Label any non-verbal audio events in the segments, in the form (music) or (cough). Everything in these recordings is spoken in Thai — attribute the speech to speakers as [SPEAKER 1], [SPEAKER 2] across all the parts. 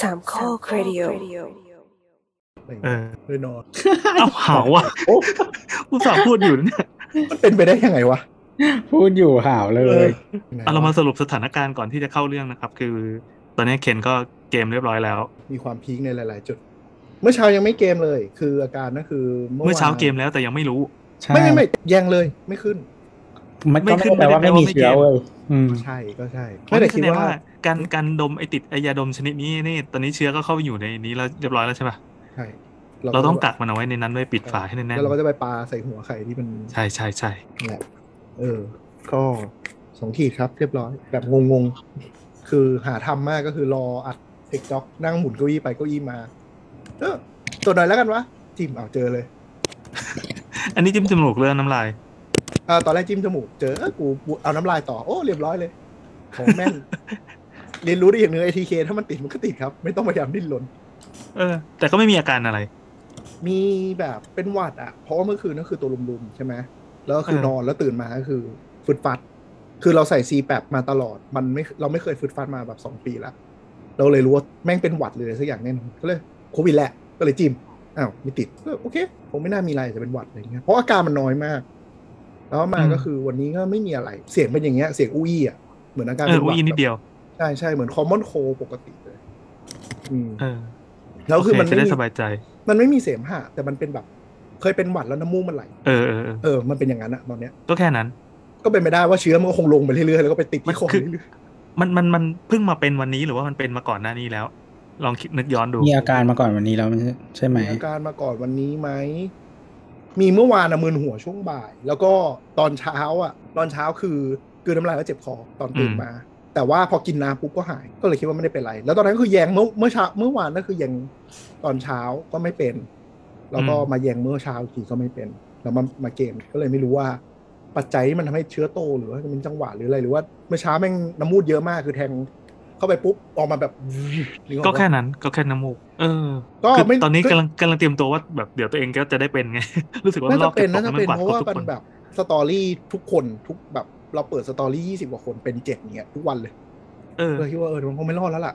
[SPEAKER 1] สามข้อครดิโอ
[SPEAKER 2] เออ
[SPEAKER 3] แน่นอน
[SPEAKER 2] เอาหาวว่ะ
[SPEAKER 3] โอ้
[SPEAKER 2] กูสาวพูดอยู่เนี่ย
[SPEAKER 3] มันเป็นไปได้ยังไงวะ
[SPEAKER 4] พูดอยู่ห่าวเล
[SPEAKER 3] เออย
[SPEAKER 2] เอาเรามาสรุปสถานการณ์ก่อนที่จะเข้าเรื่องนะครับ คือ ตอนนี้เคนก็เกมเรียบร้อยแล้ว
[SPEAKER 3] มีความพีคในหลาย ๆ จุด เมื่อเช้ายังไม่เกมเลย คืออาการนั่นคือ
[SPEAKER 2] เมื่อเช้า
[SPEAKER 3] วน
[SPEAKER 2] เกมแล้วแต่ยังไม่รู้
[SPEAKER 4] ใช่
[SPEAKER 3] ไม่ไม่ไม่แยงเลยไม่ขึ้น
[SPEAKER 4] มันก็
[SPEAKER 2] ไม่
[SPEAKER 4] ไม่
[SPEAKER 2] ขึ้น
[SPEAKER 4] ได้แปลว่า
[SPEAKER 2] ไม่
[SPEAKER 4] ไม่
[SPEAKER 2] ได้
[SPEAKER 4] มี
[SPEAKER 2] แปลว่าไม่เก
[SPEAKER 4] เชื้อ
[SPEAKER 2] ม
[SPEAKER 4] เว้ยอืม
[SPEAKER 3] ใช่ก็ใช่
[SPEAKER 2] ไม่
[SPEAKER 3] ไม่
[SPEAKER 2] ได้
[SPEAKER 3] ได้
[SPEAKER 2] แส
[SPEAKER 3] คิด
[SPEAKER 2] ดง
[SPEAKER 3] ว่า
[SPEAKER 2] ว่าการการดมไอติดไอยาดมชนิดนี้นี่ ตอนนี้เชื้อก็เข้าไปอยู่ในนี้แล้วเรียบร้อยแล้วใช่ปะ
[SPEAKER 3] ใช่
[SPEAKER 2] เราต้องกักมันเอาไว้ในนั้นด้วยปิดฝาให้แน่น
[SPEAKER 3] แล้วเราก็จะไปปาใส่หัวไข่ที่มัน
[SPEAKER 2] ๆใช่ใช่ใช่
[SPEAKER 3] นั่นแหละเออ ก็สองขีดครับเรียบร้อยแบบงงๆ คือหาทำมากก็คือรออัดเอกด็อกนั่งหมุนเก้าอี้ไปเก้าอี้มา เออตัวหน่อยแล้วกันวะจิ้มเอาเจอเลย
[SPEAKER 2] อันนี้จิ้มจมูกเรื่องน้ำลาย
[SPEAKER 3] เออตอนแรกจิ้มจมูกเจอเอ้อกูเอาน้ำลายต่อ โอ้ เรียบร้อยเลยของแม่น เรียนรู้ได้อย่างหนึ่งไอทีเคถ้ามันติดมันก็ติดครับ ไม่ต้องพยายามดิ้นรน
[SPEAKER 2] เออ แต่ก็ไม่มีอาการอะไร
[SPEAKER 3] มีแบบเป็นหวัดอ่ะ เพราะว่าเมื่อคืนนั่นคือตัวลุมๆ ใช่ไหมแล้วก็คือ
[SPEAKER 2] เออ
[SPEAKER 3] นอนแล้วตื่นมาก็คือฟึดฟัด คือเราใส่ซีแปบมาตลอด มันไม่เราไม่เคยฟึดฟัดมาแบบสองปีละเราเลยรู้ว่าแม่งเป็นหวัดเลยสักอย่างแน่นอนก็เลยโควิดแหละก็เลยจิ้มอ้าวไม่ติดก็โอเคผมไม่น่ามีอะไรจะเป็นหวัดอะไรอย่างเงี้ยเพราะอาการมันน้อยมาก แล้วมา
[SPEAKER 2] อืม
[SPEAKER 3] ก็คือวันนี้ก็ไม่มีอะไร เสียงเป็นอย่างเงี้ยเสียงอุ้ยอ่ะเหมือนอาการ
[SPEAKER 2] เอ
[SPEAKER 3] เป็
[SPEAKER 2] อ
[SPEAKER 3] ห
[SPEAKER 2] นอุ้
[SPEAKER 3] วัด
[SPEAKER 2] ยนิดเดียว
[SPEAKER 3] ใช่ใช่เหมือนคอมมอนโคปกติเลย อืม
[SPEAKER 2] เออ
[SPEAKER 3] แล้วคือมัน
[SPEAKER 2] โเจะ
[SPEAKER 3] ไม่
[SPEAKER 2] ได้
[SPEAKER 3] มี
[SPEAKER 2] สบายใจ
[SPEAKER 3] มันไม่มีเสมหะแต่มันเป็นแบบ เคยเป็นหวัดแล้วน้ำมูกมันไหล
[SPEAKER 2] เออเออเออ
[SPEAKER 3] เออมันเป็นอย่างนั้นอะตอนเนี้ย
[SPEAKER 2] ก็แค่นั้น
[SPEAKER 3] ก็เป็นไปได้ว่าเชื้อมันก็คงลงไปเรื่อยๆแล้วก็ไปติด
[SPEAKER 2] มัน
[SPEAKER 3] ที่คอ
[SPEAKER 2] คือ
[SPEAKER 3] เรื่อย
[SPEAKER 2] มันมันมันเพิ่งมาเป็นวันนี้หรือว่ามันเป็นมาก่อนหน้านี้แล้ว ลองคิดนึกย้อนดู
[SPEAKER 4] มีอาการมาก่อนวันนี้แล้วมันใช่ไหม
[SPEAKER 3] ๆมีอาการมาก่อนวันนี้ไหมมีเมื่อวานอะมึนหัวช่วงบ่าย แล้วก็ตอนเช้าอะตอนเช้าคือกลืนน้ำลายแล้วเจ็บคอตอนตื่น
[SPEAKER 2] อืม
[SPEAKER 3] มา แต่ว่าพอกินน้ำปุ๊บก็หายก็เลยคิดว่าไม่ได้เป็นไร แล้วตอนนั้นก็คือแยงเมื่อเมื่อเช้าเมื่อวานก็คือแยงตอนเช้าก็ไม่เป็น แล้วก็มาแยงเมื่อเช้าอีกทีก็ไม่เป็น แล้วมามาเกมก็เลยไม่รู้ว่า ปัจจัยที่มันทำให้เชื้อโตหรือว่ามันจังหวะหรืออะไรหรือว่าเมื่อเช้าแม่งน้ำมูดเยอะมากคือแทงเข้าไปปุ๊บออกมาแบบนึออ
[SPEAKER 2] ก็
[SPEAKER 3] ปะ
[SPEAKER 2] แค่นั้นก็แค่น้ำมูก เออ
[SPEAKER 3] ก็
[SPEAKER 2] คือ
[SPEAKER 3] ไม่
[SPEAKER 2] ตอนนี้
[SPEAKER 3] ก็
[SPEAKER 2] กำลังกำลังเตรียมตัวว่าแบบเดี๋ยวตัวเองก็จะได้เป็นไง (laughs) รู้สึกว่า
[SPEAKER 3] น่า
[SPEAKER 2] ล
[SPEAKER 3] จะ
[SPEAKER 2] อก
[SPEAKER 3] เป็น
[SPEAKER 2] บ
[SPEAKER 3] น่าจะเป็น
[SPEAKER 2] ก
[SPEAKER 3] เพราะว่า
[SPEAKER 2] ทุก
[SPEAKER 3] มัน
[SPEAKER 2] คน
[SPEAKER 3] แบบสตอรี่ทุกคนทุกแบบเราเปิดสตอรี่ยี่สิบกว่าคนเป็นเจ็ดเนี้ยทุกวันเลย
[SPEAKER 2] เออ
[SPEAKER 3] เราคิดว่าเออมันคงไม่รอดแล้วล่ะ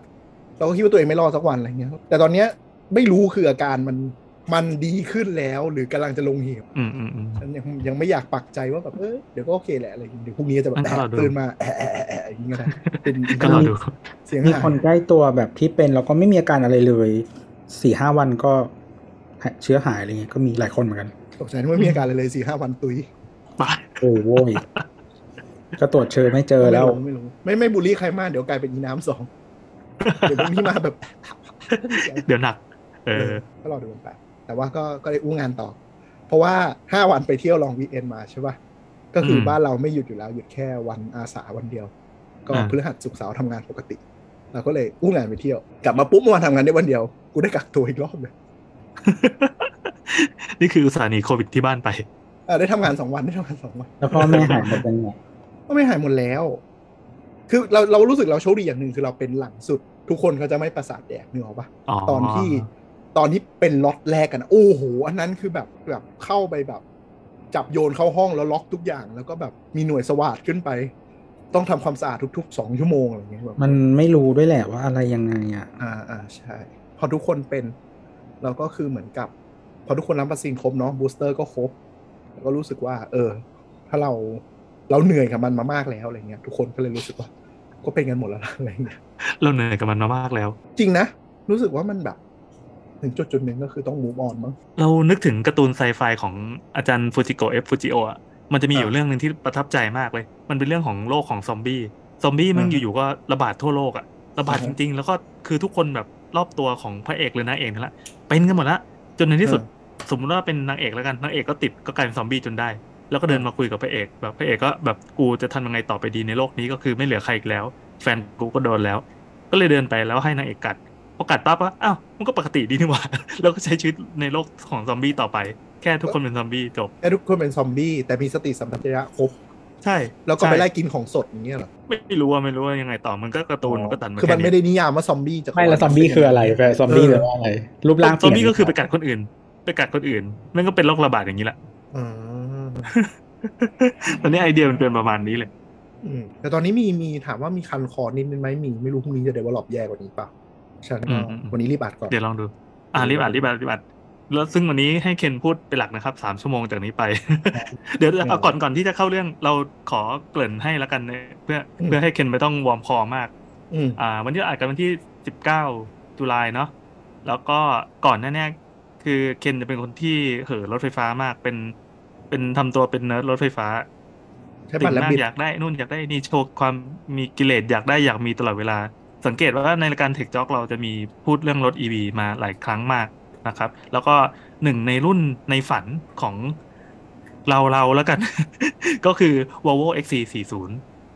[SPEAKER 3] เราก็คิดว่าตัวเองไม่รอดสักวันอะไรเงี้ยครับแต่ตอนเนี้ยไม่รู้คืออาการมันมันดีขึ้นแล้วหรือกำลังจะลงเหว
[SPEAKER 2] อืมอืมอืม
[SPEAKER 3] ฉันยังยังไม่อยากปักใจว่าแบบเออเดี๋ยวก็โอเคแหละอะไรอย่างเงี้ยเดี๋ยวพรุ่งนี้จะแบ
[SPEAKER 2] อั
[SPEAKER 3] บ
[SPEAKER 2] นก็รอดู
[SPEAKER 3] ตื่นมาแอะแอะแอะแอะอย่างเงี้ยนะเป็น
[SPEAKER 2] ก็รอดู (laughs)
[SPEAKER 3] เสียง
[SPEAKER 4] มี
[SPEAKER 3] หาย
[SPEAKER 4] คนใกล้ตัวแบบที่เป็นแล้วก็ไม่มีอาการอะไรเลยสี่ห้าวันก็หายเชื้อหายอะไรเงี้ยก็มีหลายคนเหมือนกัน
[SPEAKER 3] ตกใจนึกว่าไม่มีอาการอะไรเลยสี่ห้าวันตุย
[SPEAKER 2] ไป
[SPEAKER 4] โอ้โว้ยก็ตรวจเชื้อไม่เจอแล้ว
[SPEAKER 3] ไม่รู้ไม่รู้ไม่ไม่บูลลี่ใครมากเดี๋ยวกลายเป็นอีน้ำสองเดี๋ยวพรุ่งนี้มาแบบ
[SPEAKER 2] เดี๋ยวหนัก เออ
[SPEAKER 3] ก็รอดูกันไปแต่ว่าก็ก็ได้อู้งานต่อ เพราะว่าห้าวันไปเที่ยวลองวีเอ็นมาใช่ป่ะ ก็คืออ
[SPEAKER 2] ม
[SPEAKER 3] บ้านเราไม่หยุดอยู่แล้ว หยุดแค่วันอาสาวันเดียว ก็
[SPEAKER 2] อ่า
[SPEAKER 3] พฤหัสศุกร์เสาร์ทำงานปกติเราก็เลยอู้งานไปเที่ยว กลับมาปุ๊บเมื่อวานทำงานได้วันเดียว กูได้กักตัวอีกรอบเลย
[SPEAKER 2] นี่คืออุตสาห์หนีโควิดที่บ้านไป
[SPEAKER 3] เออได้ทำงานสองวันได้ทำงานสองวัน
[SPEAKER 4] แล้วพ่อแม่หายหมดยังไง
[SPEAKER 3] ก็ไม่หายหมดแล้ว คือเราเรารู้สึกเราโชคดีอย่างหนึ่งคือเราเป็นหลังสุด ทุกคนเขาจะไม่ประสาทแดกนึกออกปะ
[SPEAKER 2] อ๋อ
[SPEAKER 3] ตอนที่ตอนที่เป็นล็อตแรกกันอะโอ้โหอันนั้นคือแบบแบบเข้าไปแบบ จับโยนเข้าห้องแล้วล็อกทุกอย่าง แล้วก็แบบมีหน่วยสวาดขึ้นไป ต้องทำความสะอาดทุกๆสองชั่วโมงอะไรอย่างเงี้ยแบบ
[SPEAKER 4] มันไม่รู้ด้วยแหละว่าอะไรยังไงอ่ะ
[SPEAKER 3] อ่าอ่าใช่ พอทุกคนเป็นเราก็คือเหมือนกับ พอทุกคนรับวัคซีนครบเนาะบูสเตอร์ก็ครบแล้วก็รู้สึกว่า เออ ถ้าเราเราเหนื่อยกับมันมามากแล้วอะไรเงี้ยทุกคนก็เลยรู้สึกว่า ก็เป็นกันหมดแล้วนะอะไรเงี้ย
[SPEAKER 2] เราเหนื่อยกับมันมามากแล้ว
[SPEAKER 3] จริงนะ รู้สึกว่ามันแบบ ถึงจุดจุดๆหนึ่งก็คือต้อง move on มั้ง
[SPEAKER 2] เรานึกถึงการ์ตูนไซไฟของอาจารย์ฟูจิโกะเอฟฟูจิโอะมันจะมีอยู่
[SPEAKER 3] อ่า
[SPEAKER 2] เรื่องหนึ่งที่ประทับใจมากเลย มันเป็นเรื่องของโลกของซอมบี้ ซอมบี้มัน
[SPEAKER 3] อืม
[SPEAKER 2] อยู่ๆก็ระบาดทั่วโลกอะระบาด
[SPEAKER 3] อื
[SPEAKER 2] จ
[SPEAKER 3] อฮะ
[SPEAKER 2] ริง ๆ แล้วก็คือทุกคนแบบรอบตัวของพระเอกหรือนางเอกนั่นแหละเป็นกันหมดละ จนในที่สุด
[SPEAKER 3] อ่
[SPEAKER 2] สมมติว่าเป็นนางเอกแล้วกันนางเอกก็ติดก็กลายเป็นซอมบี้จนได้ แล้วก็เดินมาคุยกับพระเอกแบบพระเอกก็แบบกูจะทำยังไงต่อไปดีในโลกนี้ก็คือไม่เหลือใครอีกแล้ว แฟนกูก็โดนแล้ว ก็เลยเดินไปแล้วให้นางเอกกัดพอกัดปั๊บว่าอ้าวมันก็ปกติดีนี่หว่า (laughs) แล้วก็ใช้ชีวิตในโลกของซอมบี้ต่อไป แค่ทุกคนเป็นซอมบี้จบ
[SPEAKER 3] แต่ทุกคนเป็นซอมบี้แต่มีสติสัมปชัญญะครบ
[SPEAKER 2] ใช่
[SPEAKER 3] แล้วก็
[SPEAKER 2] ใช่
[SPEAKER 3] ไปไล่กินของสดอย่างเงี้ยเหรอ
[SPEAKER 2] ไม่รู้ว่าไม่รู้ว่ายังไงต่อมันก็การ์ตูนมันก็ตัดมา
[SPEAKER 3] คือมัน
[SPEAKER 2] แค่
[SPEAKER 3] ไม่ได้นิยามว่าซอมบี้จะ
[SPEAKER 4] ไม่แล้วซอมบี้คืออะไรแฟนซอมบี้แปลว่าอะไร รูปร่างเป
[SPEAKER 2] ซอ
[SPEAKER 4] ลี่
[SPEAKER 2] ม
[SPEAKER 4] ยน
[SPEAKER 2] บี้ก็คือไปกัดคนอื่น ไปกัดคนอื่นนั่นก็เป็นโรคระบาดอย่างนี้แหละ (laughs)
[SPEAKER 3] อืม
[SPEAKER 2] ตอนนี้ไอเดียมันเป็นประมาณนี้เลย
[SPEAKER 3] อืมแต่ตอนนี้มีมีถามว่ามีคันคอนิดนึงไหมมีไม่รู้พรุ่งนี้จะเดเวลลอปแย่กว่านี้เปล่า ฉันก็
[SPEAKER 2] อืมอืม
[SPEAKER 3] วันนี้รีบอัดก่อน
[SPEAKER 2] เดี๋ยวลองดู อ่ารีบอ่านรีบอ่านรีบอ่านแล้วซึ่งวันนี้ให้เคนพูดเป็นหลักนะครับสามชั่วโมงจากนี้ไป เดี๋ยวเอาก่อนก่อนที่จะเข้าเรื่องเราขอเกริ่นให้ละกันนะเพื่อ
[SPEAKER 3] อืม
[SPEAKER 2] เพื่อให้เคนไม่ต้องวอร์มคอมาก
[SPEAKER 3] อืม
[SPEAKER 2] อ่าวันนี้เราอัดกันวันที่ 19ตุลาเนาะแล้วก็ก่อนหน้าเนี้ยคือเคนจะเป็นคนที่เห่อะรถไฟฟ้ามากเป็นเป็นทำตัวเป็นเนิร์ดรถไฟฟ้า
[SPEAKER 3] ใช่
[SPEAKER 2] ติ
[SPEAKER 3] ป่ะ
[SPEAKER 2] ด
[SPEAKER 3] แล้ว
[SPEAKER 2] มาก
[SPEAKER 3] บิด
[SPEAKER 2] อยากได้นู่นอยากได้นี่โชว์ความมีกิเลสอยากได้อยากมีตลอดเวลา สังเกตว่าในรายการเทคจ็อกเราจะมีพูดเรื่องรถ EV มาหลายครั้งมากนะครับ แล้วก็หนึ่งในรุ่นในฝันของเราเราแล้วกัน (laughs) ก็คือ Volvo XC40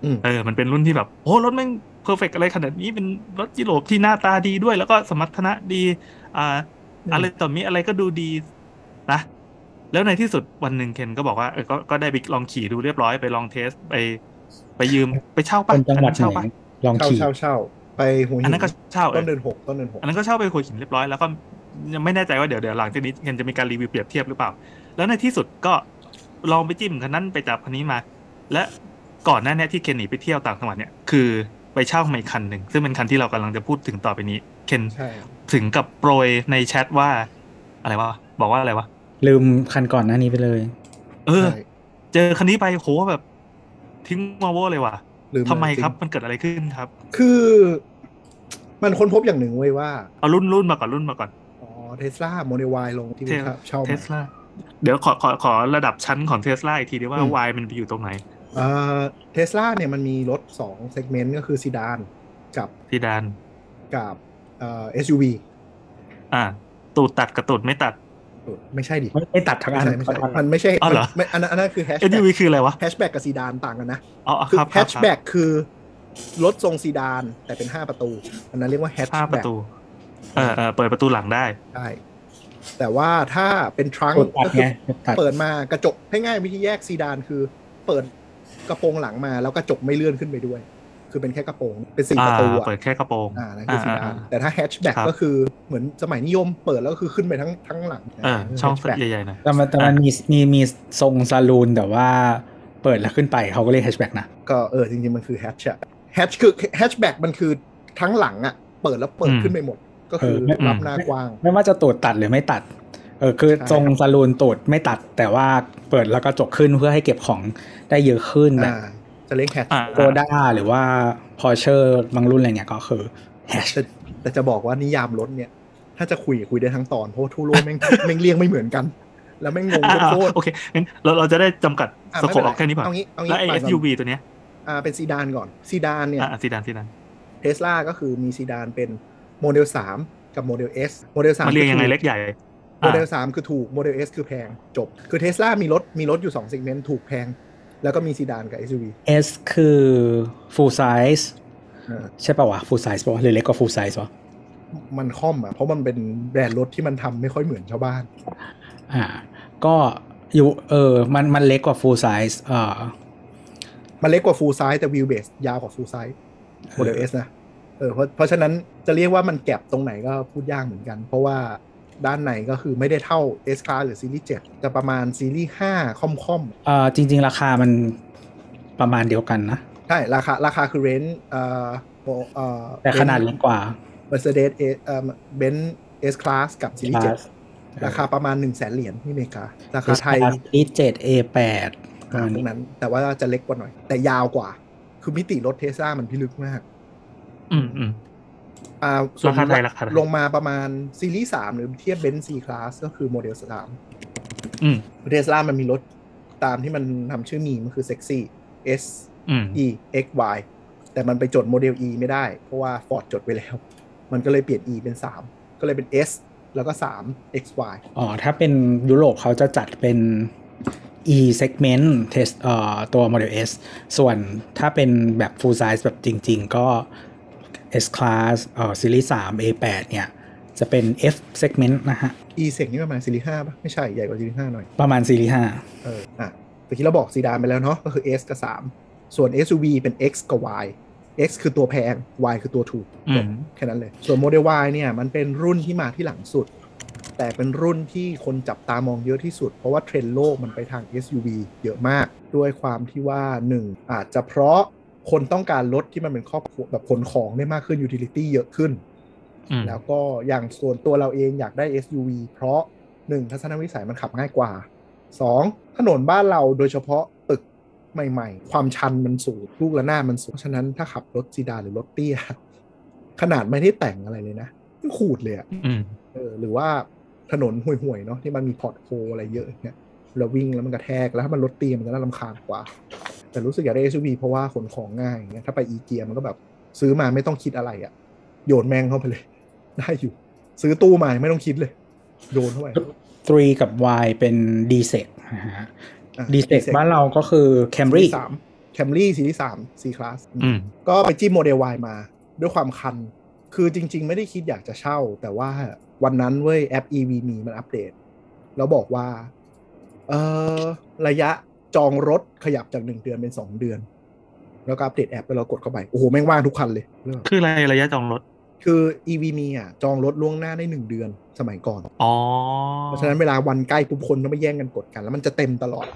[SPEAKER 3] อืม
[SPEAKER 2] เออ มันเป็นรุ่นที่แบบโอ้รถแม่งเพอร์เฟกอะไรขนาดนี้เป็นรถยุโรปที่หน้าตาดีด้วย แล้วก็สมรรถนะดี อ่า อะไรต่อมีอะไรก็ดูดีนะ แล้วในที่สุดวันหนึ่งเคนก็บอกว่าเออก็ก็ได้ไปลองขี่ดูเรียบร้อยไปลองเทสไป ไปยืมไปเช่า
[SPEAKER 4] ค
[SPEAKER 2] ปะ
[SPEAKER 4] นจังหวัด
[SPEAKER 2] อันนั้นเช่า
[SPEAKER 4] ไห
[SPEAKER 2] ป
[SPEAKER 4] น
[SPEAKER 2] ะ
[SPEAKER 4] ลอง
[SPEAKER 3] เช่า
[SPEAKER 4] ขี่
[SPEAKER 3] เช่าเช่าไปหัวหิ
[SPEAKER 2] อันนั้นก็เช่าเอ
[SPEAKER 3] ต้
[SPEAKER 2] อน
[SPEAKER 3] เดือนหกต้นเดือนหก
[SPEAKER 2] อันนั้นก็เช่าไปหัวหินเรียบร้อยแล้วก็ยังไม่แน่ใจว่าเดี๋ยวเดี๋ยวหลังจากนี้เคนจะมีการรีวิวเปรียบเทียบหรือเปล่า แล้วในที่สุดก็ลองไปจิ้มคันนั้นไปจับคันนี้มา และก่อนหน้าเนี้ที่เคนหนีไปเที่ยวต่างจังหวัดเนี่ยคือไปเช่ามาอีกคันหนึ่งซึ่งเป็นคันที่เรากำลังจะพูดถึงต่อไปนี้ เคน
[SPEAKER 3] ใช่
[SPEAKER 2] ถึงกับโปรยในแชทว่าอะไรวะบอกว่าอะไรวะ
[SPEAKER 4] ลืมคันก่อนหน้านี้ไปเลย
[SPEAKER 2] เออ
[SPEAKER 3] ใช่
[SPEAKER 2] เจอคันนี้ไปโหแบบทิ้งมาโวเลยว่ะ
[SPEAKER 3] ลื
[SPEAKER 2] ทำไม
[SPEAKER 3] จง
[SPEAKER 2] ครับมันเกิดอะไรขึ้นครับ
[SPEAKER 3] คือ มันค้นพบอย่างหนึ่งเว้ยว่า
[SPEAKER 2] เอารุ่นรุ่นมาก่อนรุ่นมาก่อน
[SPEAKER 3] อ๋อเทสลาโมเดลวลงที่เว็บ
[SPEAKER 2] Tesla
[SPEAKER 3] เช่า
[SPEAKER 2] เท
[SPEAKER 3] มา
[SPEAKER 2] สลาเดี๋ยวขอขอขอระดับชั้นของเทสลาอีกทีดีว่า
[SPEAKER 3] อืม
[SPEAKER 2] วายมันไปอยู่ตรงไหน
[SPEAKER 3] เทสลาเนี่ยมันมีรถสองเซกเมนต์ก็คือซีดานกับ
[SPEAKER 2] ที่ดาน
[SPEAKER 3] กับเอ่อ SUV
[SPEAKER 2] อ่า ตูดตัดกระตูดไม่ตัด
[SPEAKER 3] เออไม่ใช่ดิ
[SPEAKER 4] ไม่ไม่ตัดทั้ง
[SPEAKER 3] ไม่
[SPEAKER 4] อัน
[SPEAKER 3] ใช่ไม่ใช่
[SPEAKER 4] ทั้งอัน
[SPEAKER 3] มันไม่ใช่
[SPEAKER 2] อ๋อเหรอ
[SPEAKER 3] มันไม่อันนั้นอันนั้นคือแฮชแท็ก
[SPEAKER 2] SUV คืออะไรวะ
[SPEAKER 3] แฮชแบ็กกับซีดานต่างกันนะ
[SPEAKER 2] อ๋ออ๋อ
[SPEAKER 3] คือ
[SPEAKER 2] ครับ
[SPEAKER 3] แฮ
[SPEAKER 2] ครับ
[SPEAKER 3] ช
[SPEAKER 2] ครับ
[SPEAKER 3] แบ็กคือรถทรงซีดานแต่เป็น 5 ประตู อันนั้นเรียกว่าแฮช
[SPEAKER 2] ห้าป
[SPEAKER 3] แบ็
[SPEAKER 2] ระ
[SPEAKER 3] ก
[SPEAKER 2] ตู เออเออเปิดประตูหลังได้
[SPEAKER 3] ได้ แต่ว่าถ้าเป็นทรัง
[SPEAKER 4] กดตัด
[SPEAKER 3] ก็คื
[SPEAKER 4] ไง
[SPEAKER 3] อก
[SPEAKER 4] ดตัด
[SPEAKER 3] เปิดมากระจกให้ง่ายวิธีแยกซีดานคือ เปิดกระโปรงหลังมาแล้วกระจกไม่เลื่อนขึ้นไปด้วย คือเป็นแค่กระโปรงเป็นสี่
[SPEAKER 2] อ่า
[SPEAKER 3] ประตูอะ
[SPEAKER 2] เปิดแค่กระโปรง
[SPEAKER 3] อ่านั่นคือซีดาน
[SPEAKER 2] อ่า
[SPEAKER 3] แต่ถ้าแฮชแบ็ก
[SPEAKER 2] ครับ
[SPEAKER 3] ก็คือเหมือนสมัยนิยมเปิดแล้วก็คือขึ้นไปทั้งทั้งหลัง
[SPEAKER 2] เออ ช่อง
[SPEAKER 3] แฮชแบ็ก
[SPEAKER 2] ใหญ่ๆหน่อย
[SPEAKER 4] แต่มันแต่มันมีมีมีทรงซาลูนแต่ว่าเปิดแล้วขึ้นไปเขาก็เรียกแฮชแบ็กนะ
[SPEAKER 3] ก็เออจริงๆมันคือแฮชอะแฮชคือแฮชแบ็กมันคือทั้งหลังอะเปิดแล้วเปิดขึ้นไปหมด ก็คือ
[SPEAKER 4] เออ
[SPEAKER 3] รับหน้ากว้าง
[SPEAKER 4] ไม่ว่าจะตูดตัดหรือไม่ตัด เออคือ
[SPEAKER 3] ใช่
[SPEAKER 4] ทรงซาลูนตูดไม่ตัด แต่ว่าเปิดแล้วก็จกขึ้นเพื่อให้เก็บของได้เยอะขึ้นแบบ
[SPEAKER 3] อ่าจะเล่นแฮช
[SPEAKER 2] อ่า
[SPEAKER 4] โกด้าหรือว่าพอเชอร์บางรุ่นอะไรเนี่ยก็คือแฮช
[SPEAKER 3] แต่แต่จะบอกว่านิยามรถเนี่ย ถ้าจะคุยคุยได้ทั้งตอน เพราะว่าทั่วโลกแม่ง (laughs) แม่งเรียงไม่เหมือนกัน แล้วแม่งงง
[SPEAKER 2] อ่า
[SPEAKER 3] กัน
[SPEAKER 2] อ่า
[SPEAKER 3] โคตร
[SPEAKER 2] โอเคงั้นเราเราจะได้จำกัด
[SPEAKER 3] อ่ะ
[SPEAKER 2] ส
[SPEAKER 3] ไม่
[SPEAKER 2] โค
[SPEAKER 3] เป็นไร
[SPEAKER 2] ปออกแค่นี้พอ
[SPEAKER 3] เอางี้เอางี้
[SPEAKER 2] แล้วไอ้
[SPEAKER 3] ไปก่อน
[SPEAKER 2] SUV ตัวเนี้ย
[SPEAKER 3] อ่าเป็นซีดานก่อนซีดานเนี่ย
[SPEAKER 2] อ่าซีดานซีดาน
[SPEAKER 3] เทสลาก็คือมีซีดานเป็นโมเดล 3 กับโมเดล S โมเดล3
[SPEAKER 2] มันเรียงยังไงเล็กใหญ่
[SPEAKER 3] โมเดล
[SPEAKER 2] อ่ะ
[SPEAKER 3] 3 คือถูกโมเดล S คือแพงจบ คือเทสลามีรถมีรถอยู่2 s ซ g m e n t ถูกแพง แล้วก็มีซีดานกับ SUV
[SPEAKER 4] เอสคือ full size
[SPEAKER 3] อ่า
[SPEAKER 4] ใช่ป่าวะ full size ป่าวะหรือเล็กกว่า full size วะ
[SPEAKER 3] มันค่อมอ่ะเพราะมันเป็นแบรนด์รถที่มันทำไม่ค่อยเหมือนชาวบ้าน
[SPEAKER 4] อ่า ก็อยู่เออมันมันเล็กกว่า full size เอ่อ
[SPEAKER 3] มันเล็กกว่าฟูลไซส์แต่วิวเบสยาวกว่าฟูลไซส์โมเดลเอสนะเออเพราะเพราะฉะนั้นจะเรียกว่ามันแก็บตรงไหนก็พูดยากเหมือนกัน เพราะว่าด้านไหนก็คือไม่ได้เท่า S Class หรือซีรีส์7จะประมาณซีรีส์5ค่อมค่อม
[SPEAKER 4] เอ่อจริง ๆ ราคามันประมาณเดียวกันนะ
[SPEAKER 3] ๆใช่ ราคาราคาคือเรนจ์เอ่อโมเอ่อ
[SPEAKER 4] แต่ขนาดเล็กกว่า
[SPEAKER 3] Mercedes เอ่อ Benz S Class กับซีรีส์
[SPEAKER 4] ส
[SPEAKER 3] 7ราคาประมาณ 1 0 0 0 0แสนเหรียญที่อเมริการาคาไทย
[SPEAKER 4] อีเจ็ดเอแปด
[SPEAKER 3] อ่าพวกนั้น แต่ว่าจะเล็กกว่าหน่อย แต่ยาวกว่า คือมิติรถเทสลามันพิลึกมาก
[SPEAKER 2] อืมอืม
[SPEAKER 3] อ่าส่ว
[SPEAKER 2] ราน คาไทยราคาไทย
[SPEAKER 3] ลงมาประมาณซีรีส์สามหรือเทียบเบนซ์ซีคลาสก็คือโมเดลสาม
[SPEAKER 2] อืม
[SPEAKER 3] เทสลามันมีรถตามที่มันทำชื่อมีมันคือเซ็กซี่ S
[SPEAKER 2] อืม
[SPEAKER 3] E X Y แต่มันไปจดโมเดล E ไม่ได้ เพราะว่า Ford จดไว้แล้ว มันก็เลยเปลี่ยน E เป็น 3 ก็เลยเป็น S แล้วก็ 3 X Y
[SPEAKER 4] อ๋อ ถ้าเป็นยุโรปเขาจะจัดเป็น e segment test เอ่อตัว model s ส่วนถ้าเป็นแบบ full size แบบจริง ๆ ก็ s class เอ่อ series 3 a 8เนี่ย จะเป็น f segment นะฮะ
[SPEAKER 3] E เซกนี่ประมาณซีรีส์ห้าป่ะ ไม่ใช่ใหญ่กว่าซีรีส์ห้าหน่อย
[SPEAKER 4] ประมาณ series
[SPEAKER 3] เอออ่ะตะกี้เราบอกซีดานไปแล้วเนาะก็คือ S กับ 3 ส่วน SUV เป็น X กับ Y X คือตัวแพง Y คือตัวถูก
[SPEAKER 2] อืม
[SPEAKER 3] แค่นั้นเลย ส่วนโมเดล Y เนี่ยมันเป็นรุ่นที่มาที่หลังสุด แต่เป็นรุ่นที่คนจับตามองเยอะที่สุด เพราะว่าเทรนด์โลกมันไปทาง SUV เยอะมาก ด้วยความที่ว่า 1 อาจจะเพราะคนต้องการรถที่มันเป็นครอบครัวแบบขนของได้มากขึ้นยูทิลิตี้เยอะขึ้น
[SPEAKER 2] อืม
[SPEAKER 3] แล้วก็อย่างส่วนตัวเราเองอยากได้ SUV เพราะหนึ่งทัศนวิสัยมันขับง่ายกว่าสองถนนบ้านเราโดยเฉพาะตึกใหม่ๆ ความชันมันสูงลูกระนาดมันสูงเพราะฉะนั้นถ้าขับรถซีดานหรือรถเตี้ย ขนาดไม่ได้แต่งอะไรเลยนะขูดเลยอะ
[SPEAKER 2] อืม
[SPEAKER 3] เออหรือว่าถนนห่วยๆเนาะที่มันมีพอร์ตโคอะไรเยอะอย่างเนี่ยเราวิ่งแล้วมันกระแทกแล้วถ้ามันรถเตียมันจะน่าลำคาญกว่า แต่รู้สึกอยากได้ SUV เพราะว่าขนของง่ายอย่างเงี้ยถ้าไปอีเกียมันก็แบบซื้อมาไม่ต้องคิดอะไรอะ่ะ โยนแมงเข้าไปเลย (laughs) ได้อยู่ ซื้อตู้มาไม่ต้องคิดเลย โยนเข้าไป
[SPEAKER 4] 3 กับ Y เป็น d s e c นะฮะ
[SPEAKER 3] อ่ะ
[SPEAKER 4] d s e c บ้านเราก็คือ Camry
[SPEAKER 3] สามแคมรี่ซีรีส์สามซีคลาส
[SPEAKER 2] อืม
[SPEAKER 3] ก็ไปจิ้มโมเดล Y มาด้วยความคัน คือจริง ๆ ไม่ได้คิดอยากจะเช่า แต่ว่าวันนั้นเว้ยแอป EV มีมันอัปเดต แล้วบอกว่า เออระยะจองรถขยับจากหนึ่งเดือนเป็นสองเดือน แล้วก็อัปเดตแอปไปเรากดเข้าไป โอ้โห แม่งว่างทุกคันเลย
[SPEAKER 2] คืออะไรระยะจองรถ
[SPEAKER 3] คือ EV มีอ่ะ จองรถล่วงหน้าได้หนึ่งเดือนสมัยก่อน
[SPEAKER 2] อ๋อ
[SPEAKER 3] เพราะฉะนั้นเวลาวันใกล้ปุ๊บคนต้องไปแย่งกันกดกัน แล้วมันจะเต็มตลอด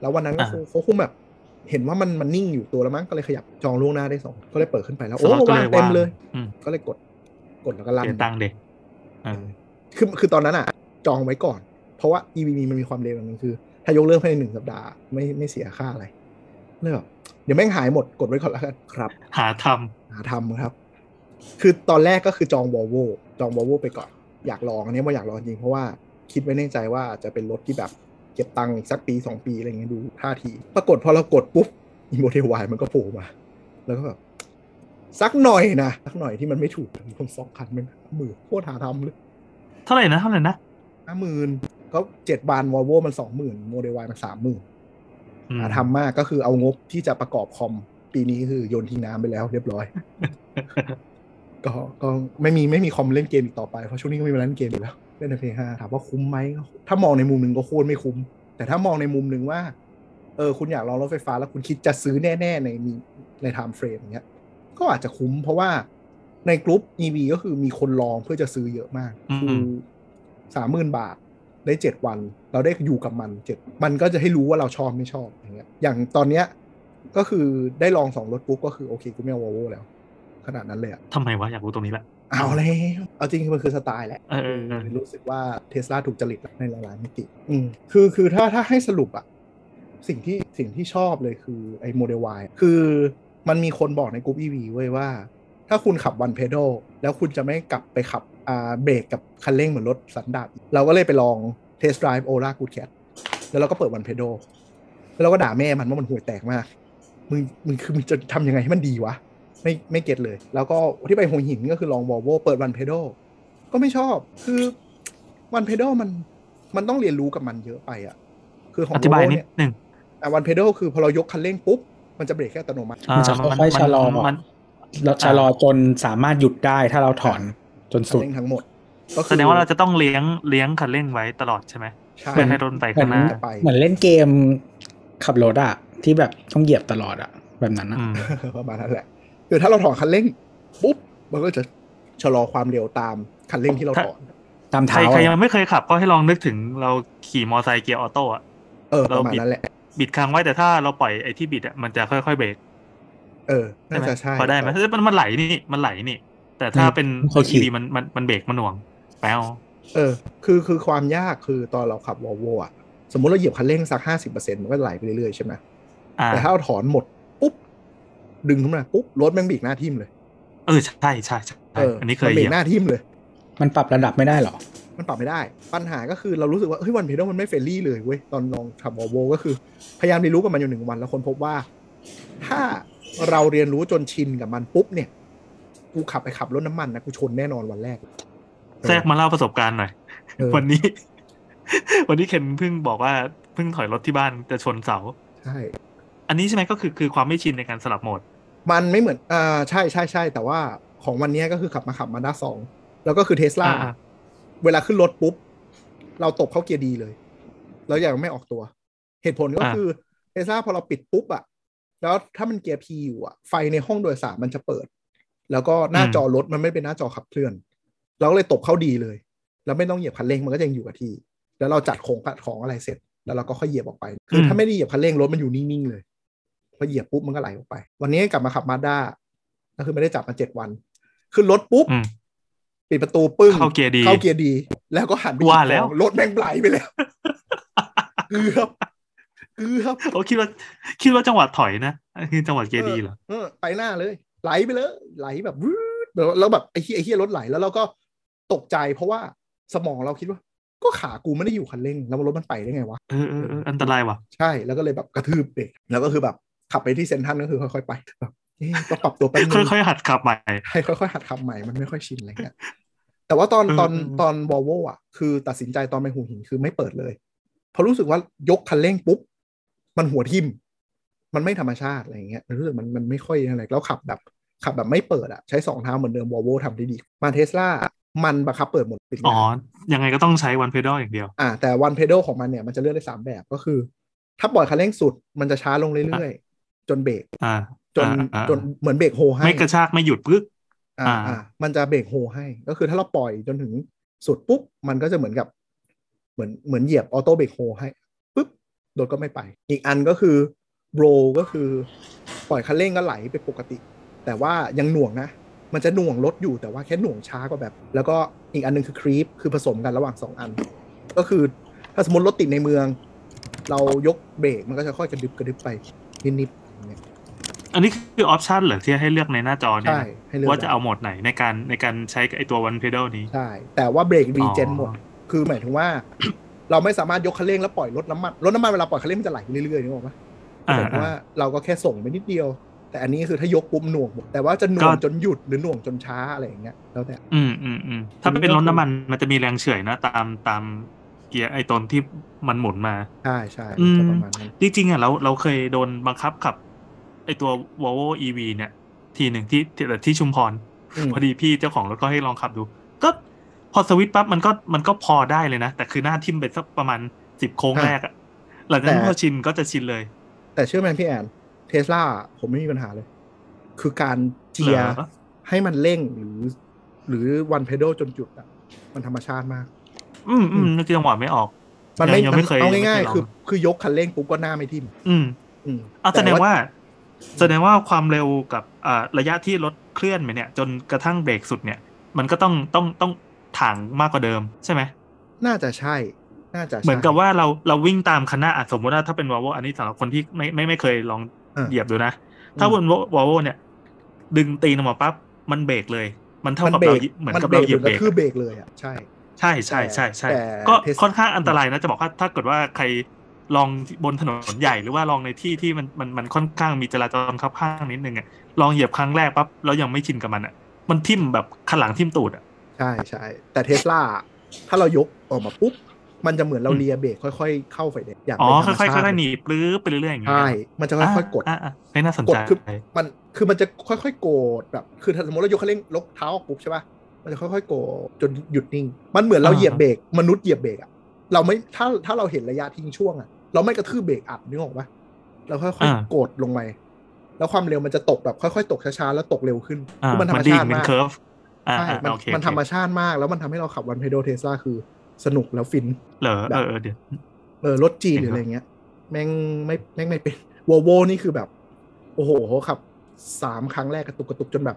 [SPEAKER 3] แล้ววันนั้นก็
[SPEAKER 2] อ่า
[SPEAKER 3] คือเขาคงแบบ เห็นว่ามันมันนิ่งอยู่ตัวแล้วมั้งก็เลยขยับจองล่วงหน้าได้สองก็เลยเปิดขึ้นไปแล้ว
[SPEAKER 2] สล็
[SPEAKER 3] โอ้
[SPEAKER 2] อตก็
[SPEAKER 3] ว่าง
[SPEAKER 2] เลย
[SPEAKER 3] เต็
[SPEAKER 2] ว่าม ง
[SPEAKER 3] เลย
[SPEAKER 2] อืม
[SPEAKER 3] ก็เลยกดกดแล้วก็ลั่น
[SPEAKER 2] เสียตังค์เด็กอ่า
[SPEAKER 3] คือคือตอนนั้นอ่ะ จองไว้ก่อน เพราะว่า EVB มันมีความเร็วอย่างหนึงคือ ถ้ายกเลิกภายในหนึ่งสัปดาห์ไม่ไม่เสียค่าอะไรเลยแบบเดี๋ยวแม่งหายหมดกดไว้ก่อนแล้วกันครับ
[SPEAKER 2] หาท
[SPEAKER 3] หาทำครับ คือตอนแรกก็คือจองวอลโวจองวอลโวไปก่อน อยากลองอันนี้ว่าอยากลองจริงเพราะว่าคิดไว้ในใจว่าจะเป็นรถที่แบบเก็บตังค์อีกสักปีสองปีอะไรเงี้ยดูท่าที ปรากฏพอเรากดปุ๊บอีโมเทวายมันก็โผล่มา แล้วก็แบบสักหน่อยนะสักหน่อยที่มันไม่ถูกผมสองคันมันหมื่นโคตรหาทำเลย
[SPEAKER 2] ำเท่าไหร่นะเท่าไหร่นะ
[SPEAKER 3] ห้าหมื่นก็เจ็ดบานวอลโวมันสองหมื่นโมเดลวายมันสามหมื่น
[SPEAKER 2] อืม
[SPEAKER 3] หาทำมากก็คือเอางบที่จะประกอบคอม ปีนี้คือโยนทิ้งน้ำไปแล้วเรียบร้อย ก็ก็ไม่มีไม่มีคอมเล่นเกมอีกต่อไป เพราะช่วงนี้ก็ไม่มีเวลาเล่นเกมอยู่แล้ว เล่นแต่เพย์ห้าถามว่าคุ้มไหมถ้ามองในมุมหนึ่งก็โคตรไม่คุ้ม แต่ถ้ามองในมุมหนึ่งว่า เออคุณอยากลองรถไฟฟ้าแล้วคุณคิดจะซื้อแน่ๆในมีในไทม์เฟรมเนี้ย ก็อาจจะคุ้มเพราะว่าในกลุ่ม EV ก็คือมีคนลองเพื่อจะซื้อเยอะมาก คือสามหมื่นบาทได้เจ็ดวัน เราได้อยู่กับมันเจ็ดมันก็จะให้รู้ว่าเราชอบไม่ชอบอย่างเงี้ยอย่างตอนเนี้ยก็คือได้ลองสองรถปุ๊บก็คือโอเคกูไม่เอาวอลโวแล้ว ขนาดนั้นเลยอะ
[SPEAKER 2] ทำไมวะอยากรู้ตรงนี้แหละ
[SPEAKER 3] เอาเลยเอาจริงๆมันคือสไตล์แหละ
[SPEAKER 2] เออเออเออ
[SPEAKER 3] รู้สึกว่าเทสลาถูกจริตในหลายๆมิติ อืมคือคือถ้าถ้าให้สรุปอะสิ่งที่สิ่งที่ชอบเลยคือไอ้โมเดลวคือมันมีคนบอกในกลุ่ม EV เว้ยว่า ถ้าคุณขับวันเพด l แล้วคุณจะไม่กลับไปขับอ่าเบรกกับคันเร่งเหมือนรถสันดาปอีกเราก็เลยไปลองเทส t d ด i v e โอลากูดแคทแล้วเราก็เปิดวันเพด l แล้วเราก็ด่าแม่มันว่ามันห่วยแตกมาก มึงมึงคือมึงจะทำยังไงให้มันดีวะ ไม่ไม่เก็ตเลย แล้วก็ที่ไปหัวหินก็คือลองวอลโวเปิดวันเพด l ก็ไม่ชอบคือวันเพด l มันมันต้องเรียนรู้กับมันเยอะไปอ่ะ คือของ
[SPEAKER 2] อธิบาย
[SPEAKER 3] Volvo
[SPEAKER 2] นิ
[SPEAKER 3] เนี่
[SPEAKER 2] ด
[SPEAKER 3] ย
[SPEAKER 2] หนึ่ง
[SPEAKER 3] อ่ะวันเพด l คือพอเรายกคันเร่งปุ๊บมันจะเบรกแค่อัตโนมัติ
[SPEAKER 2] อ่า
[SPEAKER 4] มันจะค่อยๆชะลอบอก
[SPEAKER 2] มัน
[SPEAKER 4] เราชะลอจนสามารถหยุดได้ถ้าเราถอนจน
[SPEAKER 3] คัน
[SPEAKER 4] สุด
[SPEAKER 3] เร่งทั้งหมดก็คือ
[SPEAKER 2] แสดงว่าเราจะต้องเลี้ยงเลี้ยงคันเร่งไว้ตลอดใช่ไหม
[SPEAKER 3] ใช่
[SPEAKER 2] เพื่อให้รถไป
[SPEAKER 4] เหมื
[SPEAKER 2] ข้า
[SPEAKER 4] องน
[SPEAKER 2] หน้า
[SPEAKER 3] จะไป
[SPEAKER 4] เหมือนเล่นเกมขับรถอะที่แบบต้องเหยียบตลอดอะแบบนั้นอะ
[SPEAKER 2] อืม
[SPEAKER 3] ประมาณนั้นแหละ คือถ้าเราถอนคันเร่งปุ๊บ มันก็จะชะลอความเร็วตามคันเร่งที่เราถอน
[SPEAKER 4] ตาม
[SPEAKER 2] ใคร
[SPEAKER 4] เท้า
[SPEAKER 2] ใครยั
[SPEAKER 4] อะ
[SPEAKER 2] งไม่เคยขับก็ให้ลองนึกถึงเราขี่มอไซค์เกียร์ออโต้อะ
[SPEAKER 3] เออ ประมาณนั้นแหละ
[SPEAKER 2] บิดค้างไว้แต่ถ้าเราปล่อยไอ้ที่บิดอะมันจะค่อยๆเบรก
[SPEAKER 3] เออ
[SPEAKER 2] ใช่
[SPEAKER 3] น่า
[SPEAKER 2] ไหม
[SPEAKER 3] จะใช่
[SPEAKER 2] พอได้ไหมเอ้ยมันมันไหลนี่มันไหลนี่ แต่ถ้าเป็นรถอีวีมันมันมันเบรกมันหน่วงแป๊ว
[SPEAKER 3] เออ คือคือความยากคือตอนเราขับวอลโวอ่ะ สมมติเราเหยียบคันเร่งสักห้าสิบเปอร์เซ็นต์มันก็ไหลไปเรื่อยๆใช่ไหม
[SPEAKER 2] อ่า
[SPEAKER 3] แต่ถ้าเราถอนหมด ปุ๊บ ดึงขึ้นมาปุ๊บ รถแม่งบีกหน้าทิ่มเลย
[SPEAKER 2] เออใช่ใช่ใช่
[SPEAKER 3] เออ
[SPEAKER 2] อั
[SPEAKER 3] อั
[SPEAKER 2] นนี้เคย
[SPEAKER 3] บี
[SPEAKER 2] เหยีย
[SPEAKER 3] ก
[SPEAKER 2] บ
[SPEAKER 3] หน้าทิ่มเลย
[SPEAKER 4] มันปรับระดับไม่ได้หรอ
[SPEAKER 3] มันปรับไม่ได้ ปัญหาก็คือเรารู้สึกว่า เฮ้ยวันเพดมันไม่เฟรนลี่เลยเว้ย ตอนลองขับวอลโวก็คือ พยายามเรียนรู้กับมันอยู่หนึ่งวัน แล้วคนพบว่า ถ้าเราเรียนรู้จนชินกับมันปุ๊บเนี่ย กูขับไปขับรถน้ำมันนะ กูชนแน่นอนวันแรก
[SPEAKER 2] แทรกมาเล่าประสบการณ์หน่อย
[SPEAKER 3] เออ
[SPEAKER 2] วันนี้ (laughs) วันนี้เคนเพิ่งบอกว่าเพิ่งถอยรถที่บ้านจะชนเสา
[SPEAKER 3] ใช่
[SPEAKER 2] อันนี้ใช่ไหมก็คือคือความไม่ชินในการสลับโหมด
[SPEAKER 3] มันไม่เหมือน อ่า ใช่ใช่ใช่ แต่ว่าของวันเนี้ยก็คือขับมาขับมาด้าสอง แล้วก็คือเทสลา
[SPEAKER 2] อ่า
[SPEAKER 3] เวลาขึ้นรถปุ๊บ เราตบเข้าเกียร์ดีเลย แล้วยังไม่ออกตัว เหตุผลก็คือเทสลาพอเราปิดปุ๊บอะแล้วถ้ามันเกียร์พีอยู่อะไฟในห้องโดยสารมันจะเปิด แล้วก็หน้าจอรถมันไม่เป็นหน้าจอขับเคลื่อน เราก็เลยตบเข้าดีเลย แล้วไม่ต้องเหยียบคันเร่งมันก็ยังอยู่กับที่ แล้วเราจัดของกัดของอะไรเสร็จ แล้วเราก็ค่อยเหยียบออกไป คือ
[SPEAKER 2] อื
[SPEAKER 3] ถ้าม ไม่ได้เหยียบคันเร่งรถมันอยู่นิ่งๆเลย พอเหยียบปุ๊บมันก็ไหลออกไป วันนี้กลับมาขับมาด้าก็คือไม่ได้จับมาเจ็ดวัน ขึ้นรถปุ๊บ
[SPEAKER 2] อืม
[SPEAKER 3] ปิดประตูปึ้ง
[SPEAKER 2] เข้าเกียร์ดี
[SPEAKER 3] เข้าเกียร์ดี แล้วก็หันไปหยิบ
[SPEAKER 2] ว่าแล้ว
[SPEAKER 3] ของรถแม่งไหลไปแล้วเกือบเกือบ
[SPEAKER 2] เขาคิดว่าคิดว่าจังหวะถอยนะคือจังหวะเกียร์ดีเหรอ
[SPEAKER 3] เออไปหน้าเลย ไหลไปเลย ไหลแบบวืดแล้วแล้วแบบไอ้เฮียไอ้เฮียรถไหลแล้วเราก็ตกใจเพราะว่าสมองเราคิดว่า ก็ขากูไม่ได้อยู่คันเร่ง แล้วรถมันไปได้ไงวะ
[SPEAKER 2] เออเออเอออันตรายว่ะ
[SPEAKER 3] ใช่แล้วก็เลยแบบกระทืบเบรกแล้วก็คือแบบขับไปที่เซนทรันก็คือค่อยๆไปแบบเอ๊ะก็ปรับตัวแป๊บนึง
[SPEAKER 2] ค่อยๆหัดขับใหม่
[SPEAKER 3] ให้ค่อยๆหัดขับใหม่มันไม่ค่อยชินอะไรเงี้ยแต่ว่าตอน
[SPEAKER 2] เออ
[SPEAKER 3] ตอน
[SPEAKER 2] เออ
[SPEAKER 3] ตอนวอลโวอ่ะ คือตัดสินใจตอนไปหูหินคือไม่เปิดเลย เพราะรู้สึกว่ายกคันเร่งปุ๊บ มันหัวทิ่ม มันไม่ธรรมชาติอะไรเงี้ยมันรู้สึกมันมันไม่ค่อยอะไรแล้วขับแบบ ขับแบบไม่เปิดอ่ะ ใช้สองเท้าเหมือนเดิมวอลโวทำได้ดีมาเทสลามันบังคับเปิดหมดปิด
[SPEAKER 2] อ๋อ
[SPEAKER 3] งาน
[SPEAKER 2] ยังไงก็ต้องใช้วันเพดอลอย่างเดียว
[SPEAKER 3] อ่าแต่วันเพด a ลของมันเนี่ยมันจะเลือกได้สามแบบก็คือ ถ้าปล่อยคันเร่งสุดมันจะช้าลงเรื่อยๆ จนเบรก
[SPEAKER 2] อ่า
[SPEAKER 3] จน
[SPEAKER 2] อ่าอ่า
[SPEAKER 3] จนเหมือนเบรกโฮให้
[SPEAKER 2] ไม่กระชากไม่หยุดปึ๊ก
[SPEAKER 3] อ่า
[SPEAKER 2] อ่า
[SPEAKER 3] อ่ามันจะเบรกโฮให้ก็คือถ้าเราปล่อยจนถึงสุดปุ๊บ มันก็จะเหมือนกับเหมือนเหมือนเหยียบออโต้เบรกโฮให้ปุ๊บรถก็ไม่ไป อีกอันก็คือโรก็คือปล่อยคันเร่งก็ไหลไปปกติ แต่ว่ายังหน่วงนะ มันจะหน่วงรถอยู่แต่ว่าแค่หน่วงช้ากว่าแบบ แล้วก็อีกอันหนึงคือครีปคือผสมกันระหว่างสองอัน ก็คือถ้าสมมติรถติดในเมือง เรายกเบรกมันก็จะค่อยกระดึบกระดึบไปนิดๆอย่างเงี้ย
[SPEAKER 2] อันนี้คือออปชันเหรอที่ให้เลือกในหน้าจอเนี่ย
[SPEAKER 3] ใช่
[SPEAKER 2] นะ
[SPEAKER 3] ให้เลือก
[SPEAKER 2] ว่าจะ
[SPEAKER 3] ได้
[SPEAKER 2] เอาโหมดไหนในการในการใช้ไอตัววันเพดอลนี้
[SPEAKER 3] ใช่ แต่ว่าเบรกรีเจน
[SPEAKER 2] อ๋อ
[SPEAKER 3] หมด คือหมายถึงว่า (coughs) เราไม่สามารถยกคันเร่งแล้วปล่อยรถน้ำมัน รถน้ำมันเวลาปล่อยคันเร่งมันจะไหลไปเรื่อยๆนึกออกปะ
[SPEAKER 2] อ่า
[SPEAKER 3] แต่
[SPEAKER 2] อ่า
[SPEAKER 3] ว่าเราก็แค่ส่งไปนิดเดียว แต่อันนี้คือถ้ายกปุ๊บหน่วงหมด แต่ว่าจะหน่วง
[SPEAKER 2] ก็
[SPEAKER 3] จนหยุดหรือหน่วงจนช้าอะไรอย่างเงี้ย แล้วแต่
[SPEAKER 2] อืมอืมอืมถ้าเป็นรถน้ำมันมันจะมีแรงเฉื่อยนะ ตามตามเกียร์ไอตอนที่มันหมุนมา
[SPEAKER 3] ใช่ใช่
[SPEAKER 2] อืม
[SPEAKER 3] จะประมาณนั้น
[SPEAKER 2] จริงๆอ่ะเราเราเคยโดนบังคับขับ ไอตัว Volvo EV เนี่ย ทีหนึ่งที่ที่ที่ชุมพร
[SPEAKER 3] อืม
[SPEAKER 2] พอดีพี่เจ้าของรถก็ให้ลองขับดู ก็พอสวิตช์ปั๊บมันก็มันก็พอได้เลยนะ แต่คือหน้าทิ่มไปสักประมาณสิบโค้งแรกอะหลังจากนั้น
[SPEAKER 3] แต่
[SPEAKER 2] พอชินก็จะชินเลย
[SPEAKER 3] แต่เชื่อไหมพี่แอนเทสลาผมไม่มีปัญหาเลย คือการเจียร์
[SPEAKER 2] เหรอ
[SPEAKER 3] ให้มันเร่งหรือ หรือวันเพดลจนหยุดอะมันธรรมชาติมาก
[SPEAKER 2] อืมอืมนึกจังหวะไม่ออก
[SPEAKER 3] มันไม่
[SPEAKER 2] ยังยังไม่เคย
[SPEAKER 3] เอาง่าย
[SPEAKER 2] ยังไม่
[SPEAKER 3] ๆ
[SPEAKER 2] เคยลอง
[SPEAKER 3] คือคือยกคันเร่งปุ๊บก็หน้าไม่ทิ่ม
[SPEAKER 2] อืม
[SPEAKER 3] อืม
[SPEAKER 2] เอาแสดงว่า แสดงว่าความเร็วกับอ่าระยะที่รถเคลื่อนไปเนี่ย จนกระทั่งเบรกสุดเนี่ย มันก็ต้องต้องต้องถ่างมากกว่าเดิมใช่ไหม
[SPEAKER 3] น่าจะใช่ น่าจะใช่
[SPEAKER 2] เหมือนกับว่าเราเราวิ่งตามคันหน้าอ่ะสมมติว่าถ้าเป็นวอลโวอันนี้สำหรับคนที่ไม่ไม่ไม่เคยลอง
[SPEAKER 3] อ่ะ
[SPEAKER 2] เหยียบดูนะ
[SPEAKER 3] ม
[SPEAKER 2] ถ้าบนวอลโวเนี่ย ดึงตีนออกมาปั๊บมันเบรกเลย มันเท่ากับเรามเหมือนกับเราเหยียบเบรก
[SPEAKER 3] มันคือเบรกเลยอ่ะ ใช่
[SPEAKER 2] ใช่ใช่ใช่ใช่
[SPEAKER 3] แต่
[SPEAKER 2] ก็
[SPEAKER 3] เทส
[SPEAKER 2] ค่อนข้างอันตรายนะจะบอกว่าถ้าเกิดว่าใครลองบนถนนใหญ่หรือว่าลองในที่ที่มันมันมันค่อนข้างมีจราจรคับข้างนิดนึงอ่ะลองเหยียบครั้งแรกปั๊บแล้วยังไม่ชินกับมันอ่ะ มันทิ่มแบบขันหลังทิ่มตูดอ่ะ
[SPEAKER 3] ใช่ใช่ แต่เทสลาถ้าเรายกออกมาปุ๊บ มันจะเหมือนเรา
[SPEAKER 2] อืม
[SPEAKER 3] เลียเบรกค่อยๆ เข้าไฟแดงอย่าง
[SPEAKER 2] อ๋อ
[SPEAKER 3] เป็นธรรม
[SPEAKER 2] ค่อยๆ
[SPEAKER 3] ชา
[SPEAKER 2] ค่อย
[SPEAKER 3] ติ
[SPEAKER 2] ๆหนีปลื้อไปเรื่อยๆอย่างเงี้ย
[SPEAKER 3] ใช่ มันจะค่อยๆกด
[SPEAKER 2] ะะไม่น่าสน
[SPEAKER 3] ก
[SPEAKER 2] ใจ
[SPEAKER 3] ดคือมันคือมันจะค่อยๆโกดแบบ คือถ้าสมมติเรายกคันเร่งลกเท้าออกปุ๊บใช่ป่ะมันจะค่อยๆโกดจนหยุดนิ่ง มันเหมือนเรา
[SPEAKER 2] อ่า
[SPEAKER 3] เหยียบเบรกมนุษย์เหยียบเบรกอ่ะเราไม่ถ้าถ้าเราเห็นระยะทิ้งช่วงอ่ะเราไม่กระทืบเบรกอัดนึกออกป่ะเราค่อยๆโกดลงไปแล้วความเร็วมันจะตกแบบค่อยๆตกช้าๆแล้วตกเร็วขึ้น
[SPEAKER 2] อ่า
[SPEAKER 3] คือมันธรรม
[SPEAKER 2] ดี
[SPEAKER 3] ชาติ
[SPEAKER 2] เป็น
[SPEAKER 3] มาก
[SPEAKER 2] เคิร์ฟอ่า
[SPEAKER 3] ใช่
[SPEAKER 2] อ่า
[SPEAKER 3] มัน
[SPEAKER 2] โอเค
[SPEAKER 3] มันธรรมชาติมาก แล้วมันทำให้เราขับวันเพโดเทสลาคือสนุกแล้วฟิน
[SPEAKER 2] เหรอ
[SPEAKER 3] แบบ
[SPEAKER 2] เออเออเดี๋ยว
[SPEAKER 3] เออรถจีนห
[SPEAKER 2] เห็
[SPEAKER 3] รื
[SPEAKER 2] น
[SPEAKER 3] อ
[SPEAKER 2] ค
[SPEAKER 3] อะ
[SPEAKER 2] รับ
[SPEAKER 3] ไรเงี้ย แม่งไม่แม่งไม่เป็นวอลโวนี่คือแบบ โอ้โหขับสามครั้งแรกกระตุกกระตุกจนแบบ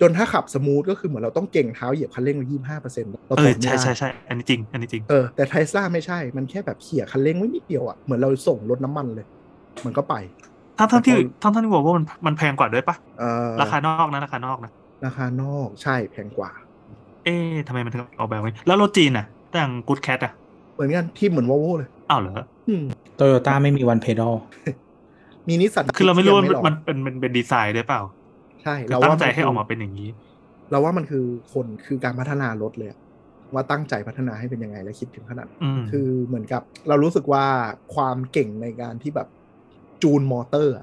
[SPEAKER 3] จนถ้าขับสมูทก็คือเหมือนเราต้องเก่งเท้าเหยียบคันเร่งไปยี่ห้าเปอร์เซ็นต์เรา
[SPEAKER 2] เอ
[SPEAKER 3] ถ
[SPEAKER 2] อ
[SPEAKER 3] อยไม่
[SPEAKER 2] ใช่ใช่
[SPEAKER 3] ได้
[SPEAKER 2] ใช่อันนี้จริง อันนี้จริง
[SPEAKER 3] เออแต่เทสลาไม่ใช่ มันแค่แบบเขี่ยคันเร่งไว้นิดเดียวอ่ะ เหมือนเราส่งรถน้ำมันเลย มันก็ไป
[SPEAKER 2] ทั้งทั้งที่
[SPEAKER 3] แต่พอ
[SPEAKER 2] ทั้งทั้งที่บอกว่ามันมันแพงกว่าด้วยปะ
[SPEAKER 3] เออ
[SPEAKER 2] ราคานอกนะ ราคานอกนะ
[SPEAKER 3] ราคานอกใช่แพงกว่า
[SPEAKER 2] เอ๊ะทำไมมันถึงออกแบบไว้แล้วรถจีนอ่ะแต่งกูดแคทอ่ะ
[SPEAKER 3] เหมือนกันที่เหมือนวอลโวเลย
[SPEAKER 2] อ้าวเหรอ
[SPEAKER 3] อืม
[SPEAKER 4] โตโยต้าไม่มีวันเพด a ล
[SPEAKER 3] มีนิสสัน
[SPEAKER 2] คือเราไม่รู้ว่า
[SPEAKER 3] หอก
[SPEAKER 2] มันเป็นมันเป็นดีไซน์ด้วยเปล่า
[SPEAKER 3] ใช่
[SPEAKER 2] คือ
[SPEAKER 3] เรา
[SPEAKER 2] ตั้
[SPEAKER 3] ว่าง
[SPEAKER 2] ใจ
[SPEAKER 3] น
[SPEAKER 2] ให้
[SPEAKER 3] คื
[SPEAKER 2] ออกมาเป็นอย่างนี้
[SPEAKER 3] เราว่ามันคือคนคือการพัฒนารถเลยอะว่าตั้งใจพัฒนาให้เป็นยังไงและคิดถึงขนาดนั้น
[SPEAKER 2] อืม
[SPEAKER 3] คือเหมือนกับเรารู้สึกว่าความเก่งในการที่แบบจูนมอเตอร์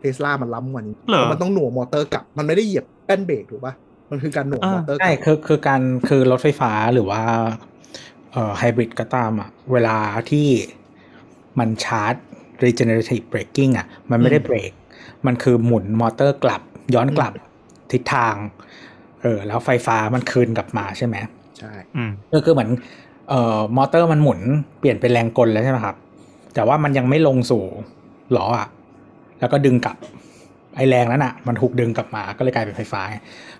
[SPEAKER 3] เทสลามันล้ำกว่านี้
[SPEAKER 2] เหรอ
[SPEAKER 3] มันต้องหน่วงมอเตอร์กลับ มันไม่ได้เหยียบแป้นเบรกถูกปะมันคือการหน่วง
[SPEAKER 2] อ่าม ม
[SPEAKER 3] อเตอร์ก
[SPEAKER 4] ใช่
[SPEAKER 3] ลับ
[SPEAKER 4] คือคือการคือรถไฟฟ้าหรือว่าเอ่อไฮบริดก็ตามอ่ะ เวลาที่มันชาร์จ regenerative braking อ่ะ มันไม่ได้เบรก มันคือหมุนมอเตอร์กลับ ย้อนกลับทิศทางเออแล้วไฟฟ้ามันคืนกลับมาใช่ไหม
[SPEAKER 3] ใช่
[SPEAKER 2] อืม
[SPEAKER 4] ก็คือเหมือนเอ่อมอเตอร์มันหมุนเปลี่ยนเป็นแรงกลแล้วใช่ไหมครับ แต่ว่ามันยังไม่ลงสู่ล้ออะแล้วก็ดึงกลับไอแรงนั้นอะมันถูกดึงกลับมาก็เลยกลายเป็นไฟฟ้าไง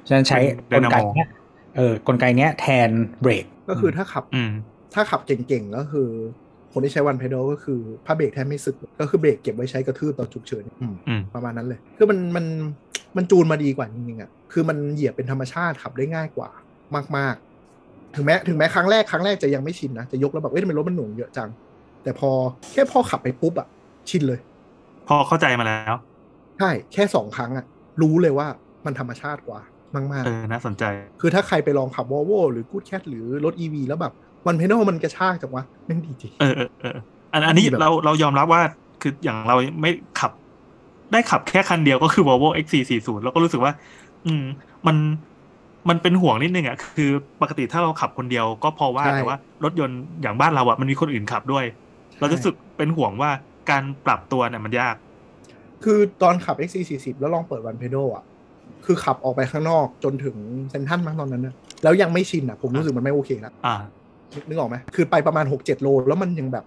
[SPEAKER 4] ฉะนั้นใช้ก
[SPEAKER 2] เป็น
[SPEAKER 4] ล
[SPEAKER 2] ไดนาโม
[SPEAKER 4] ไกเนี้ย เออกลไกเนี้ยแทนเบรก
[SPEAKER 3] ก็คือถ้าขับ
[SPEAKER 2] อืม
[SPEAKER 3] ถ้าขับเก่งๆ ก็คือ คนที่ใช้วันเพด l ก็คือผ้าเบรกแทบไม่สึก ก็คือเบรกเก็บไว้ใช้กระทืบตอนฉุกเฉินอืม
[SPEAKER 2] อืม
[SPEAKER 3] ประมาณนั้นเลย คือมันมันมันจูนมาดีกว่าจริงๆอ่ะ คือมันเหยียบเป็นธรรมชาติขับได้ง่ายกว่ามากๆ ถึงแม้ถึงแม้ครั้งแรกครั้งแรกจะยังไม่ชินนะ จะยกแล้วแบบ เอ้ยทำไมรถมันหน่วงเยอะจัง แต่พอแค่พอขับไปปุ๊บอ่ะ ชินเลย
[SPEAKER 2] พอเข้าใจมาแล้ว
[SPEAKER 3] ใช่ แค่สองครั้งอ่ะ รู้เลยว่ามันธรรมชาติกว่ามาก
[SPEAKER 2] เอ
[SPEAKER 3] ๆ
[SPEAKER 2] อ น่าสนใจ
[SPEAKER 3] คือถ้าใครไปลองขับวอลโวหรือกูดแคทหรือรถ EV แล้วแบบวันเพนอลมันกระชากจังวะแม่งดีจริง
[SPEAKER 2] เออเออเอออันอันนี้
[SPEAKER 3] แบบ
[SPEAKER 2] เราเรายอมรับว่าคืออย่างเราไม่ขับ ได้ขับแค่คันเดียวก็คือ Volvo X440 แล้วก็รู้สึกว่า อืม มันมันเป็นห่วงนิดนึงอ่ะคือปกติถ้าเราขับคนเดียวก็พอว่าแต่ว่ารถยนต์อย่างบ้านเราอ่ะมันมีคนอื่นขับด้วย เรารู้สึกเป็นห่วงว่าการปรับตัวเนี่ยมันยาก
[SPEAKER 3] คือตอนขับ XC40 แล้วลองเปิดวันเพนอลอ่ะ คือขับออกไปข้างนอกจนถึงเซนทรันมั้งตอนนั้นนะแล้วยังไม่ชินอ่ะ ผมรู้สึกมันไม่โอเคละ
[SPEAKER 2] อ่า
[SPEAKER 3] นึกออกไหมคือไปประมาณ 6-7 โล แล้วมันยังแบบ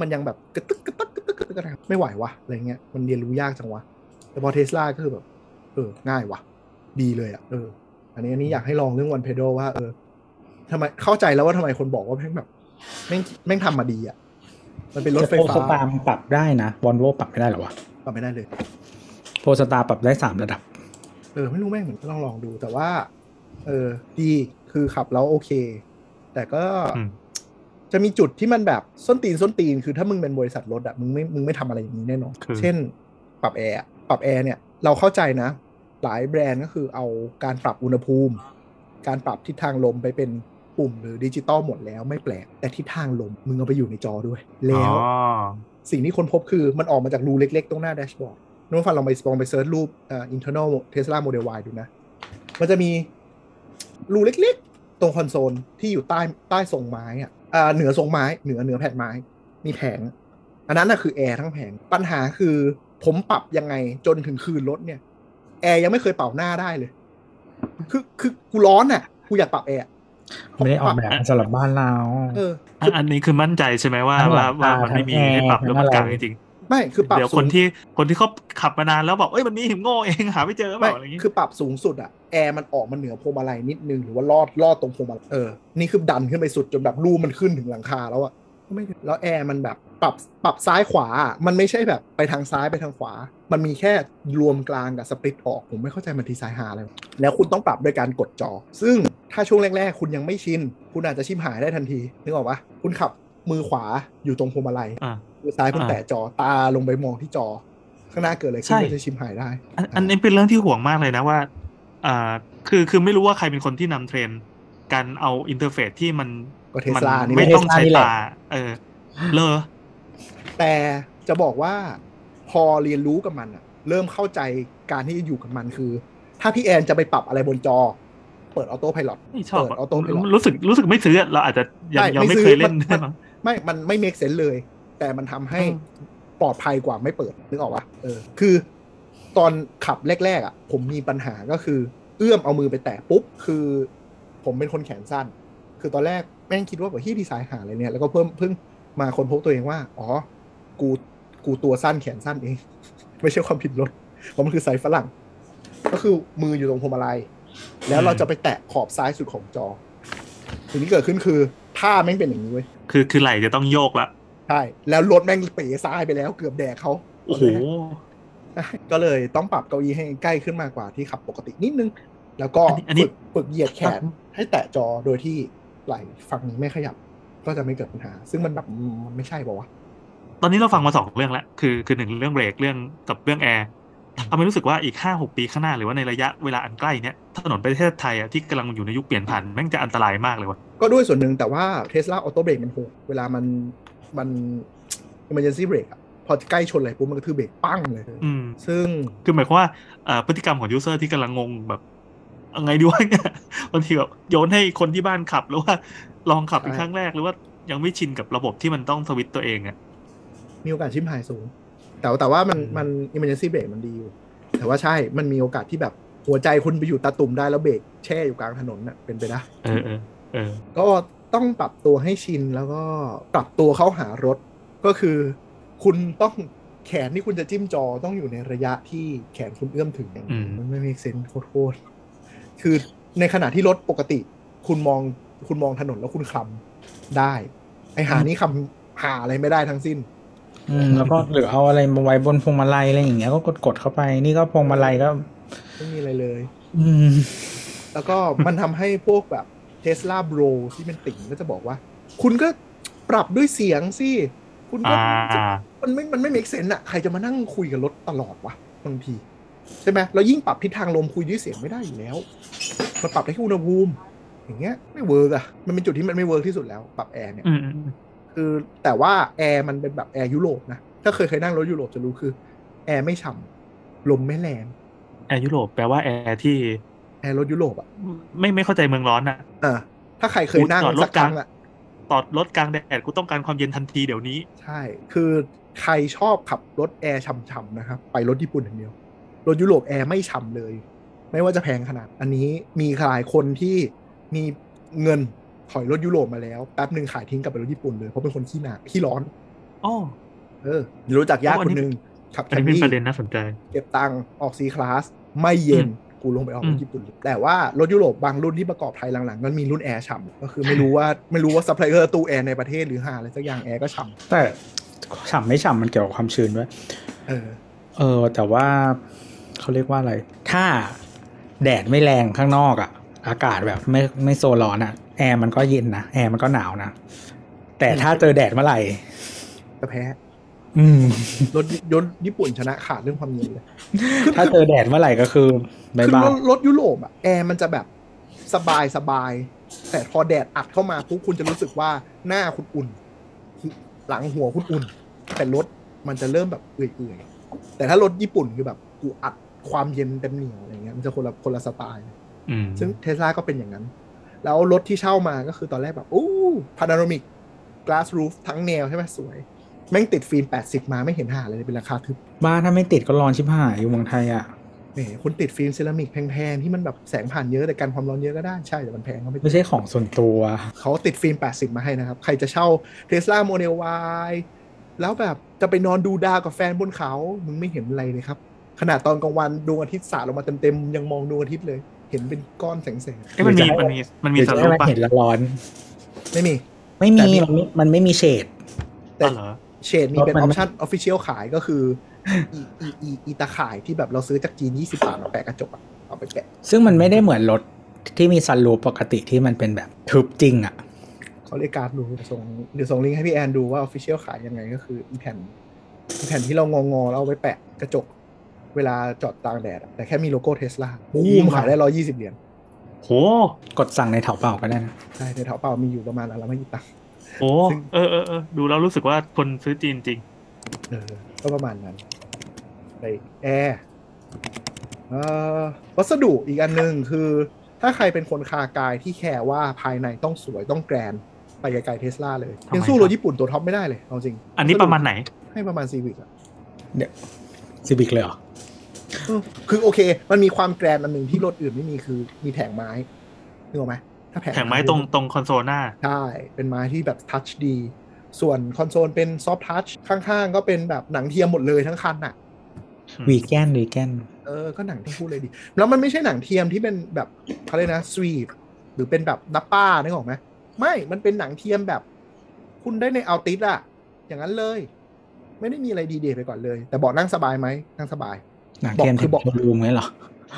[SPEAKER 3] มันยังแบบกระตึกกระตึกกระตึกกระตึกกระตึกไม่ไหววะอะไรเงี้ยมันเรียนรู้ยากจังวะ แต่พอเทสลาก็คือแบบ เออ ง่ายวะดีเลยอ่ะเออ อันนี้อันนี้อยากให้ลองเรื่องวันเพดว่า เออทำไมเข้าใจแล้วว่าทำไมคนบอกว่าแม่งแบบแม่งแม่งทำมาดีอ่ะมันเป็นรถไฟ
[SPEAKER 4] โปรส
[SPEAKER 3] ฟ้า
[SPEAKER 4] ตาร์มปรับได้นะวอลโวปรับไม่ได้เหรอวะ
[SPEAKER 3] ปรับไม่ได้เลย
[SPEAKER 4] โปรสตาร์ปรับได้สามระดับ
[SPEAKER 3] เออไม่รู้แม่งเหมือนก็ลองลองดูแต่ว่า เออดีคือขับแล้วโอเค แต่ก็
[SPEAKER 2] อืม
[SPEAKER 3] จะมีจุดที่มันแบบส้นตีนส้นตีน คือถ้ามึงเป็นบริษัทรถอะมึงไม่มึงไม่ทำอะไรอย่างนี้แน่นอน
[SPEAKER 2] คือ
[SPEAKER 3] เช่น ปรับแอร์อะปรับแอร์เนี่ย เราเข้าใจนะ หลายแบรนด์ก็คือเอาการปรับอุณหภูมิ การปรับทิศทางลมไปเป็นปุ่มหรือดิจิตอลหมดแล้วไม่แปลก แต่ทิศทางลมมึงเอาไปอยู่ในจอด้วย
[SPEAKER 2] อ๋
[SPEAKER 3] แล้
[SPEAKER 2] อ
[SPEAKER 3] ว สิ่งที่คนพบคือมันออกมาจากรูเล็กๆ ตรงหน้าแดชบอร์ดน้องฟันลองไปลองไปเซิร์ชรูปเอ่อ internal Tesla Model Y ดูนะ มันจะมีรูเล็กๆ ตรงคอนโซลที่อยู่ใต้ใต้ทรงไม้อะอ่าเหนือทรงไม้ เหนือเหนือแผ่นไม้ มีแผง อันนั้นน่ะคือแอร์ทั้งแผง ปัญหาคือผมปรับยังไงจนถึงคืนรถเนี่ย แอร์ยังไม่เคยเป่าหน้าได้เลย คือคือกูร้อนน่ะกูอยากปรับแอร์
[SPEAKER 4] ไม่ได้ออกแบบมาสำหรับบ้านเรา
[SPEAKER 3] เออ
[SPEAKER 2] อันอันนี้คือมั่นใจใช่ไหมว่า
[SPEAKER 4] ทั้งหลั
[SPEAKER 2] ว่าง ว่า
[SPEAKER 4] คา
[SPEAKER 2] มันไม่มี
[SPEAKER 4] ทั้งแอร์
[SPEAKER 2] ให้ปรับแล้วมัน
[SPEAKER 4] ทั้
[SPEAKER 2] กาง ง
[SPEAKER 4] อะไร
[SPEAKER 2] จริง
[SPEAKER 3] ไม่คือปรับ
[SPEAKER 2] เดี๋ยว
[SPEAKER 3] สู
[SPEAKER 2] ค
[SPEAKER 3] ง
[SPEAKER 2] นที่คนที่เขาขับมานานแล้วบอกเอ้ยมันมีหิมโง่เองหาไม่เจอเป
[SPEAKER 3] ไม่
[SPEAKER 2] ล่าอะไรอย่างงี้
[SPEAKER 3] คือปรับสูงสุดอะแอร์มันออกมาเหนือพวงมาลัยนิดนึง หรือว่าลอดลอดตรงพวงมาลัยเออ นี่คือดันขึ้นไปสุดจนแบบรูมันขึ้นถึงหลังคาแล้วอะไม่ได้แล้วแอร์มันแบบปรับปรับซ้ายขวาอะมันไม่ใช่แบบไปทางซ้ายไปทางขวา มันมีแค่รวมกลางกับสปริตออก ผมไม่เข้าใจมันทีไซน์หาอะไรวะแล้วคุณต้องปรับด้วยการกดจอ ซึ่งถ้าช่วงแรก ๆ คุณยังไม่ชิน คุณอาจจะชิมหายได้ทันทีนึกออกปะคุณขับมือขวาอยู่ตรงพวงมาลัย
[SPEAKER 2] อ่า
[SPEAKER 3] มือซ้ายคุณ
[SPEAKER 2] อ่า
[SPEAKER 3] แตะจอตาลงไปมองที่จอ ข้างหน้าเกิดอะไรขึ้
[SPEAKER 2] ใช่
[SPEAKER 3] นก็จะชิมหายได้
[SPEAKER 2] อันอันนี้เป็นเรื่องที่ห่วงมากเลยนะว่า อ่า คือ คือไม่รู้ว่าใครเป็นคนที่นำเทรนด์การเอาอินเทอร์เฟซที่มัน
[SPEAKER 3] ก็ Tesla
[SPEAKER 2] มั
[SPEAKER 3] นี่แหละ
[SPEAKER 2] ไม่ต้องใช้
[SPEAKER 4] Tesla นี่แหละ
[SPEAKER 2] ตา เออ เลอ
[SPEAKER 3] แต่จะบอกว่าพอเรียนรู้กับมันอะเริ่มเข้าใจการที่จะอยู่กับมันคือ ถ้าพี่แอนจะไปปรับอะไรบนจอ เปิดออโต้พาย t
[SPEAKER 2] ไม่ชอบ
[SPEAKER 3] เปิด
[SPEAKER 2] อะ
[SPEAKER 3] auto pilot
[SPEAKER 2] รู้สึก รู้สึกไม่ซื้ออะเราอาจจะยังยังไม่เคยเล่น
[SPEAKER 3] มั
[SPEAKER 2] ใช่มั้ง
[SPEAKER 3] ไม่มันไม่เมคเซนเลย แต่มันทำให้
[SPEAKER 2] อืม
[SPEAKER 3] ปลอดภัยกว่าไม่เปิดนึกออกปะเออ คือตอนขับแรก ๆ อ่ะ ผมมีปัญหาก็คือ เอื้อมเอามือไปแตะปุ๊บ คือ ผมเป็นคนแขนสั้น คือตอนแรกแม่งคิดว่าแบบที่ดีไซน์หาอะไรเนี่ย แล้วก็เพิ่มเพิ่งมาคนพบตัวเองว่า อ๋อ กูกูตัวสั้นแขนสั้นเอง (laughs) ไม่ใช่ความผิดรถเพราะมันคือไซส์ฝรั่ง ก็คือมืออยู่ตรงพวงมาลัย แล้วเราจะไปแตะขอบซ้ายสุดของจอสิ่งที่เกิดขึ้นคือท่าแม่งเป็นอย่างนี้เว้ย
[SPEAKER 2] คือ คือไหลจะต้องโยกละ
[SPEAKER 3] ใช่ แล้วรถแม่งเป๋ซ้ายไปแล้วเกือบแดกเขา (laughs)
[SPEAKER 2] โอ้โห
[SPEAKER 3] ก็เลยต้องปรับเก้าอี้ให้ใกล้ขึ้นมากกว่าที่ขับปกตินิดนึง แล้วก็
[SPEAKER 2] อันนี้
[SPEAKER 3] ฝึกฝึกเหยียดแขนให้แตะจอโดยที่ไหล่ฝั่งนี้ไม่ขยับ ก็จะไม่เกิดปัญหา ซึ่งมันแบบมันไม่ใช่ป่าวะ
[SPEAKER 2] ตอนนี้เราฟังมาสองเรื่องแล้ว คือ คือหนึ่งเรื่องเบรก เรื่องกับเรื่องแอร์ทำให้รู้สึกว่าอีกห้าหกปีข้างหน้าหรือว่าในระยะเวลาอันใกล้เนี้ยถนนประเทศไทยอะที่กำลังอยู่ในยุคเปลี่ยนผ่านแม่งจะอันตรายมากเลยว่ะ
[SPEAKER 3] ก็ด้วยส่วนหนึ่งแต่ว่า Tesla Auto Brake มันโหดเวลามันมัน emergency brake อะพอใกล้ชนอะไรปุ๊บมันก็ทือเบรกปั้งเลย
[SPEAKER 2] อืม
[SPEAKER 3] ซึ่ง
[SPEAKER 2] คือหมายความว่าเอ่อพฤติกรรมของยูเซอร์ที่กำลังงงแบบเอาไงดีวะ (laughs) เนี่ยบางทีแบบโยนให้คนที่บ้านขับหรือว่าลองขับเป็น
[SPEAKER 3] ใช่
[SPEAKER 2] ครั้งแรกหรือว่ายังไม่ชินกับระบบที่มันต้องสวิตช์ตัวเองอะ
[SPEAKER 3] มีโอกาสชิมหายสูง แต่แต่ว่ามัน
[SPEAKER 2] อืม
[SPEAKER 3] มัน emergency brake มันดีอยู่ แต่ว่าใช่ มันมีโอกาสที่แบบหัวใจคุณไปอยู่ตาตุ่มได้แล้วเบรกแช่อยู่กลางถนนน่ะเป็นไปได้
[SPEAKER 2] เออเออเออ
[SPEAKER 3] ก็ต้องปรับตัวให้ชินแล้วก็ปรับตัวเข้าหารถ ก็คือคุณต้องแขนที่คุณจะจิ้มจอต้องอยู่ในระยะที่แขนคุณเอื้อมถึง
[SPEAKER 2] อืม
[SPEAKER 3] มันไม่มีเซนโคตรๆคือ ในขณะที่รถปกติ คุณมองคุณมองถนนแล้วคุณคลำได้ ไอหานี้คำหาอะไรไม่ได้ทั้งสิ้น
[SPEAKER 4] อืมแล้วก็หรือเอาอะไรมาไว้บนพวงมาลัยอะไรอย่างเงี้ยก็กดกดๆเข้าไป นี่ก็พวงมาลัยก็
[SPEAKER 3] ไม่มีอะไรเลย
[SPEAKER 4] อืม
[SPEAKER 3] แล้วก็มันทำให้พวกแบบเทสลาโบรที่เป็นติ่งก็จะบอกว่า คุณก็ปรับด้วยเสียงสิ คุณก็
[SPEAKER 2] อ่า
[SPEAKER 3] มันไม่มันไม่ make sense อะใครจะมานั่งคุยกับรถตลอดวะบางที ใช่ไหมแล้วยิ่งปรับทิศทางลมคุยด้วยเสียงไม่ได้อยู่แล้ว มันปรับได้แค่อุณหภูมิ อย่างเงี้ยไม่เวิร์กอะมันเป็นจุดที่มันไม่เวิร์กที่สุดแล้ว ปรับแอร์เนี่ย
[SPEAKER 2] อืมอืม
[SPEAKER 3] คือแต่ว่าแอร์มันเป็นแบบแอร์ยุโรปนะ ถ้าเคยเคยนั่งรถยุโรปจะรู้คือ แอร์ไม่ฉ่ำลมไม่แรง
[SPEAKER 2] แอร์ยุโรปแปลว่าแอร์ที่
[SPEAKER 3] แอร์รถยุโรปอะ
[SPEAKER 2] ไม่ไม่เข้าใจเมืองร้อนอ่ะ
[SPEAKER 3] อ่ะถ้าใครเคยนั่ง
[SPEAKER 2] กูจอดร
[SPEAKER 3] สั
[SPEAKER 2] ถ
[SPEAKER 3] ก
[SPEAKER 2] ก
[SPEAKER 3] ค
[SPEAKER 2] ลา
[SPEAKER 3] รั้
[SPEAKER 2] ง
[SPEAKER 3] งอะ
[SPEAKER 2] ตอดรถกลางแดดกูต้องการความเย็นทันทีเดี๋ยวนี้
[SPEAKER 3] ใช่ คือใครชอบขับรถแอร์ช่ำๆนะครับ ไปรถญี่ปุ่นอย่างเดียว รถยุโรปแอร์ไม่ช่ำเลย ไม่ว่าจะแพงขนาด อันนี้มีหลายคนที่มีเงินถอยรถยุโรปมาแล้วแป๊บหนึ่งขายทิ้งกลับไปรถญี่ปุ่นเลย เพราะเป็นคนขี้หนาขี้ร้อน
[SPEAKER 2] อ้อ
[SPEAKER 3] เออรู้จักญาติ
[SPEAKER 2] โอ้อั
[SPEAKER 3] คน
[SPEAKER 2] นี้
[SPEAKER 3] นหนึ่งขับ
[SPEAKER 2] อัน
[SPEAKER 3] แคม
[SPEAKER 2] นี้เป็น
[SPEAKER 3] รี่
[SPEAKER 2] ประเด็นน่าสนใจ
[SPEAKER 3] เก็บตังค์ออกซีคลาสไม่เย็น
[SPEAKER 2] อืม
[SPEAKER 3] กูลงไปออก
[SPEAKER 2] อื
[SPEAKER 3] ร
[SPEAKER 2] ม
[SPEAKER 3] ถญี่ปุ่นเลยแต่ว่ารถยุโรปบางรุ่นที่ประกอบไทยหลังๆมันมีรุ่นแอร์ฉ่ำก็คือไม่รู้ว่าไม่รู้ว่าซัพพลายเออร์ตู้แอร์ในประเทศหรือหาอะไรสักอย่างแอร์ก็ฉ่
[SPEAKER 4] แต่ฉ่ำไม่ฉ่ำมันเกี่ยวกับความชื้นด้วย
[SPEAKER 3] ำเออ
[SPEAKER 4] เออ แต่ว่าเขาเรียกว่าอะไร ถ้าแดดไม่แรงข้างนอกอะ่ะ อากาศแบบไม่ไม่โซร้อนอะ่ะ แอร์มันก็เย็นนะ แอร์มันก็หนาวนะ แต่ถ้าเจอแดดเมื่อไหร่
[SPEAKER 3] จะแพ้
[SPEAKER 4] อืม
[SPEAKER 3] รถยนต์ญี่ปุ่นชนะขาดเรื่องความเย็นเลย
[SPEAKER 4] ถ้าเจอแดดเมื่อไหร่ก็คือบาย
[SPEAKER 3] คือร
[SPEAKER 4] บาย
[SPEAKER 3] ถรถยุโรปอะแอร์มันจะแบบสบายสบาย แต่พอแดดอัดเข้ามาปุ๊บคุณจะรู้สึกว่าหน้าคุณอุ่น หลังหัวคุณอุ่น แต่รถมันจะเริ่มแบบเอื่อยๆ แต่ถ้ารถญี่ปุ่นคือแบบกูอัดความเย็นเต็มเหนียวอะไรเงี้ยมันจะคนละคนละสไตล์
[SPEAKER 2] อืม
[SPEAKER 3] ซึ่งเทสลาก็เป็นอย่างนั้น แล้วรถที่เช่ามาก็คือตอนแรกแบบโอ้พานาโรมิกก a s s roof ทั้งแนวใช่ไหมสวย แม่งติดฟิล์ม80 มาไม่เห็นหาอะไรเลยเป็นราคาทึบ
[SPEAKER 4] บ้านถ้าไม่ติดก็ร้อนชิบหายอยู่เมืองไทยอะ่ะ
[SPEAKER 3] นี่คุณติดฟิล์มเซรามิกแพงๆ ที่มันแบบแสงผ่านเยอะแต่กันความร้อนเยอะก็ได้ใช่แต่มันแพงเขาไม่
[SPEAKER 4] ไม่ใช่ของส่วนตัว
[SPEAKER 3] เขาติดฟิล์ม 80 มาให้นะครับ ใครจะเช่าเทสลาโมเดล Y แล้วแบบจะไปนอนดูดาวกับแฟนบนเขา มึงไม่เห็นอะไรเลยครับ ขนาดตอนกลางวันดวงอาทิตย์สาดลงมาเต็มๆ ยังมองดวงอาทิตย์เลย เห็นเป็นก้อนแสง
[SPEAKER 2] เอ้ยมันมี
[SPEAKER 4] หรือจะ
[SPEAKER 2] มันมีมันมี
[SPEAKER 4] เดี๋ยว
[SPEAKER 2] สา
[SPEAKER 4] จะ
[SPEAKER 2] รูป
[SPEAKER 4] ให้
[SPEAKER 2] ปะ
[SPEAKER 4] เห็นแล้วร้อน
[SPEAKER 3] ๆ ไม่มี
[SPEAKER 4] ไม่มี
[SPEAKER 3] แต่นี่
[SPEAKER 4] มันไม่มันไม่มีเฉด
[SPEAKER 3] แต่
[SPEAKER 2] อ๋อเหรอ
[SPEAKER 3] เชดมีเป็นออปชั่นออฟฟิเชียลขายก็คืออีอีอีอีตาข่ายที่แบบเราซื้อจากจีน 20 บาทมาแปะกระจกอะเอาไปแปะ
[SPEAKER 4] ซึ่งมันไม่ได้เหมือนรถที่มีซันรูปปกติที่มันเป็นแบบทึบจริงอะ่ะ
[SPEAKER 3] เขาเรียกการ์ดดูส่งเดี๋ยวส่งลิงก์ให้พี่แอนดูว่าออฟฟิเชียลขายยังไงก็คืออีแผ่นอีแผ่นที่เรางองอๆแล้วเอาไว้แปะกระจก เวลาจอดตางแดดอะแต่แค่มีโลโก้เทสลาบู
[SPEAKER 2] อื
[SPEAKER 3] ม
[SPEAKER 2] ม
[SPEAKER 3] ขายได้ร้อยี่สิบเหรียญ
[SPEAKER 2] โห
[SPEAKER 4] กดสั่งในเถาเป่าก็ได้นะ
[SPEAKER 3] ใช่ในแถวเปล่ามีอยู่ประมาณอันละไม่กี่ตังค์
[SPEAKER 2] โหเออเออเออดูแล้วรู้สึกว่าคนซื้อจีนจริง
[SPEAKER 3] เออก็ประมาณนั้นไปแอร์เอ่อวัสดุอีกอันหนึ่งคือ ถ้าใครเป็นคนคากายที่แคร์ว่าภายในต้องสวยต้องแกรนด์ไปไกลๆเทสลาเลย
[SPEAKER 2] ทำไม
[SPEAKER 3] ยังสู้
[SPEAKER 2] ครั
[SPEAKER 3] ร
[SPEAKER 2] บ
[SPEAKER 3] ถญี่ปุ่นตัวท็อปไม่ได้เลยเอาจริง
[SPEAKER 2] อันนี้ประมาณไหน
[SPEAKER 3] ให้ประมาณซีวิกอะ
[SPEAKER 4] ซิบิกเลยเหรอ
[SPEAKER 3] อืมคือโอเค มันมีความแกรนด์อันหนึ่งที่รถอื่นไม่มีคือมีแผงไม้นึกออกไหมถ้าแผง
[SPEAKER 2] แผงไม้ตรงตรงคอนโซลหน้า
[SPEAKER 3] ใช่ เป็นไม้ที่แบบทัชดี ส่วนคอนโซลเป็นซอฟทัชข้างๆ ก็เป็นแบบหนังเทียมหมดเลยทั้งคันอ่ะ
[SPEAKER 4] วีแกนวีแกน
[SPEAKER 3] เออ ก็หนังที่พูดเลยดิ แล้วมันไม่ใช่หนังเทียมที่เป็นแบบเขาเรียกนะสวีปหรือเป็นแบบนับป้านึกออกไหมไม่ มันเป็นหนังเทียมแบบ คุณได้ในเอาติสอะอย่างนั้นเลย ไม่ได้มีอะไรดีเดย์ไปก่อนเลย แต่เบอกนั่งสบายไหมนั่งสบาย
[SPEAKER 4] หนังเก
[SPEAKER 3] บอ
[SPEAKER 4] ม
[SPEAKER 3] กคื
[SPEAKER 4] ที่
[SPEAKER 3] อ
[SPEAKER 4] บบ อ
[SPEAKER 3] อก ก
[SPEAKER 4] รูมไงเหรอ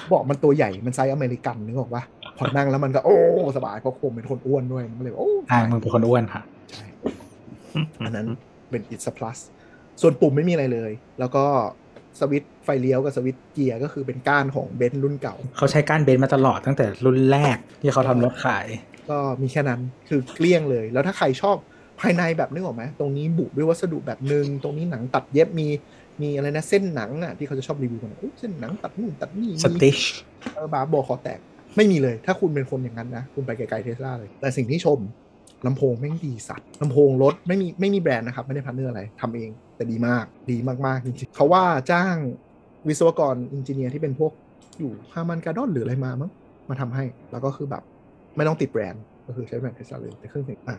[SPEAKER 3] เบาะมันตัวใหญ่ มันไซส์อเมริกันนึกออกปะพอนั่งแล้วมันก็โอ้ สบาย เพราะผมเป็นคนอ้วนด้วย มันก็เลยโอ้
[SPEAKER 4] อ่ามึงเป็นคนอ้วนค่ะ
[SPEAKER 3] ใช่อันนั้นเป็น it's a plus ส่วนปุ่มไม่มีอะไรเลย แล้วก็สวิตช์ไฟเลี้ยวกับสวิตช์เกียร์ก็คือเป็นก้านของเบนซ์รุ่นเก่า
[SPEAKER 4] เขาใช้การเบนซ์มาตลอดตั้งแต่รุ่นแรกที่เขาทำรถขาย
[SPEAKER 3] ก็มีแค่นั้นคือเกลี้ยงเลย แล้วถ้าใครชอบภายในแบบนึกออกไหมตรงนี้บุด้วยวัสดุแบบนึง ตรงนี้หนังตัดเย็บมีมีอะไรนะเส้นหนังอ่ะที่เขาจะชอบรีวิวกันอะอุ๊ยเส้นหนังตัดนู่นตัดนี่
[SPEAKER 4] ส
[SPEAKER 3] มี
[SPEAKER 4] ติช
[SPEAKER 3] เออบาร์โบคอแตก ไม่มีเลย ถ้าคุณเป็นคนอย่างนั้นนะ คุณไปไกลๆเทสลาเลย แต่สิ่งที่ชมลำโพงแม่งดีสัตว์ลำโพงรถไม่มีไม่มีแบรนด์นะครับ ไม่ได้พันเนอร์อะไรทำเอง แต่ดีมากดีมากๆจริงๆเขาว่าจ้างวิศวกรอินจิเนียร์ที่เป็นพวกอยู่ฮามันการ์ดอนหรืออะไรมามั้งมาทำให้ แล้วก็คือแบบไม่ต้องติดแบรนด์ ก็คือใช้แบรนด์เทสลาเลยแต่เครื่องเสียงอ่ะ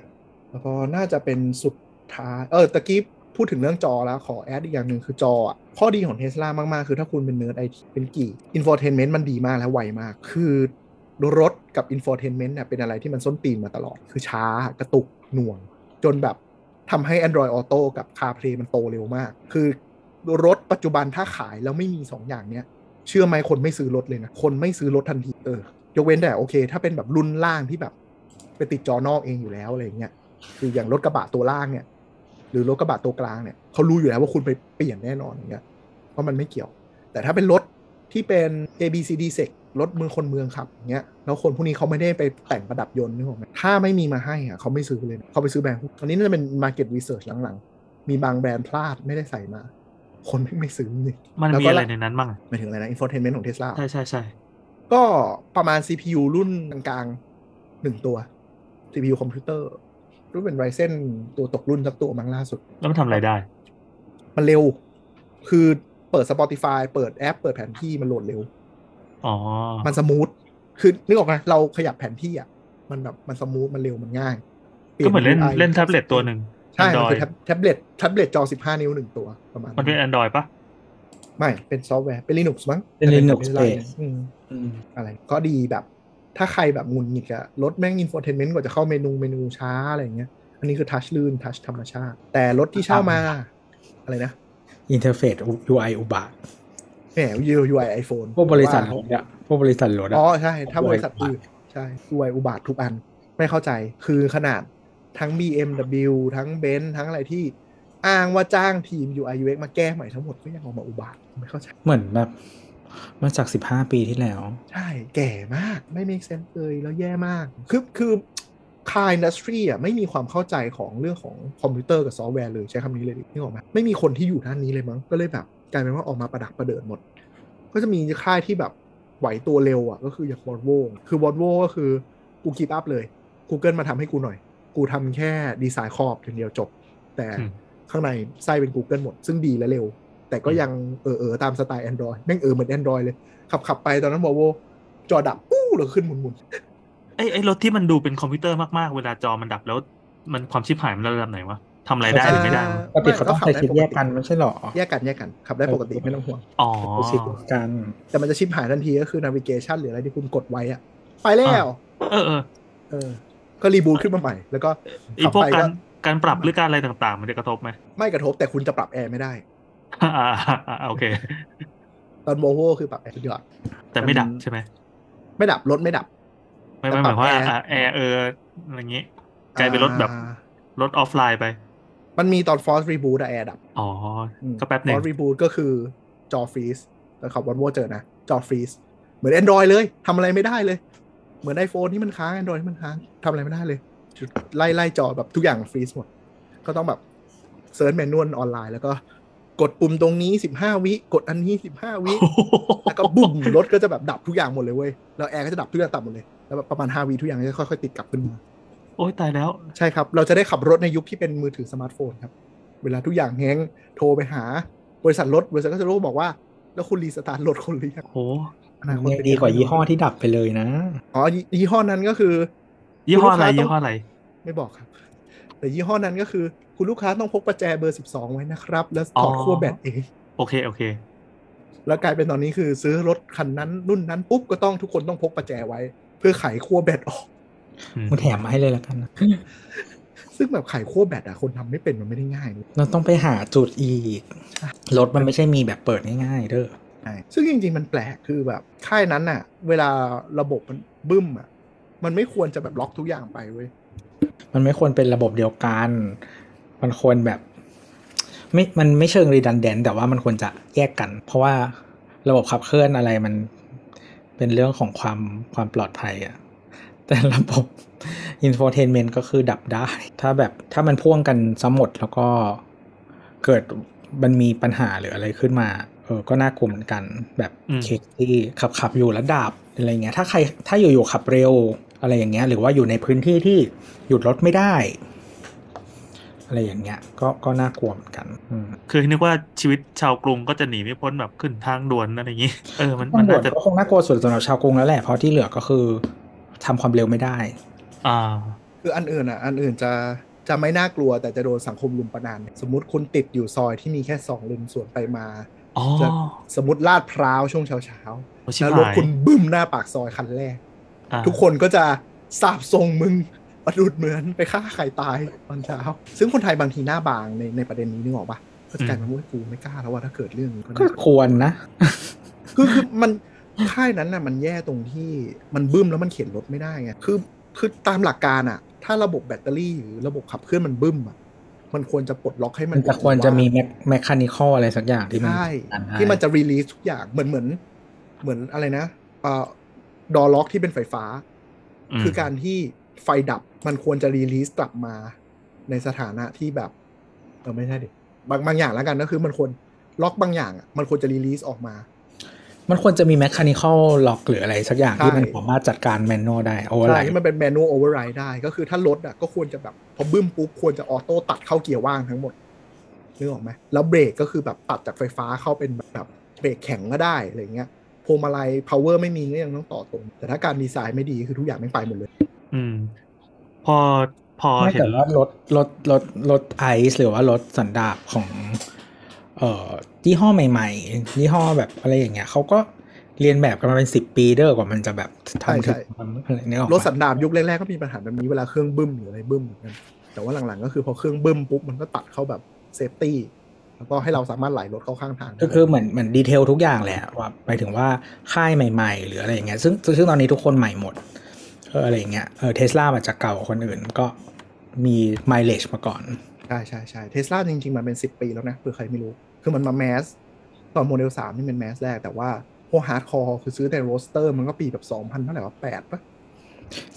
[SPEAKER 3] แล้วก็น่าจะเป็นสุดท้ายเออตะกี้พูดถึงเรื่องจอแล้วขอแอดอีกอย่างหนึ่งคือจออะข้อดีของเทสลามาก ๆ คือถ้าคุณเป็นเนิร์ดไอทีเป็นกี่อินโฟเทนเมนต์มันดีมากและไวมาก คือ รถกับ infotainment เนี่ยเป็นอะไรที่มันส้นตีนมาตลอด คือช้ากระตุกหน่วง จนแบบทำให้ Android Auto กับ CarPlay มันโตเร็วมาก คือรถปัจจุบันถ้าขายแล้วไม่มี 2 อย่างเนี้ย เชื่อไหมคนไม่ซื้อรถเลยนะ คนไม่ซื้อรถทันทีเออยกเว้นแต่โอเค ถ้าเป็นแบบรุ่นล่างที่แบบไปติดจอนอกเองอยู่แล้วอะไรอย่างเงี้ยคืออย่างรถกระบะตัวล่างเนี่ย หรือรถกระบะตัวกลางเนี่ยเขารู้อยู่แล้วว่าคุณไปเปลี่ยนแน่นอนอย่างเงี้ยเพราะมันไม่เกี่ยว แต่ถ้าเป็นรถที่เป็น A B C D sec รถมือคนเมืองขับอย่างเงี้ยแล้วคนพวกนี้เขาไม่ได้ไปแต่งประดับยนต์นึกออกไหมถ้าไม่มีมาให้อะเขาไม่ซื้อเลยนะเขาไปซื้อแบรนด์พวกตอนนี้น่าจะเป็น market research หลังๆ มีบางแบรนด์พลาดไม่ได้ใส่มา คนไม่ไม่ซื้อนี่
[SPEAKER 2] มัน
[SPEAKER 3] แล้ว
[SPEAKER 2] มี
[SPEAKER 3] ก็
[SPEAKER 2] อะไรในนั้นบ้างอะ
[SPEAKER 3] หมายถึงอะไรนะ infotainment ของ Tesla
[SPEAKER 2] ใช่ใช่ใช่
[SPEAKER 3] ก็ประมาณ CPU รุ่นกลางๆหนึ่งตัว CPU คอมพิวเตอร์ รุ่นเป็น Ryzen ตัวตกรุ่นสักตัวมั้งล่าสุด
[SPEAKER 2] แล้วมันทำอะไรได้
[SPEAKER 3] มันเร็ว คือเปิด Spotify เปิดแอป เปิดแผนที่มันโหลดเร็ว
[SPEAKER 2] อ๋อ
[SPEAKER 3] มันสมูท คือนึกออกไหมเราขยับแผนที่อ่ะ มันแบบมันสมูท มันเร็ว มันง่ายปย
[SPEAKER 2] ก็เหมือนเล่น
[SPEAKER 3] UI
[SPEAKER 2] เล่นแท็บเล็ตตัวหนึ่ง
[SPEAKER 3] ใช่ มันคือ
[SPEAKER 2] Android
[SPEAKER 3] แท็บแท็บเล็ตแท็บเล็ตจอ 15 นิ้วหนึ่งตัวประมาณ
[SPEAKER 2] มันเป็น Android ปะ
[SPEAKER 3] ไม่ เป็นซอฟต์แวร์ เป็น Linux มั้ง
[SPEAKER 4] เป็น Linux
[SPEAKER 3] แต่เป็น
[SPEAKER 4] based
[SPEAKER 3] อืม
[SPEAKER 4] อืม
[SPEAKER 3] อะไรก็ดีแบบถ้าใครแบบหงุนหงิดอะรถแม่งอินโฟเทนเมนต์กว่าจะเข้าเมนูเมนูช้าอะไรอย่างเงี้ย อันนี้คือทัชลื่นทัชธรรมชาติ แต่รถที่เช่ามา อะไรนะ
[SPEAKER 4] อินเทอร์เฟซ UI อุบาท
[SPEAKER 3] แหมยูยูไอโฟน
[SPEAKER 4] พวกบริษัทรถอะพวกบริษัทรถอะ
[SPEAKER 3] อ๋อ ใช่ ถ้าบริษัทอื่น ใช่ยูไออุบาททุกอัน ไม่เข้าใจคือขนาดทั้ง BMW ทั้งเบนทั้งอะไรที่อ้างว่าจ้างทีม UI UX มาแก้ใหม่ทั้งหมดก็ยังออกมาอุบาทไม่เข้าใจ
[SPEAKER 4] เหมือนแบบมาจากสิบห้าปีที่แล้ว
[SPEAKER 3] ใช่แก่มากไม่ make sense เลยแล้วแย่มาก คือคือคาอินดัสทรีอ่ะไม่มีความเข้าใจของเรื่องของคอมพิวเตอร์กับซอฟต์แวร์เลยใช้คำนี้เลยดินึกออกไหมไม่มีคนที่อยู่ด้านนี้เลยมั้ง ก็เลยแบบกลายเป็นว่าออกมาประดักประเดิดหมด ก็จะมีค่ายที่แบบไหวตัวเร็วอ่ะก็คืออย่างวอลโวคือวอลโวก็คือกูคีปอัพเลย Google มาทำให้กูหน่อย กูทำแค่ดีไซน์ขอบอย่างเดียวจบ แต่
[SPEAKER 2] อืม
[SPEAKER 3] ข้างในไส้เป็น Google หมด ซึ่งดีและเร็ว แต่ก็ยังเออเออๆตามสไตล์ Android แม่งเออเหมือน Android เลย ขับขับไปตอนนั้นวอลโวจอดับปู้หรือขึ้นหมุนหมุน
[SPEAKER 2] ไอ้ไอ้รถที่มันดูเป็นคอมพิวเตอร์มากๆ เวลาจอมันดับแล้ว มันความชิบหายมันระดับไหนวะทำอะไรได้หรือไม่ได้วะ
[SPEAKER 4] ปกติเขาต้องใช้ชิปแยกกันไม่ใช่หรอ
[SPEAKER 3] แยกกันแยกกัน ขับได้ปกติ
[SPEAKER 4] เออ
[SPEAKER 3] ไม่ต้องห่วง
[SPEAKER 2] อ๋อ
[SPEAKER 4] เขาชิปกัน
[SPEAKER 3] แต่มันจะชิปหายทันทีก็คือ navigation หรืออะไรที่คุณกดไว้อะไปแล้ว
[SPEAKER 2] เออเออ
[SPEAKER 3] เออ ก็รีบูตขึ้นมาใหม่ แล้วก็
[SPEAKER 2] ไอ้พวก
[SPEAKER 3] ขับไปก็
[SPEAKER 2] การการปรับหรือการอะไรต่างๆ มันจะกระทบไหม
[SPEAKER 3] ไม่กระทบแต่คุณจะปรับแอร์ไม่ได้
[SPEAKER 2] อ่าอ่าอ่าโอเค
[SPEAKER 3] ตอนโมโวคือปรับแอร์สุดยอด
[SPEAKER 2] แต่ไม่ดับ
[SPEAKER 3] มัน
[SPEAKER 2] ใช่ไหม
[SPEAKER 3] ไม่ดับรถไม่ดับ
[SPEAKER 2] ไม่ไม่หมายความว่า
[SPEAKER 3] แต่ปรับแอ
[SPEAKER 2] แอ
[SPEAKER 3] ร์
[SPEAKER 2] ร์เอออะไรเงี้ยกลายเป็นรถแบบ
[SPEAKER 3] อ่าร
[SPEAKER 2] ถออฟไลน์ไป
[SPEAKER 3] มันมีตอน force reboot อะแอร์ดับ
[SPEAKER 2] อ๋อ ก็แป๊บหนึ่ง
[SPEAKER 3] ฟอร์รีบูตก็คือจอฟรีซแล้วขับวันโวเจอนะ จอฟรีซเหมือน Android เลยทำอะไรไม่ได้เลย เหมือน iPhone ที่มันค้าง Android ที่มันค้างทำอะไรไม่ได้เลย ไล่ไล่จอแบบทุกอย่างฟรีซหมด ก็ต้องแบบเซิร์ชเมนวลออนไลน์ แล้วก็กดปุ่มตรงนี้ 15 วิ กดอันนี้ 15 วิ
[SPEAKER 2] (laughs)
[SPEAKER 3] แล้วก็บุ้มรถก็จะแบบดับทุกอย่างหมดเลยเว้ย แล้วแอร์ก็จะดับทุกอย่างต่ำหมดเลย แล้วแบบประมาณ 5 วิทุกอย่างก็จะค่อยๆติดกลับขึ้นมา
[SPEAKER 2] โอ้ยตายแล้ว
[SPEAKER 3] ใช่ครับ เราจะได้ขับรถในยุคที่เป็นมือถือสมาร์ทโฟนครับ เวลาทุกอย่างแห้งก์โทรไปหา บริษัทรถ บริษัทก็จะรู้บอกว่า แล้วคุณรีสตาร์ทรถคุณหรือยัง
[SPEAKER 2] โห
[SPEAKER 3] อนาคต
[SPEAKER 4] ยัง
[SPEAKER 3] เป็น
[SPEAKER 4] ดีกว่ายี่ห้อที่ดับไปเลยนะ
[SPEAKER 3] อ๋อยี่ห้อนั้นก็คือ
[SPEAKER 2] ยี่ห้ออะไร
[SPEAKER 3] คุณลูก
[SPEAKER 2] ยี่ห้อ
[SPEAKER 3] ค้าต้ง
[SPEAKER 2] อะไร
[SPEAKER 3] ไม่บอกครับ แต่ยี่ห้อนั้นก็คือ คุณลูกค้าต้องพกประแจเบอร์ 12 ไว้นะครับ แล้วถอด
[SPEAKER 2] อ๋อ
[SPEAKER 3] ขั้วแบตเอง
[SPEAKER 2] โอเค โอเค
[SPEAKER 3] แล้วกลายเป็นตอนนี้คือซื้อรถคันนั้นรุ่นนั้นปุ๊บก็ต้องทุกคนต้องพกประแจไว้ เพื่อไขขั้วแบตออก
[SPEAKER 2] อืม
[SPEAKER 4] กูแถมมาให้เลยละกันนะ
[SPEAKER 3] ซึ่งแบบไขขั้วแบตอะคนทำไม่เป็นมันไม่ได้ง่ายเลย
[SPEAKER 4] เราต้องไปหาจุดอีก รถมันไม่ใช่มีแบบเปิดง่ายๆเด้อ
[SPEAKER 3] ใช่ซึ่งจริงๆ มันแปลกคือแบบค่ายนั้นน่ะ เวลาระบบมันบึ้มอ่ะ มันไม่ควรจะแบบล็อกทุกอย่างไปเว้ย
[SPEAKER 4] มันไม่ควรเป็นระบบเดียวกัน มันควรแบบไม่มันไม่เชิงรีดันแดนแต่ว่ามันควรจะแยกกัน เพราะว่าระบบขับเคลื่อนอะไรมันเป็นเรื่องของความความปลอดภัยอะแต่ระบบอินโฟเทนเมนต์ก็คือดับได้ ถ้าแบบถ้ามันพ่วงกันซ้ำหมดแล้วก็เกิดมันมีปัญหาหรืออะไรขึ้นมา เออก็น่ากลัวเหมือนกัน แบบ
[SPEAKER 2] อืม
[SPEAKER 4] เคสที่ขับขับอยู่แล้วดับอะไรเงี้ย ถ้าใครถ้าอยู่ๆขับเร็วอะไรอย่างเงี้ย หรือว่าอยู่ในพื้นที่ที่หยุดรถไม่ได้ อะไรอย่างเงี้ย ก็ก็น่ากลัวเหมือนกัน อืม
[SPEAKER 2] คือนึกว่าชีวิตชาวกรุงก็จะหนีไม่พ้นแบบขึ้นทางด่วนอะไรอย่างงี้ (laughs) เออ มันมัน
[SPEAKER 4] ตำรว
[SPEAKER 2] น่า
[SPEAKER 4] จ
[SPEAKER 2] จะ
[SPEAKER 4] ก็คงน่ากลัวสุดสำหรับชาวกรุงแล้วแหละ เพราะที่เหลือก็คือทำความเร็วไม่ได้
[SPEAKER 2] อ่า
[SPEAKER 3] คืออันอื่นอ่ะ อันอื่นจะจะไม่น่ากลัวแต่จะโดนสังคมลุมประนามสมมติคุณติดอยู่ซอยที่มีแค่สองเลนสวนไปมา
[SPEAKER 2] อ๋อ
[SPEAKER 3] จะ สมมติลาดพร้าวช่วงเช้า
[SPEAKER 2] โอ้
[SPEAKER 3] ๆ
[SPEAKER 2] ชิบ
[SPEAKER 3] แล้วรถ
[SPEAKER 2] หาย
[SPEAKER 3] คุณบึ้มหน้าปากซอยคันแรก
[SPEAKER 2] อ่า
[SPEAKER 3] ทุกคนก็จะสาบทรงมึงประดุดเหมือนไปฆ่าใครตายตอนเช้า ซึ่งคนไทยบางทีหน้าบางในในประเด็นนี้นึกออกปะก็จะกลายเป็นว่ากูไม่กล้าแล้วว่าถ้าเกิดเรื่องนี้ก็
[SPEAKER 4] ก็
[SPEAKER 3] น่า
[SPEAKER 4] ควรนะ
[SPEAKER 3] คือคือมันค่ายนั้นน่ะมันแย่ตรงที่มันบึ้มแล้วมันเข็นรถไม่ได้ไงคือคือตามหลักการอ่ะ ถ้าระบบแบตเตอรี่หรือระบบขับเคลื่อนมันบึ้มอ่ะมันควรจะปลดล็อกให้มั
[SPEAKER 4] มันนจะควรจะมีแมคคานิคอลอะไรสักอย่างที่มัน
[SPEAKER 3] ใช่
[SPEAKER 4] อ่า
[SPEAKER 3] ที่มันจะรีลีสทุกอย่างเหมือนเหมือน เหมือนอะไรนะเอ่อดอล็อกที่เป็นไฟฟ้า
[SPEAKER 2] ม
[SPEAKER 3] คือการที่ไฟดับมันควรจะรีลีสกลับมาในสถานะที่แบบเออไม่ใช่ดิบางบางอย่างแล้วกันก็คือมันควรล็อกบางอย่างอะมันควรจะรีลีสออกมา
[SPEAKER 4] มันควรจะมีแมคคานิคอลล็อกหรืออะไรสักอย่างที่
[SPEAKER 3] ใช่
[SPEAKER 4] มันสามารถจัดการแมนนวลได้โอ้
[SPEAKER 3] ใช่
[SPEAKER 4] ย
[SPEAKER 3] ที่มันเป็นแมนนวลโอเวอร์ไรได้ ก็คือถ้ารถอ่ะก็ควรจะแบบ พอบึ้มปุ๊บ ควรจะออโต้ตัดเข้าเกียร์ว่างทั้งหมดนึกออกไหมแล้วเบรกก็คือแบบตัดจากไฟฟ้าเข้าเป็นแบบเบรกแข็งก็ได้อะไรเงี้ยพวงมาลัย power ไม่มีก็ยังต้องต่อตรง แต่ถ้าการดีไซน์ไม่ดีคือทุกอย่างไม่งไปหมดเลย
[SPEAKER 2] อืม พอพอ
[SPEAKER 4] ไม่
[SPEAKER 2] เห็
[SPEAKER 4] แต่
[SPEAKER 2] น
[SPEAKER 4] ว่ารถรถรถรถไอซ์หรือว่ารถสันดาปของเอ่อยี่ห้อใหม่ๆยี่ห้อแบบอะไรอย่างเงี้ยเขาก็เรียนแบบกันมาเป็นสิบปีเด้อกว่ามันจะแบบ
[SPEAKER 3] ใช่
[SPEAKER 4] ทำถึ
[SPEAKER 3] ใช่
[SPEAKER 4] งทำอะไรเนี่ยหรอ
[SPEAKER 3] รถสันดาปยุคแรกๆก็มีปัญหาแบบนี้เวลาเครื่องบึ้มหรืออะไรบึ้มเหมือนกันแต่ว่าหลังๆก็คือพอเครื่องบึ้มปุ๊บมันก็ตัดเข้าแบบเซฟตี้แล้วก็ให้เราสามารถไหลรถเข้าข้างทางได้
[SPEAKER 4] ก็คือเหมือนเหมือนดีเทลทุกอย่างแหละว่าไปถึงว่าค่ายใหม่ๆ หรืออะไรอย่างเงี้ยซึ่งซึ่งตอนนี้ทุกคนใหม่หมดเอออะไรอย่างเงี้ยเออเทสลาอาจจะเก่ากว่าคนอื่นก็มีไมล์เลจมาก่อน
[SPEAKER 3] ใช่ใช่ใช่เทสลาจริง ๆ มันเป็น 10 ปีแล้วนะเผื่อใครไม่รู้ คือมันมาแมส ตอนโมเดล 3 นี่เป็นแมสแรก แต่ว่าพวกฮาร์ดคอร์คือซื้อแต่โรสเตอร์มันก็ปีแบบ 2,000 เท่าไหร่ว่า8ปะ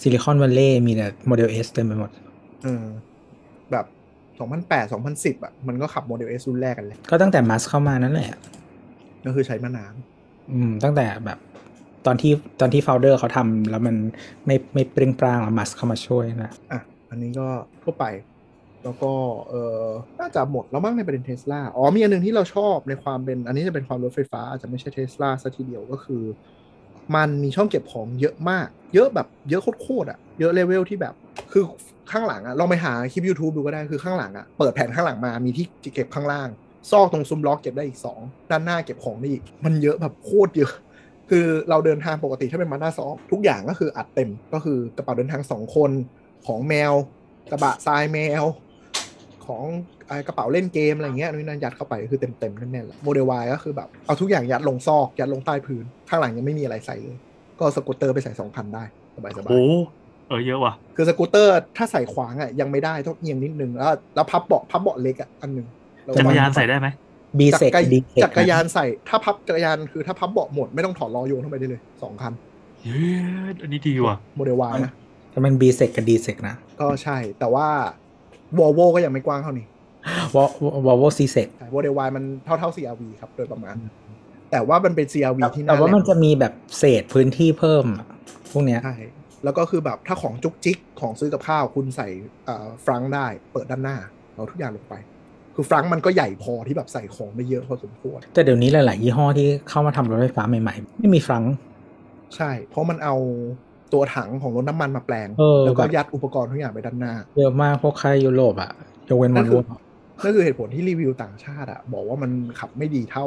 [SPEAKER 4] ซิลิคอนวัลเลย์มีแต่โมเดล S เต็มไปหมด
[SPEAKER 3] เออแบบ 2008 2010 อ่ะ มันก็ขับโมเดล S รุ่นแรกกันเลย
[SPEAKER 4] ก็ตั้งแต่มัสเข้ามานั่นแหละ
[SPEAKER 3] ก็คือใช้มานาน
[SPEAKER 4] อืมตั้งแต่แบบตอนที่ตอนที่โฟลเดอร์เขาทำแล้วมันไม่ไม่เปร่งปรางแล้วมัสเข้ามาช่วยนะ
[SPEAKER 3] อ่ะ อันนี้ก็ทั่วไป แล้วก็เออน่าจะหมดแล้วมั้งในประเด็นเทสลาอ๋อมีอันหนึงที่เราชอบในความเป็น อันนี้จะเป็นความรถไฟฟ้าอาจจะไม่ใช่เทสลาซะทีเดียวก็คือ มันมีช่องเก็บของเยอะมาก เยอะแบบเยอะโคตรๆอ่ะ เยอะเลเวลที่แบบ คือข้างหลังอ่ะลองไปหาคลิป YouTube ดูก็ได้คือข้างหลังอ่ะเปิดแผนข้างหลังมามีที่เก็บข้างล่าง ซอกตรงซุ้มล้อเก็บได้อีก 2 ด้านหน้าเก็บของได้อีก มันเยอะแบบโคตรเยอะ คือเราเดินทางปกติถ้าเป็นมาด้าซอฟทุกอย่างก็คืออัดเต็มก็คือกระเป๋าเดินทางสองคนของแมว กระบะทรายแมว ของไอ้กระเป๋าเล่นเกมอะไรเงี้ยนู่นนั่นยัดเข้าไปคือเต็มๆแน่นๆแหละโมเดลวก็คือแบบเอาทุกอย่างยัดลงซอกยัดลงใต้พื้นข้างหลังยังไม่มีอะไรใส่เลย ก็สกูตเตอร์ไปใส่สองคันได้สบายๆ
[SPEAKER 2] โอ้เออเยอะว่ะ
[SPEAKER 3] คือสกูตเตอร์ถ้าใส่ขวางอ่ะยังไม่ได้ต้องเอียงนิดนึง แล้วแล้วพับเบาะพับเบาะเล็กอ่ะอันหนึ่งแล้ว
[SPEAKER 2] จักรยานใส่ได้ไหม
[SPEAKER 4] บีเซ
[SPEAKER 3] จั
[SPEAKER 4] ก
[SPEAKER 3] กรยาน
[SPEAKER 4] ดีเซก
[SPEAKER 3] จักรยานใส่ถ้าพับจักรยานคือถ้าพับเบาะหมดไม่ต้องถอดล้อโยนเข้าไปได้เลยสองคัน
[SPEAKER 2] เย้อันนี้ดีว่ะ
[SPEAKER 3] โมเดลวายนะ
[SPEAKER 4] แต่มันบีเซกกับดีเซกนะ
[SPEAKER 3] ก็ใช่แต่ว่าวอลโวก็ยังไม่กว้างเท่านี้
[SPEAKER 4] วอวอลโวซีเซก
[SPEAKER 3] ใช่โมเดลวายมันเท่าเท่า CRV ครับโดยประมาณ แต่ว่ามันเป็น CRV ที่น่า
[SPEAKER 4] แต่ว่ามัน
[SPEAKER 3] เล่
[SPEAKER 4] จะมีแบบเศษพื้นที่เพิ่มอะพวกเนี้ย
[SPEAKER 3] ใช่แล้วก็คือแบบถ้าของจุกจิกของซื้อกับข้าวคุณใส่ฟรังได้เปิดด้านหน้าเอาทุกอย่างลงไป คือฟรังมันก็ใหญ่พอที่แบบใส่ของไม่เยอะพอสมควร
[SPEAKER 4] แต่เดี๋ยวนี้หลาย ๆ ยี่ห้อที่เข้ามาทำรถไฟฟ้าใหม่ ๆ ไม่มีฟรังก์
[SPEAKER 3] ใช่ เพราะมันเอาตัวถังของรถน้ำมันมาแปลง
[SPEAKER 4] เออ
[SPEAKER 3] แล้วก็
[SPEAKER 4] แบบ
[SPEAKER 3] ยัดอุปกรณ์ทุกอย่างไปด้านหน้า
[SPEAKER 4] เยอะมากพวกค่ายยุโรปอะยกเว้น
[SPEAKER 3] นั่
[SPEAKER 4] วัน น
[SPEAKER 3] คื
[SPEAKER 4] ว
[SPEAKER 3] อ นั่นคือเหตุผลที่รีวิวต่างชาติอะบอกว่ามันขับไม่ดีเท่า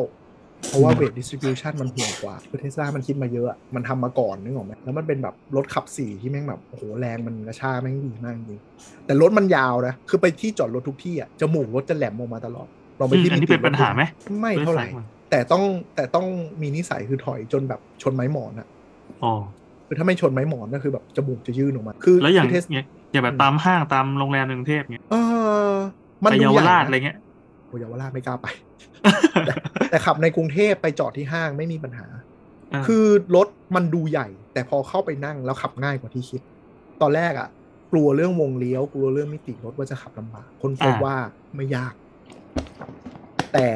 [SPEAKER 3] เพราะว่าเวทดิส r i บิ t ชันมันห่วงกว่าคือเทสลามันคิดมาเยอะอะมันทำมาก่อนนึกออกไหมแล้วมันเป็นแบบรถขับสี่ที่แม่งแบบโอ้โหแรงมันกระชากแม่งดีมากจริงแต่รถมันยาวนะ คือไปที่จอดรถทุกที่อะจมูกรถจะแหลมออกมาตลอดลองไปที่
[SPEAKER 2] อืมอันนี้เป็นปัญหาไหม
[SPEAKER 3] ไม่เท่าไหร่ แต่ต้องแต่ต้องมีนิสัยคือถอยจนแบบชนไม้หมอนอะ
[SPEAKER 2] อ๋อ
[SPEAKER 3] คือถ้าไม่ชนไม้หมอนก็คือแบบจมูกจะยื่นออกมา คือ
[SPEAKER 2] แล้วอย่าง
[SPEAKER 3] คืเทส
[SPEAKER 2] เงี้ยอย่างแบบตามห้างตามโรงแรมในกรุงเทพเงี้ย
[SPEAKER 3] เออมัน
[SPEAKER 2] ไป
[SPEAKER 3] ดู
[SPEAKER 2] เยาว
[SPEAKER 3] ใหญ่
[SPEAKER 2] ราช
[SPEAKER 3] นะ
[SPEAKER 2] อะไรเงี้ย (laughs)
[SPEAKER 3] โอ้เยาวราชไม่กล้าไป (laughs) แต่แต่ขับในกรุงเทพไปจอดที่ห้างไม่มีปัญหา
[SPEAKER 2] า
[SPEAKER 3] คือรถมันดูใหญ่ แต่พอเข้าไปนั่งแล้วขับง่ายกว่าที่คิด ตอนแรกอ่ะ กลัวเรื่องวงเลี้ยว กลัวเรื่องมิติรถว่าจะขับลำบาก คนพบ
[SPEAKER 2] อ่า
[SPEAKER 3] ว่าไม่ยาก แต่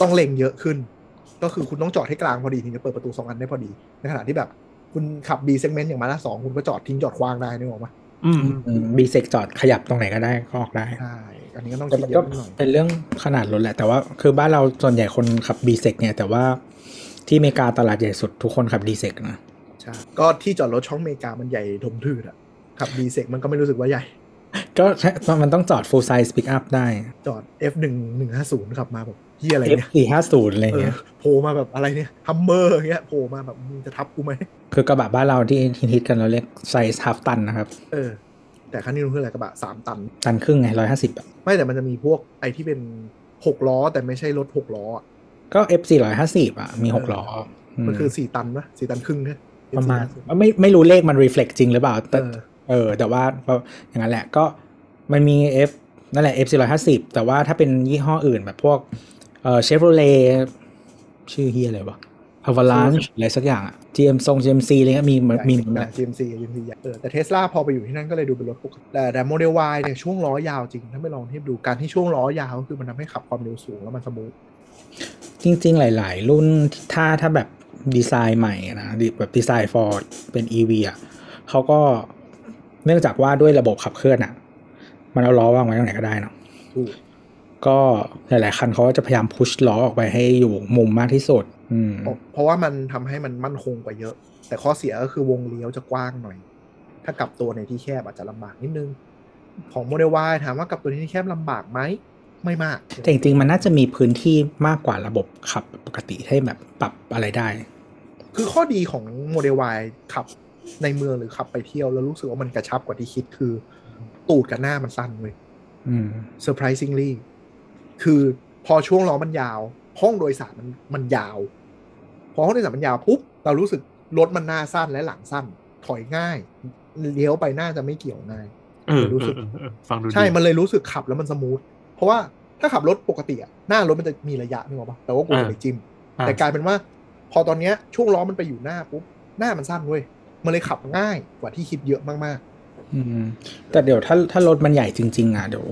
[SPEAKER 3] ต้องเล็งเยอะขึ้น ก็คือคุณต้องจอดให้กลางพอดีถึงจะเปิดประตูสองอันได้พอดีในขณะที่แบบ คุณขับ B segment อย่างมาด้าสองคุณก็จอดทิ้งจอดขวางได้นึกออกปะ
[SPEAKER 2] อืม
[SPEAKER 4] บีเซกจอดขยับตรงไหนก็ได้ก็ออกได้
[SPEAKER 3] ใช่ อันนี้ก็ต้อง
[SPEAKER 4] แต่
[SPEAKER 3] คิด
[SPEAKER 4] มัน
[SPEAKER 3] เย
[SPEAKER 4] ก็
[SPEAKER 3] อะหน่อย
[SPEAKER 4] เป็นเรื่องขนาดรถแหละ แต่ว่าคือบ้านเราส่วนใหญ่คนขับ b ีเซกเนี่ย แต่ว่าที่อเมริกาตลาดใหญ่สุดทุกคนขับ d ีเซกนะ
[SPEAKER 3] ใช่ ก็ที่จอดรถช่องอเมริกามันใหญ่ถมทื่ออะขับดีเซกมันก็ไม่รู้สึกว่าใหญ่
[SPEAKER 4] ก็ใช่มันต้องจอด full size pick up ได้
[SPEAKER 3] จอด F 1 1 5 0ขับมาแบบเฮียอะไร
[SPEAKER 4] F
[SPEAKER 3] เนี่ย
[SPEAKER 4] สี่ห้าศูนย์อะไร
[SPEAKER 3] เออ
[SPEAKER 4] เงี้ย
[SPEAKER 3] โผล่มาแบบอะไรเนี่ยฮัมเมอร์เงี้ยโผล่มาแบบมึงจะทับกูไหม
[SPEAKER 4] คือกระบะบ้านเราที่ฮิตๆกันเราเรียกไซส์ฮัฟตันนะครับ
[SPEAKER 3] เออ แต่คันนี้มันคืออะไรกระบะสามตัน
[SPEAKER 4] ตันครึ่งไงร้อยห้าสิบ
[SPEAKER 3] ไม่แต่มันจะมีพวกไอที่เป็นหกล้อแต่ไม่ใช่รถหกล้ออะ
[SPEAKER 4] ก็ F สี่ร้อยห้าสิบอ่ะ มีหกล้ออื
[SPEAKER 3] มันคือสี่ตันนะสี่ตันครึ่งนะ
[SPEAKER 4] ประมาณไม่ไม่รู้เลขมัน reflect จริงหรือเปล่า
[SPEAKER 3] เอ
[SPEAKER 4] แต่
[SPEAKER 3] อ
[SPEAKER 4] เออ แต่ว่าอย่างนั้นแหละก็มันมี F นั่นแหละ F สี่ร้อยห้าสิบแต่ว่าถ้าเป็นยี่ห้ออื่นแบบพวกเออเชฟโรเลชื่อเฮียอะไรวะ Avalanche อะไรสักอย่างอ่ะ GM ทรง GMC อะไรเงี้ยมีมีหมดแหละ
[SPEAKER 3] จีเอ็มซีจีเอ็มซีใหญ่เออแต่เทสลาพอไปอยู่ที่นั่นก็เลยดูเป็นรถปกติแต่แต่โมเดล Y เนี่ยช่วงล้อยาวจริง ถ้าไม่ลองเทียบดูการที่ช่วงล้อยาวก็คือมันทำให้ขับความเร็วสูงแล้วมันสมูท
[SPEAKER 4] จริงๆ หลาย ๆ รุ่นถ้าถ้าแบบดีไซน์ใหม่นะดีแบบดีไซน์ฟอร์ดเป็น EV อ่ะเขาก็เนื่องจากว่าด้วยระบบขับเคลื่อนอ่ะ มันเอาล้อวางไว้ตรงไหนก็ได้เนาะ
[SPEAKER 3] ถูก
[SPEAKER 4] ก็หลาย ๆ คันเขาก็จะพยายามพุชล้อออกไปให้อยู่มุมมากที่สุด อืม
[SPEAKER 3] เพราะว่ามันทำให้มันมั่นคงกว่าเยอะ แต่ข้อเสียก็คือวงเลี้ยวจะกว้างหน่อย ถ้ากลับตัวในที่แคบอาจจะลำบากนิดนึง ของโมเดล Y ถามว่ากลับตัวในที่แคบลำบากไหม ไม่มาก
[SPEAKER 4] แต่จริง ๆ มันน่าจะมีพื้นที่มากกว่าระบบขับปกติให้แบบปรับอะไรได้
[SPEAKER 3] คือข้อดีของโมเดล Y ขับในเมืองหรือขับไปเที่ยว แล้วรู้สึกว่ามันกระชับกว่าที่คิดคือ ตูดกับหน้ามันสั้นเว้ย
[SPEAKER 4] อืม
[SPEAKER 3] surprisingly คือพอช่วงล้อมันยาว ห้องโดยสารมันมันยาว พอห้องโดยสารมันยาวปุ๊บ เรารู้สึกรถมันหน้าสั้นและหลังสั้น ถอยง่าย เลี้ยวไปหน้าจะไม่เกี่ยวง่าย
[SPEAKER 2] เออ
[SPEAKER 3] รู้สึก
[SPEAKER 2] เออเออเออฟังดูดี
[SPEAKER 3] ใช่ มันเลยรู้สึกขับแล้วมันสมูท เพราะว่าถ้าขับรถปกติอะหน้ารถมันจะมีระยะนึกออกปะแต่ว่ากูจะไปจิ้ม
[SPEAKER 2] อ่ะ
[SPEAKER 3] แต่กลายเป็นว่า พอตอนเนี้ยช่วงล้อมันไปอยู่หน้าปุ๊บ หน้ามันสั้นเว้ย มันเลยขับง่ายกว่าที่คิดเยอะมาก
[SPEAKER 4] อืมแต่เดี๋ยวถ้าถ้ารถมันใหญ่จริง ๆ อ่ะเดี๋ยว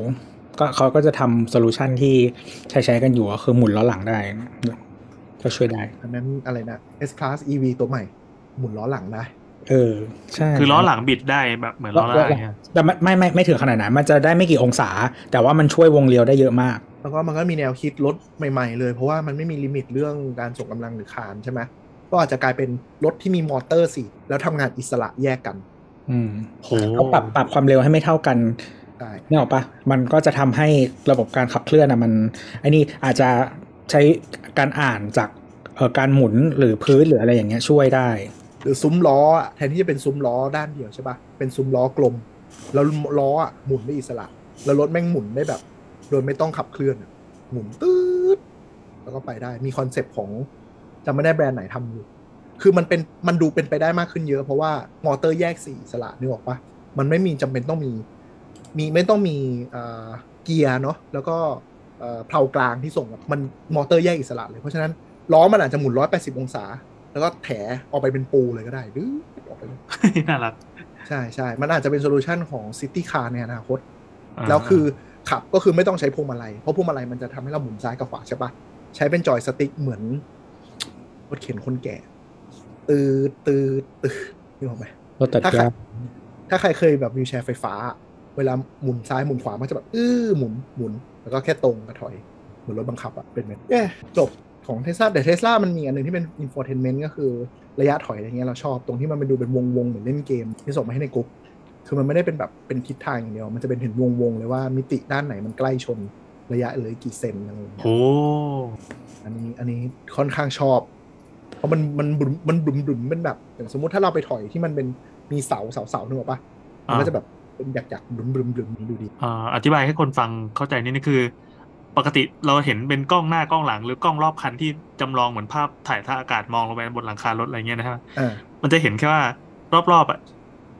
[SPEAKER 4] ก็เขาก็จะทำโซลูชันที่ใช้ใช้กันอยู่ก็คือหมุนล้อหลังได้นะก็ช่วยได้
[SPEAKER 3] ๆ อันนั้นอะไรนะ S Class EV ตัวใหม่ หมุนล้อหลังได้
[SPEAKER 4] เออ ใช่
[SPEAKER 2] คือล้อหลังบิดได้แบบเหมือนล้อหน้าอย่างเงี้ย
[SPEAKER 4] แต่ไม่ไม่ไม่ไม่ถึงขนาดนั้นมันจะได้ไม่กี่องศา แต่ว่ามันช่วยวงเลี้ยวได้เยอะมาก
[SPEAKER 3] แล้วก็มันก็มีแนวคิดรถใหม่ๆ เลย เพราะว่ามันไม่มีลิมิตเรื่องการส่งกำลังหรือคานใช่ไหมก็อาจจะกลายเป็นรถที่มีมอเตอร์สี่แล้วทำงานอิสระแยกกัน
[SPEAKER 4] อืม
[SPEAKER 2] โห
[SPEAKER 4] เขาปรับปรับความเร็วให้ไม่เท่ากัน
[SPEAKER 3] ได้
[SPEAKER 4] นี่ออกปะมันก็จะทำให้ระบบการขับเคลื่อนอะมันไอ้นี่อาจจะใช้การอ่านจากเอ่อการหมุนหรือพื้นหรืออะไรอย่างเงี้ยช่วยได้
[SPEAKER 3] หรือซุ้มล้ออะแทนที่จะเป็นซุ้มล้อด้านเดียวใช่ปะเป็นซุ้มล้อกลม แล้วล้ออะหมุนได้อิสระ แล้วรถแม่งหมุนได้แบบ โดยไม่ต้องขับเคลื่อนอะหมุนตืดแล้วก็ไปได้มีคอนเซปต์ของจำไม่ได้แบรนด์ไหนทำอยู่คือมันเป็นมันดูเป็นไปได้มากขึ้นเยอะ เพราะว่ามอเตอร์แยกสี่อิสระนึกออกปะ มันไม่มีจำเป็นต้องมีมีไม่ต้องมีเอ่อเกียร์เนาะแล้วก็เอ่อเพลากลางที่ส่งอะมันมอเตอร์แยกอิสระเลย เพราะฉะนั้นล้อมันอาจจะหมุน 180 องศา แล้วก็แถออกไปเป็นปูเลยก็ได้ดื้อออกไปเลย
[SPEAKER 2] (laughs) น่ารัก
[SPEAKER 3] ใช่ใช่มันอาจจะเป็นโซลูชันของซิตี้คาร์ในอนาคต
[SPEAKER 2] า
[SPEAKER 3] แล้วคือขับก็คือไม่ต้องใช้พวงมาลัย เพราะพวงมาลัยมันจะทำให้เราหมุนซ้ายกับขวาใช่ปะใช้เป็นจอยสติ๊กเหมือนรถเข็นคนแก่ ตืดตืดตืดนึกออกไหม
[SPEAKER 4] รถตัด
[SPEAKER 3] ถ้าใคร
[SPEAKER 4] หญ้า
[SPEAKER 3] ถ้าใครเคยแบบวิวแชร์ไฟฟ้า เวลาหมุนซ้ายหมุนขวามันจะแบบอื้อหมุนหมุน แล้วก็แค่ตรงกระถอย เหมือนรถบังคับอะเป็นไหมเอ๊ะจบของเทสลาแต่เทสลามันมีอันหนึ่งที่เป็นอินโฟเทนเมนต์ก็คือระยะถอยอะไรเงี้ยเราชอบตรงที่มันไปดูเป็นวงวงๆเหมือนเล่นเกม ที่ส่งมาให้ในกลุ่มคือมันไม่ได้เป็นแบบเป็นทิศทางอย่างเดียว มันจะเป็นเห็นวงวงๆเลยว่ามิติด้านไหนมันใกล้ชนระยะเหลยกี่เซนอะไรอย่างเงี้ย
[SPEAKER 2] โห
[SPEAKER 3] อันนี้อันนี้ค่อนข้างชอบ เพราะมันมันบุ๋มมันบุ๋มบุ๋มเป็นแบบอย่างสมมติถ้าเราไปถอยที่มันเป็นมีเสาเสาเสานึกออกปะ
[SPEAKER 2] อ่ามั
[SPEAKER 3] มันก็จะแบบเป็นหยักหยักบุ๋มบุ๋มบุ๋มนี่ดูดี
[SPEAKER 2] อ่าอธิบายให้คนฟังเข้าใจนิดนึงคือ ปกติเราเห็นเป็นกล้องหน้ากล้องหลัง หรือกล้องรอบคันที่จำลองเหมือนภาพถ่ายท่างอากาศมองลงไปบนหลังคารถอะไรเงี้ยนะฮะ
[SPEAKER 3] อ่า
[SPEAKER 2] มันจะเห็นแค่ว่ารอบๆอ่ะ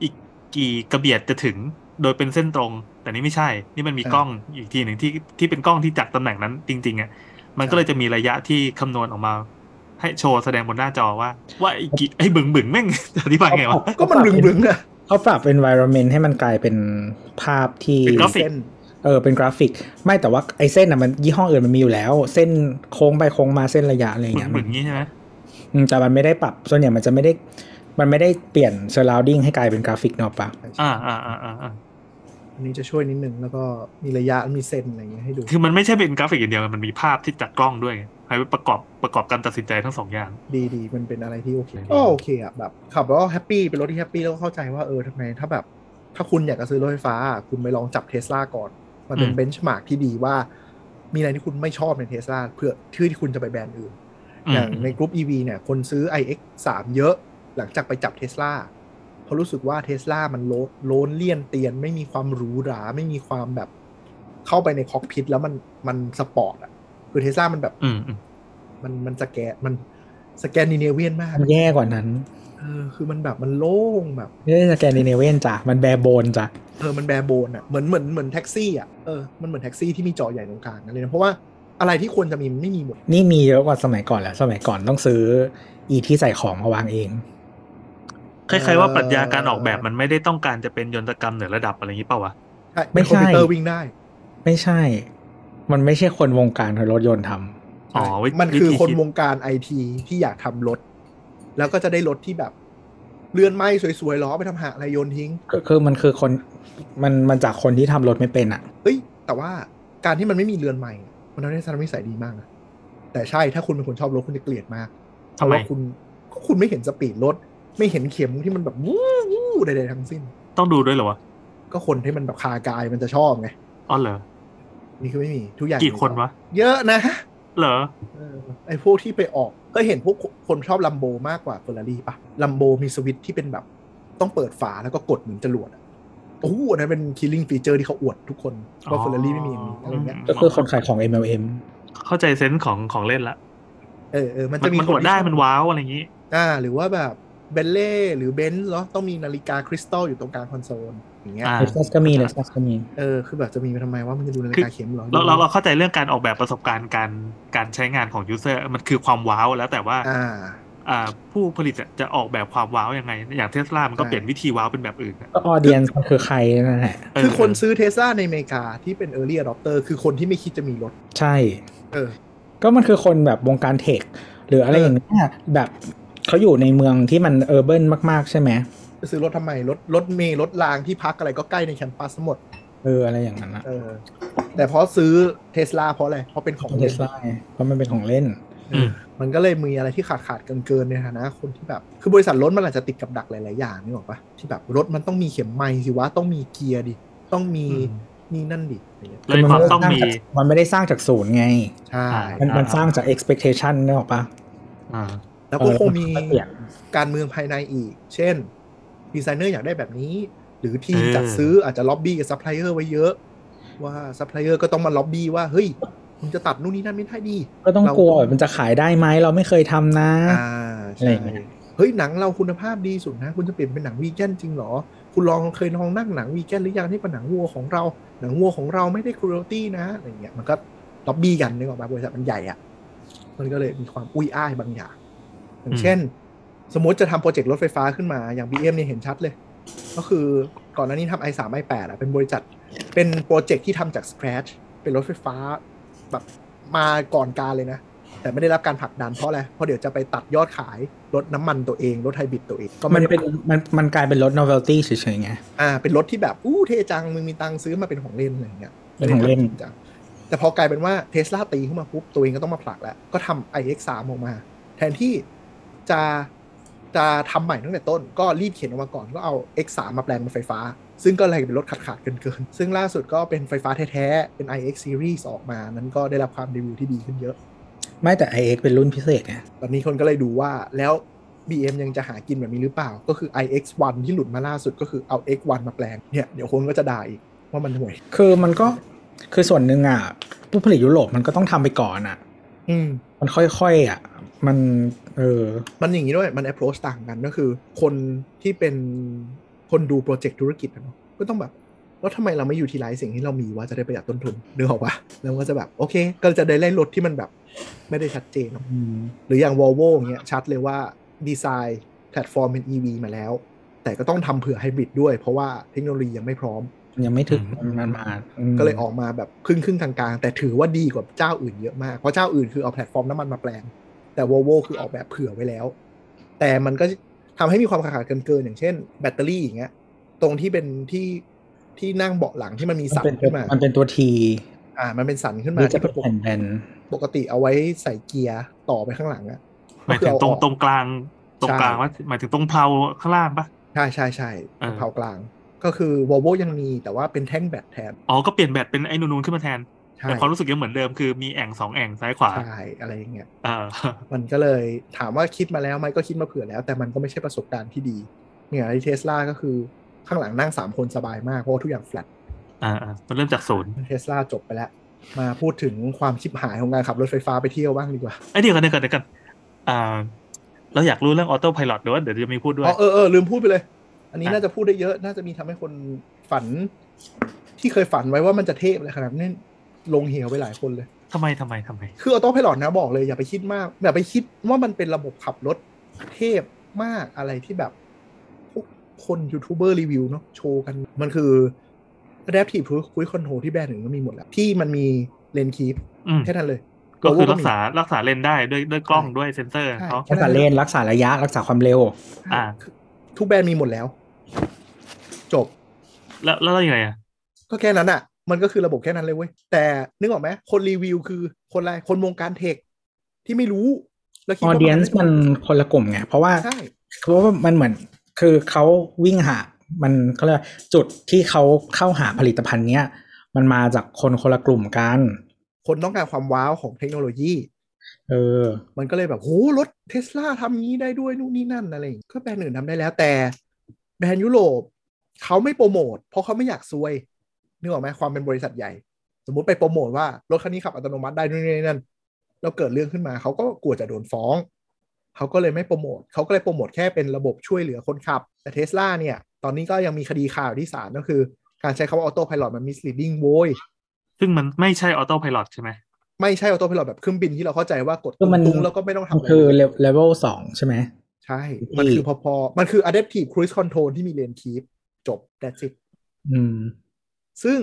[SPEAKER 2] อีกกี่กระเบียดจะถึงโดยเป็นเส้นตรง แต่นี่ไม่ใช่ นี่มันมีกล้องอีกทีหนึ่งที่ที่เป็นกล้องที่จากตำแหน่งนั้นจริงๆอ่ะมันก็เลยจะมีระยะที่คำนวณออกมา ให้โชว์แสดงบนหน้าจอว่า ว่าไอ้กี่ไอ้บึงบึงๆแม่ง (laughs) อธิบายไงวะ
[SPEAKER 3] ก็มันบุ๋มบุ๋มนะ
[SPEAKER 4] เขาปรับ environment ให้มันกลายเป็นภาพที่
[SPEAKER 2] เป็นกราฟิก
[SPEAKER 3] เส้น
[SPEAKER 4] เออเป็นกราฟิก ไม่แต่ว่าไอเส้นอ่ะมันยี่ห้ออื่นมันมีอยู่แล้ว เส้นโค้งไปโค้งมาเส้นระยะอะไรอย่าง
[SPEAKER 2] บึง
[SPEAKER 4] เงี้ย
[SPEAKER 2] บึงๆงี้ใช่ไหม
[SPEAKER 4] อืมแต่มันไม่ได้ปรับ ส่วนใหญ่มันจะไม่ได้มันไม่ได้เปลี่ยน surrounding ให้กลายเป็นกราฟิกเนอะปะ
[SPEAKER 2] อ่าอ่าอ่าอ่า
[SPEAKER 3] อันนี้จะช่วยนิดนึง แล้วก็มีระยะมีเส้นอะไรอย่างเงี้ยให้ดู
[SPEAKER 2] คือมันไม่ใช่เป็นกราฟิกอย่างเดียวมันมีภาพที่จากกล้องด้วยไงให้ประกอบประกอบการตัดสินใจทั้งสองอย่าง
[SPEAKER 3] ดีดีมันเป็นอะไรที่โอเคก็โอเคอ่ะแบบขับแล้วแฮปปี้เป็นรถที่แฮปปี้แล้วก็เข้าใจว่าเออทำไมถ้าแบบ ถ้าคุณอยากจะซื้อรถไฟฟ้า คุณไปลองจับเทสลาก่อน มันเป็น
[SPEAKER 2] อืม
[SPEAKER 3] เบนช์มาร์กที่ดีว่า มีอะไรที่คุณไม่ชอบในเทสลาเพื่อที่ที่คุณจะไปแบรนด์อื่น อย่างในกลุ่ม EV เนี่ยคนซื้อ iX 3 เยอะหลังจากไปจับเทสลาเพราะรู้สึกว่าเทสลามันโลโลนเลี่ยนเตียน ไม่มีความหรูหรา ไม่มีความแบบเข้าไปในคอกพิทแล้วมันมันสปอร์ตอ่ะ คือเทสลามันแบบ
[SPEAKER 2] อืมอืม
[SPEAKER 3] มันมันสแกนมันสแกนดิเนเวียนมาก
[SPEAKER 4] มันแย่กว่านั้น
[SPEAKER 3] เออคือมันแบบมันโล่งแบบ
[SPEAKER 4] ไม่ได้สแกนดิเนเวียนจ้ะมันแบร์โบนจ้ะ
[SPEAKER 3] เออ มันแบร์โบนอ่ะ เหมือน เหมือน เหมือนแท็กซี่อ่ะ เออ มันเหมือนแท็กซี่ที่มีจอใหญ่ตรงกลางนั่นเลยนะ เพราะว่าอะไรที่ควรจะมีมันไม่มีหมด
[SPEAKER 4] นี่มีเยอะกว่าสมัยก่อนแหละสมัยก่อนต้องซื้ออีที่ใส่ของมาวางเอง
[SPEAKER 2] คล้ายๆว่าปรัชญาการออกแบบมันไม่ได้ต้องการจะเป็นยนตกรรมเหนือระดับอะไรอย่างนี้เปล่าวะ
[SPEAKER 3] ใช่
[SPEAKER 4] ไม่
[SPEAKER 3] เป็น
[SPEAKER 4] ใช่
[SPEAKER 3] คอมพิวเตอร์วิ่งได้
[SPEAKER 4] ไม่ใช่ มันไม่ใช่คนวงการรถยนต์ทำ
[SPEAKER 2] อ๋อวิ
[SPEAKER 3] มันคือคนว
[SPEAKER 2] วิธีด
[SPEAKER 3] งการไอทีที่อยากทำรถ แล้วก็จะได้รถที่แบบ เลื่อนไม้สวยๆล้อไปทำหาอะไรโยนทิ้ง
[SPEAKER 4] คือคือมันคือคนมันมันจากคนที่ทำรถไม่เป็นอะ่ะ
[SPEAKER 3] เฮ้ย แต่ว่าการที่มันไม่มีเรือนใหม่ มันทำให้สารมิสัยดีมากนะแต่ใช่ถ้าคุณเป็นคนชอบรถคุณจะเกลียดมากเพ
[SPEAKER 2] ทำ
[SPEAKER 3] ราะ
[SPEAKER 2] ไม
[SPEAKER 3] ว่าคุณก็คุณไม่เห็นสปีดรถ ไม่เห็นเข็มที่มันแบบวู้วู้ใดๆทั้งสิ้น
[SPEAKER 2] ต้องดูด้วยเหรอวะ
[SPEAKER 3] ก็คนที่มันแบบคากายมันจะชอบไง
[SPEAKER 2] อ๋อเหรอ
[SPEAKER 3] นี่คือไม่มีทุกอย่าง
[SPEAKER 2] กี่คนวะ
[SPEAKER 3] เยอะนะ
[SPEAKER 2] เหรอ
[SPEAKER 3] เออไอพวกที่ไปออกก็เห็นพวกคนชอบลัมโบมากกว่าเฟอร์รารี่ปะลัมโบมีสวิตช์ที่เป็นแบบ ต้องเปิดฝาแล้วก็กดเหมือนจรวดอะโอ้โหอันนั้นเป็นคิลลิ่งฟีเจอร์ที่เขาอวดทุกคนว่าเฟอร์รารี่ไม่มีอย่างนี้อะไรเงี้ย
[SPEAKER 2] ม
[SPEAKER 4] ก็คือคนขายของ MLM
[SPEAKER 2] เข้าใจเซนส์ของของเล่นละ
[SPEAKER 3] เออเออมัน
[SPEAKER 2] มั
[SPEAKER 3] จะ
[SPEAKER 2] น
[SPEAKER 3] มี
[SPEAKER 2] มันอวดได้
[SPEAKER 3] คที่ชอบ
[SPEAKER 2] มันว้าวอะไรอย่างนี้
[SPEAKER 3] อ่า หรือว่าแบบเบลเล่หรือเบนซ์เหรอต้องมีนาฬิกาคริสตัลอยู่ตรงกลางคอนโซลอย่างเงี้ย
[SPEAKER 2] อ่า
[SPEAKER 4] เล็กซัสก็มีเล็กซัสก็มี
[SPEAKER 3] เออคือแบบจะมีไปทำไมว่ามันจะดูนาฬิกาเข็มเหรอ
[SPEAKER 2] เราเราเราเข้าใจเรื่องการออกแบบประสบการณ์การการใช้งานของยูเซอร์มันคือความว้าวแล้วแต่ว่า
[SPEAKER 3] อ่า
[SPEAKER 2] อ่าผู้ผลิตอะจะออกแบบความว้าวยังไง อย่างเทสลามันก็
[SPEAKER 3] ใช่
[SPEAKER 2] เปลี่ยนวิธีว้าวเป็นแบบอื่นอะ
[SPEAKER 4] ก็ออเดียนมันคือใครนั่นแหละ
[SPEAKER 2] เออ
[SPEAKER 3] คือคนซื้อเทสลาในอเมริกาที่เป็น Early Adopter คือคนที่ไม่คิดจะมีรถ
[SPEAKER 4] ใช่
[SPEAKER 3] เออ
[SPEAKER 4] ก็มันคือคนแบบวงการเทค หรืออะไรอย่างเงี้ยแบบเขาอยู่ในเมืองที่มันเออร์เบิมาก ๆ ใช่ไหม
[SPEAKER 3] ไปซื้อรถทำไม รถรถเมล์รถรางที่พักอะไรก็ใกล้ในแคมปัสหมด
[SPEAKER 4] เอออะไรอย่างนั้นอะ
[SPEAKER 3] เออแต่พอซื้อเทสลาเพราะอะไร เพราะเป็นของ
[SPEAKER 4] เท
[SPEAKER 3] เล่น
[SPEAKER 4] สลาเพราะมันเป็นของเล่น
[SPEAKER 2] อืม
[SPEAKER 3] มันก็เลยมีอะไรที่ขาดขาดเกินเกินๆในฐานะคนที่แบบ คือบริษัทรถมันอาจจะติดกับดักหลาย ๆ อย่างนี่บอกปะที่แบบรถมันต้องมีเข็มไม้สิวะ ต้องมีเกียร์ดิ ต้องมีนี่นั่นดิอะไรเงี้ย
[SPEAKER 2] เลยความต้องมี
[SPEAKER 4] มันไม่ได้สร้างจากศูนย์ไง
[SPEAKER 3] ใช่
[SPEAKER 2] อ่า
[SPEAKER 4] มันมันสร้างจาก expectation นึกออกปะ
[SPEAKER 2] อ่า
[SPEAKER 3] แล้วก็คงมี
[SPEAKER 4] เออเปลี่ยน
[SPEAKER 3] การเมืองภายในอีก เช่น ดีไซเนอร์อยากได้แบบนี้ หรือทีม
[SPEAKER 2] เออ
[SPEAKER 3] จัดซื้ออาจจะล็อบบี้กับซัพพลายเออร์ไว้เยอะ ว่าซัพพลายเออร์ก็ต้องมาล็อบบี้ว่า เฮ้ยคุณจะตัดนู่นนี่นั่นไม่ได้ดี
[SPEAKER 4] ก็ต้อง
[SPEAKER 3] เราก
[SPEAKER 4] กลัวแบบมันจะขายได้ไหมเราไม่เคยทำนะ
[SPEAKER 3] อ่า
[SPEAKER 4] อะไร
[SPEAKER 3] ใช่
[SPEAKER 4] อย่างเงี้ย
[SPEAKER 3] เฮ้ย หนังเราคุณภาพดีสุดนะ คุณจะเปลี่ยนเป็นหนังวีแกนจริงเหรอ คุณลองเคยลองนั่งหนังวีแกนหรือยังที่เป็นหนังวัวของเรา หนังวัวของเราไม่ได้ครูตี้นะอะไรอย่างเงี้ยมันก็ล็อบบี้กันนึกออกปะบริษัทมันใหญ่อะมันก็เลยมีความอุ้ยอ้ายบางอย่าง อย่างเช่น สมมติจะทำโปรเจกต์รถไฟฟ้าขึ้นมาอย่าง BM เนี่ยเห็นชัดเลย ก็คือก่อนหน้านี้ทำ i3 i8 อะเป็นบริษัทเป็นโปรเจกต์ที่ทำจาก scratch เป็นรถไฟฟ้าแบบมาก่อนการเลยนะ แต่ไม่ได้รับการผลักดันเพราะอะไร เพราะเดี๋ยวจะไปตัดยอดขายรถน้ำมันตัวเอง รถไฮบริดตัวเอง ก็
[SPEAKER 4] มัน
[SPEAKER 3] ไได้
[SPEAKER 4] เป็นมันมันกลายเป็นรถ novelty เฉยๆไง
[SPEAKER 3] อ่าเป็นรถที่แบบ อู้เท่จัง มึงมีตังค์ซื้อมาเป็นของเล่นอะไรอย่างเงี้ย
[SPEAKER 4] เป็นของเล่น
[SPEAKER 3] ไม่ได้ทำจริจังแต่พอกลายเป็นว่าเทสลาตีเข้ามาปุ๊บ ตัวเองก็ต้องมาผลักแล้ว ก็ทำ iX3 ออกมา แทนที่จะจะทำใหม่ตั้งแต่ต้น ก็รีบเขียนออกมาก่อนก็เอา X3 มาแปลงเป็นไฟฟ้า ซึ่งก็เลยเป็นรถขาดขาดๆเกินเกินๆซึ่งล่าสุดก็เป็นไฟฟ้าแท้ๆเป็น iX series ออกมา นั้นก็ได้รับความรีวิวที่ดีขึ้นเยอะ
[SPEAKER 4] ไม่แต่ iX เป็นรุ่นพิเศษไง
[SPEAKER 3] ตอนนี้คนก็เลยดูว่าแล้ว BM ยังจะหากินแบบนี้หรือเปล่า ก็คือ iX1 ที่หลุดมาล่าสุดก็คือเอา X1 มาแปลงเนี่ยเดี๋ยวคนก็จะด่าอีกว่ามันห่วย
[SPEAKER 4] คือมันก็คือส่วนหนึ่งอ่ะผู้ผลิตยุโรปมันก็ต้องทำไปก่อนอ่ะ
[SPEAKER 3] อืม
[SPEAKER 4] มันค่อยๆอ่ะ มันเออ
[SPEAKER 3] มันอย่างนี้ด้วย มัน approach ต่างกันก็คือ คนที่เป็นคนดูโปรเจกต์ธุรกิจอะเนาะก็ต้องแบบแล้วทำไมเราไม่อยู่ทีไรสิ่งที่เรามีว่าจะได้ประหยัดต้นทุนเดือออกปะแล้วก็จะแบบโอเค ก็จะได้ไล่รถที่มันแบบไม่ได้ชัดเจนออก
[SPEAKER 4] อืม
[SPEAKER 3] หรืออย่าง Volvo อย่างเงี้ยชัดเลยว่าดีไซน์แพลตฟอร์มเป็น EV มาแล้ว แต่ก็ต้องทำเผื่อไฮบริดด้วย เพราะว่าเทคโนโลยียังไม่พร้อม
[SPEAKER 4] มันยังไม่ถึงมันมาอืม
[SPEAKER 3] ก็เลยออกมาแบบครึ่งครึ่งๆกลางๆ แต่ถือว่าดีกว่าเจ้าอื่นเยอะมาก เพราะเจ้าอื่นคือเอาแพลตฟอร์มน้ำมันมาแปลง แต่ Volvo คือออกแบบเผื่อไว้แล้ว แต่มันก็ทำให้มีความขาดเกินเกินๆอย่างเช่น แบตเตอรี่อย่างเงี้ยตรงที่เป็นที่ที่นั่งเบาะหลังที่มันมี
[SPEAKER 4] มัน
[SPEAKER 3] สัน
[SPEAKER 4] เป็น
[SPEAKER 3] ขึ้นมา
[SPEAKER 4] มันเป็นตัวที
[SPEAKER 3] อ่ามันเป็นสันขึ้น
[SPEAKER 4] ห
[SPEAKER 3] มา
[SPEAKER 4] รือจะ
[SPEAKER 3] ที่
[SPEAKER 4] เป็นแผ่นแบน
[SPEAKER 3] ปกติเอาไว้ใส่เกียร์ต่อไปข้างหลังอะ
[SPEAKER 2] หมายถึงตรงตรงกลางตรงกลาง
[SPEAKER 3] ใช่
[SPEAKER 2] ว่าหมายถึงตรงเพลาข้างล่างปะ
[SPEAKER 3] ใช่ใช่ใช่
[SPEAKER 2] เออ
[SPEAKER 3] เผากลาง ก็ ก็คือ Volvo ยังมีแต่ว่าเป็นแท่งแบตแทน
[SPEAKER 2] อ๋อก็เปลี่ยนแบตเป็นไอ้นูนๆขึ้นมาแทน
[SPEAKER 3] ใช่
[SPEAKER 2] แต่ความรู้สึกยังเหมือนเดิมคือมีแอ่งสองแอ่งซ้ายขวา
[SPEAKER 3] ใช่อะไรอย่างเงี้ย
[SPEAKER 2] อ่ (laughs) า
[SPEAKER 3] มันก็เลยถามว่าคิดมาแล้วไหมก็คิดมาเผื่อแล้ว แต่มันก็ไม่ใช่ประสบการณ์ที่ดี เนี่ยที่เทสลาก็คือข้างหลังนั่ง 3 คนสบายมาก เพราะว่าทุกอย่างแฟลต
[SPEAKER 2] อ่าอ่ามันเริ่มจากศูนย์
[SPEAKER 3] เทสลาจบไปแล้ว มาพูดถึงความชิบหายของการขับรถไฟฟ้าไปเที่ยวบ้างดีกว่า
[SPEAKER 2] ไอ้ยเดียวกันเดียวกันเดียวกันอ่าเราอยากรู้เรื่องออโต้พายロหรือว่าเดี๋ยวจะมีพูดด้วย
[SPEAKER 3] อ๋อเออเออลืมพูดไปเลย อันนี้
[SPEAKER 2] อ่ะ
[SPEAKER 3] น่าจะพูดได้เยอะ น่าจะมีทำให้คนฝัน ที่เคยฝันไว้ว่ามันจะเทพอะไรขนาดนี้นลงเหวไปหลายคนเลย
[SPEAKER 2] ทำไมทำไมทำไม
[SPEAKER 3] คือออโต้พายโนะบอกเลยอย่าไปคิดมาก อย่าไปคิดว่ามันเป็นระบบขับรถเทพมากอะไรที่แบบพวกคนยูทูบเบอร์รีวิวเนาะโชว์กัน มันคือ Adaptive Cruise Cruise Control ที่แบรนด์หนึ่งก็มีหมดแล้ว ที่มันมีเลนคี p
[SPEAKER 2] อืม
[SPEAKER 3] แค่นั้นเลย
[SPEAKER 2] ก็คือ
[SPEAKER 3] โลโ
[SPEAKER 2] รักษารักษาเลนได้ด้วยด้วยกล้องด้วยเซ็นเซอร์
[SPEAKER 3] ใช่
[SPEAKER 2] เขา
[SPEAKER 4] รักษาเลนรักษาระยะรักษาความเร็ว
[SPEAKER 2] อ่า
[SPEAKER 3] ทุกแบรนด์มีหมดแล้ว จบ
[SPEAKER 2] แล้วแล้วเรายังไงอ่ะ
[SPEAKER 3] ก็แค่นั้นอะ่ะ มันก็คือระบบแค่นั้นเลยเว้ย แต่นึกออกไหมคนรีวิวคือคนอะไร คนวงการเทคที่ไม่รู้แล้วคิด
[SPEAKER 4] ออ
[SPEAKER 3] ว่า
[SPEAKER 4] เดียนส์มันคนละกลุ่มไง เพราะว่า
[SPEAKER 3] ใช่
[SPEAKER 4] เพราะว่ามันเหมือนคือเขาวิ่งหา มันเขาเรียกว่าจุดที่เขาเข้าหาผลิตภัณฑ์เนี้ย มันมาจากคนคนละกลุ่มกัน
[SPEAKER 3] คนต้องการความว้าวของเทคโนโลยี
[SPEAKER 4] เออ
[SPEAKER 3] มันก็เลยแบบโหรถเทสลาทำงี้ได้ด้วยนู่นนี่นั่นอะไรอย่างงี้ก็แบรนด์อื่นทำได้แล้วแต่ แบรนด์ยุโรปเขาไม่โปรโมทเพราะเขาไม่อยากซวยนึกออกไหมความเป็นบริษัทใหญ่ สมมติไปโปรโมทว่ารถคันนี้ขับอัตโนมัติได้นู่นนี่นั่นแล้วเกิดเรื่องขึ้นมาเขาก็กลัวจะโดนฟ้องเขาก็เลยไม่โปรโมทเขาก็เลยโปรโมทแค่เป็นระบบช่วยเหลือคนขับ แต่เทสลาเนี่ย ตอนนี้ก็ยังมีคดีข่าวที่ศาลก็คือ การใช้คำว่าออโต้พายโมัน misleading โวย
[SPEAKER 2] ซึ่งมันไม่ใช่ออโต้พายロใช่ไหม
[SPEAKER 3] ไม่ใช่ออโต้พายโแบบเครื่องบินที่เราเข้าใจว่ากด
[SPEAKER 4] คือมัน
[SPEAKER 3] ตุ้งๆแล้วก็ไม่ต้องทำ
[SPEAKER 4] มัน
[SPEAKER 3] อะไร
[SPEAKER 4] คือเลเวลสองใช่ไหม
[SPEAKER 3] ใช่
[SPEAKER 4] ที่
[SPEAKER 3] มันคือพอๆ มันคือ adaptive cruise control ที่มีเลนคีปจบ that's it
[SPEAKER 4] อืม
[SPEAKER 3] ซึ่ง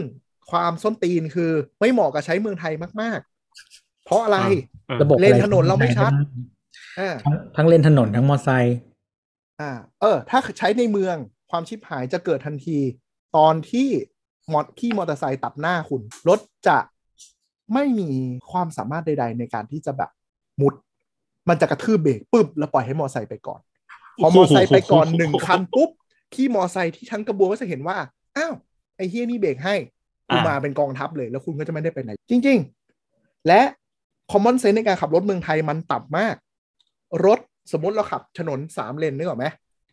[SPEAKER 3] ความส้นตีนคือไม่เหมาะกับใช้เมืองไทยมาก ๆ เพราะอะไร
[SPEAKER 2] เออ
[SPEAKER 4] ระบบ
[SPEAKER 3] เลน
[SPEAKER 4] อะ
[SPEAKER 3] ถนนเราไม่ชัด อ่า
[SPEAKER 4] ทั้งทั้งเลนถนนทั้งมอไซค์
[SPEAKER 3] อ่า เออ ถ้าใช้ในเมืองความชิบหายจะเกิดทันที ตอนที่มอที่มอเตอร์ไซค์ตัดหน้าคุณ รถจะไม่มีความสามารถใด ๆ ในการที่จะแบบมุด มันจะกระทืบเบรกปุ๊บแล้วปล่อยให้มอเตอร์ไซค์ไปก่อน พอมอไซค์ไปก่อนหนึ่งคันปุ๊บพี่มอไซค์ที่ทั้งกระบวนก็จะเห็นว่า อ้าว ไอ้เฮียนี่เบรกให้คุณมาเป็นกองทัพเลยแล้วคุณก็จะไม่ได้ไปไหน จริง ๆ และคอมมอนเซนส์ในการขับรถเมืองไทยมันต่ำมาก รถสมมติเราขับถนนสามเลนนึกออกไหม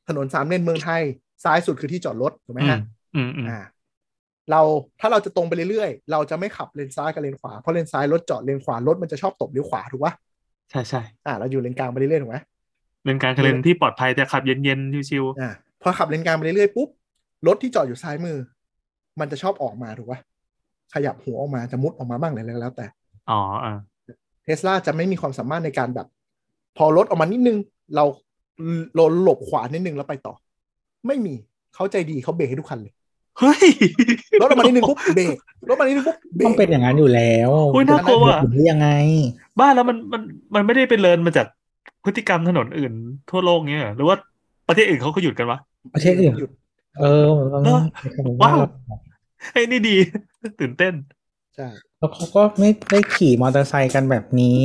[SPEAKER 3] ถนนสามเลนเมืองไทย ซ้ายสุดคือที่จอดรถถูกไหม
[SPEAKER 2] อืม
[SPEAKER 3] ฮะ
[SPEAKER 2] อืมอืม
[SPEAKER 3] อ่าเราถ้าเราจะตรงไปเรื่อยๆ เราจะไม่ขับเลนซ้ายกับเลนขวาเพราะเลนซ้ายรถจอดเลนขวารถมันจะชอบตบเลี้ยวขวาถูกปะ
[SPEAKER 2] ใช่ใช่
[SPEAKER 3] อ่าเราอยู่เลนกลางไปเรื่อยๆถูกไหม
[SPEAKER 2] เป็นการเลนที่ปลอดภัยแต่ขับเย็นๆชิว
[SPEAKER 3] อ่าพอขับเลนกลางไปเรื่อยๆปุ๊บรถที่จอดอยู่ซ้ายมือ มันจะชอบออกมาถูกปะขยับหัวออกมาจะมุดออกมาบ้างอะไรแล้วแต่
[SPEAKER 2] ๆอ๋ออ่า
[SPEAKER 3] เทสลาจะไม่มีความสามารถในการแบบ พอรถออกมานิดนึง เราเราหลบขวานิดนึงแล้วไปต่อ ไม่มีเขาใจดีเขาเบรกให้ทุกคันเลย
[SPEAKER 2] เฮ้ย
[SPEAKER 3] รถออกมานิดนึงปุ๊บเบรกรถออกมานิดนึงปุ๊บเบร
[SPEAKER 4] ต้อง
[SPEAKER 3] ก
[SPEAKER 4] เป็นอย่างนั้นอยู่แล้ว
[SPEAKER 2] โอ้ยน่ากลัวว่ะ
[SPEAKER 4] หรือยังไง
[SPEAKER 2] บ้านแล้วมันมันมันไม่ได้ไปเรียนมาจากพฤติกรรมถนนอื่นทั่วโลกเงี้ยเหรอหรือว่าประเทศอื่นเขาก็หยุดกันวะ
[SPEAKER 4] ประเทศอื่น เออ
[SPEAKER 2] เออว้าว
[SPEAKER 4] ว
[SPEAKER 2] ไอ้ยนี่ดี (laughs) ตื่นเต้น
[SPEAKER 3] ใช่
[SPEAKER 4] แล้วเขาก็ไม่ได้ขี่มอเตอร์ไซค์กันแบบนี้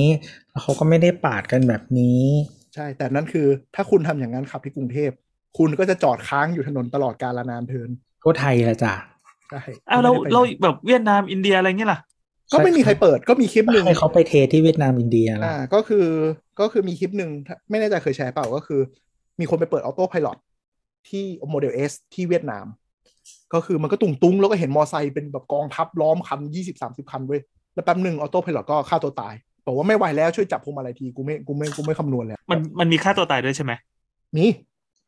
[SPEAKER 4] แล้วเขาก็ไม่ได้ปาดกันแบบนี้
[SPEAKER 3] ใช่ แต่นั่นคือ ถ้าคุณทำอย่างนั้นขับที่กรุงเทพ คุณก็จะจอดค้างอยู่ถนนตลอดกาลนานเทิน
[SPEAKER 4] ทั่วไทยละจ้ะ
[SPEAKER 3] ใช่
[SPEAKER 2] อ้าวเรา
[SPEAKER 3] ไม่ได้ไป
[SPEAKER 2] เรา
[SPEAKER 3] ไหน
[SPEAKER 2] แบบเวียดนามอินเดียอะไรเงี้ยล่ะ
[SPEAKER 3] ก็ไม่มีใครเปิดก็มีคลิปหนึ่ง
[SPEAKER 4] ให้เขาไปเทที่เวียดนามอินเดียละ
[SPEAKER 3] อ่าก็คือก็คือมีคลิปหนึ่งถ้าไม่แน่ใจเคยแชร์เปล่าก็คือ มีคนไปเปิดออโต้พาย t ที่โมเดล S ที่เวียดนาม ก็คือมันก็ตุงตุงๆ แล้วก็เห็นมอไซค์เป็นแบบกองทัพล้อมคันยี่สิบสามสิบคันเว้ย แล้วแป๊บหนึ่งออโต้พาย t ก็ฆ่าตัวตาย บอกว่าไม่ไหวแล้วช่วยจับพวงมาลัยทีกูไม่กูไม่กูไม่คำนวณแล้ว
[SPEAKER 2] มันมันมีค่าตัวตายด้วยใช่ไหม
[SPEAKER 3] นี่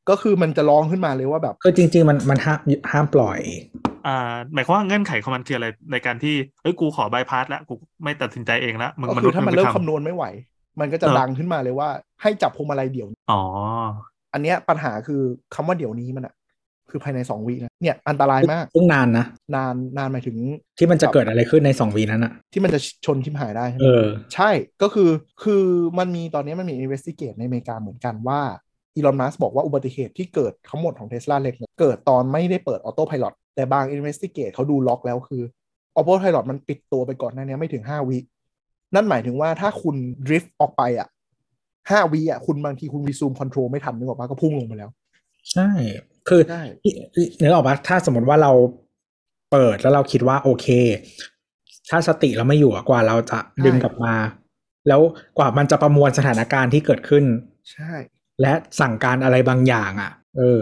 [SPEAKER 3] ก็คือมันจะร้องขึ้นมาเลยว่าแบบ
[SPEAKER 4] คือจริง ๆ มันมันห้ามห้ามปล่อย
[SPEAKER 2] อ่า หมายความว่าเงื่อนไขของมันคืออะไรในการที่เอ้ยกูขอบายพาสละกูไม่ตัดสินใจเองละมึง
[SPEAKER 3] ก็
[SPEAKER 2] ม
[SPEAKER 3] คื
[SPEAKER 2] นุ
[SPEAKER 3] อ
[SPEAKER 2] ษย์
[SPEAKER 3] ถ้า
[SPEAKER 2] มึ
[SPEAKER 3] มัน
[SPEAKER 2] งไป
[SPEAKER 3] เริ่ม
[SPEAKER 2] ท
[SPEAKER 3] คำนวณไม่ไหว มันก็จะดังขึ้นมาเลยว่าให้จับพวงมาลัยเดี๋ยว
[SPEAKER 2] ำอ๋อ
[SPEAKER 3] อันเนี้ยปัญหาคือคำว่าเดี๋ยวนี้มันอะคือภายในสองวินะเนี่ยอันตรายมาก
[SPEAKER 4] ซึ่งนานนะ
[SPEAKER 3] นานนานหมายถึง
[SPEAKER 4] ที่มันจะเกิดอะไรขึ้นในสองวีนั้นอ่ะ
[SPEAKER 3] ที่มันจะชนชิมหายได้ใช่ไห
[SPEAKER 4] เอ
[SPEAKER 3] ม
[SPEAKER 4] อ
[SPEAKER 3] ใช่ก็คือคือมันมีตอนนี้มันมี investigate ในอเมริกาเหมือนกันว่าอีลอนมัสบอกว่าอุบัติเหตุที่เกิดทั้งหมดของเทสลาเล็กเนี่ยเกิดตอนไม่ได้เปิดออโต้พาย t แต่บาง investigate เขาดูล็อกแล้วคือออโต้พาย t มันปิดตัวไปก่อนหน้านี้ไม่ถึง 5 วิ นั่นหมายถึงว่าถ้าคุณดริฟต์ออกไปอ่ะห้าวิอ่ะคุณบางทีคุณวีซูมคอนโทรลไม่ทันนึกออกปะก็พุ่งลงไปแล้ว
[SPEAKER 4] ใช่ คือ
[SPEAKER 3] ได้
[SPEAKER 4] นึกออกปะถ้าสมมติว่าเราเปิดแล้วเราคิดว่าโอเค ถ้าสติเราไม่อยู่อะกว่าเราจะดึงกลับมา แล้วกว่ามันจะประมวลสถานการณ์ที่เกิดขึ้น
[SPEAKER 3] ใช่
[SPEAKER 4] และสั่งการอะไรบางอย่างอะเออ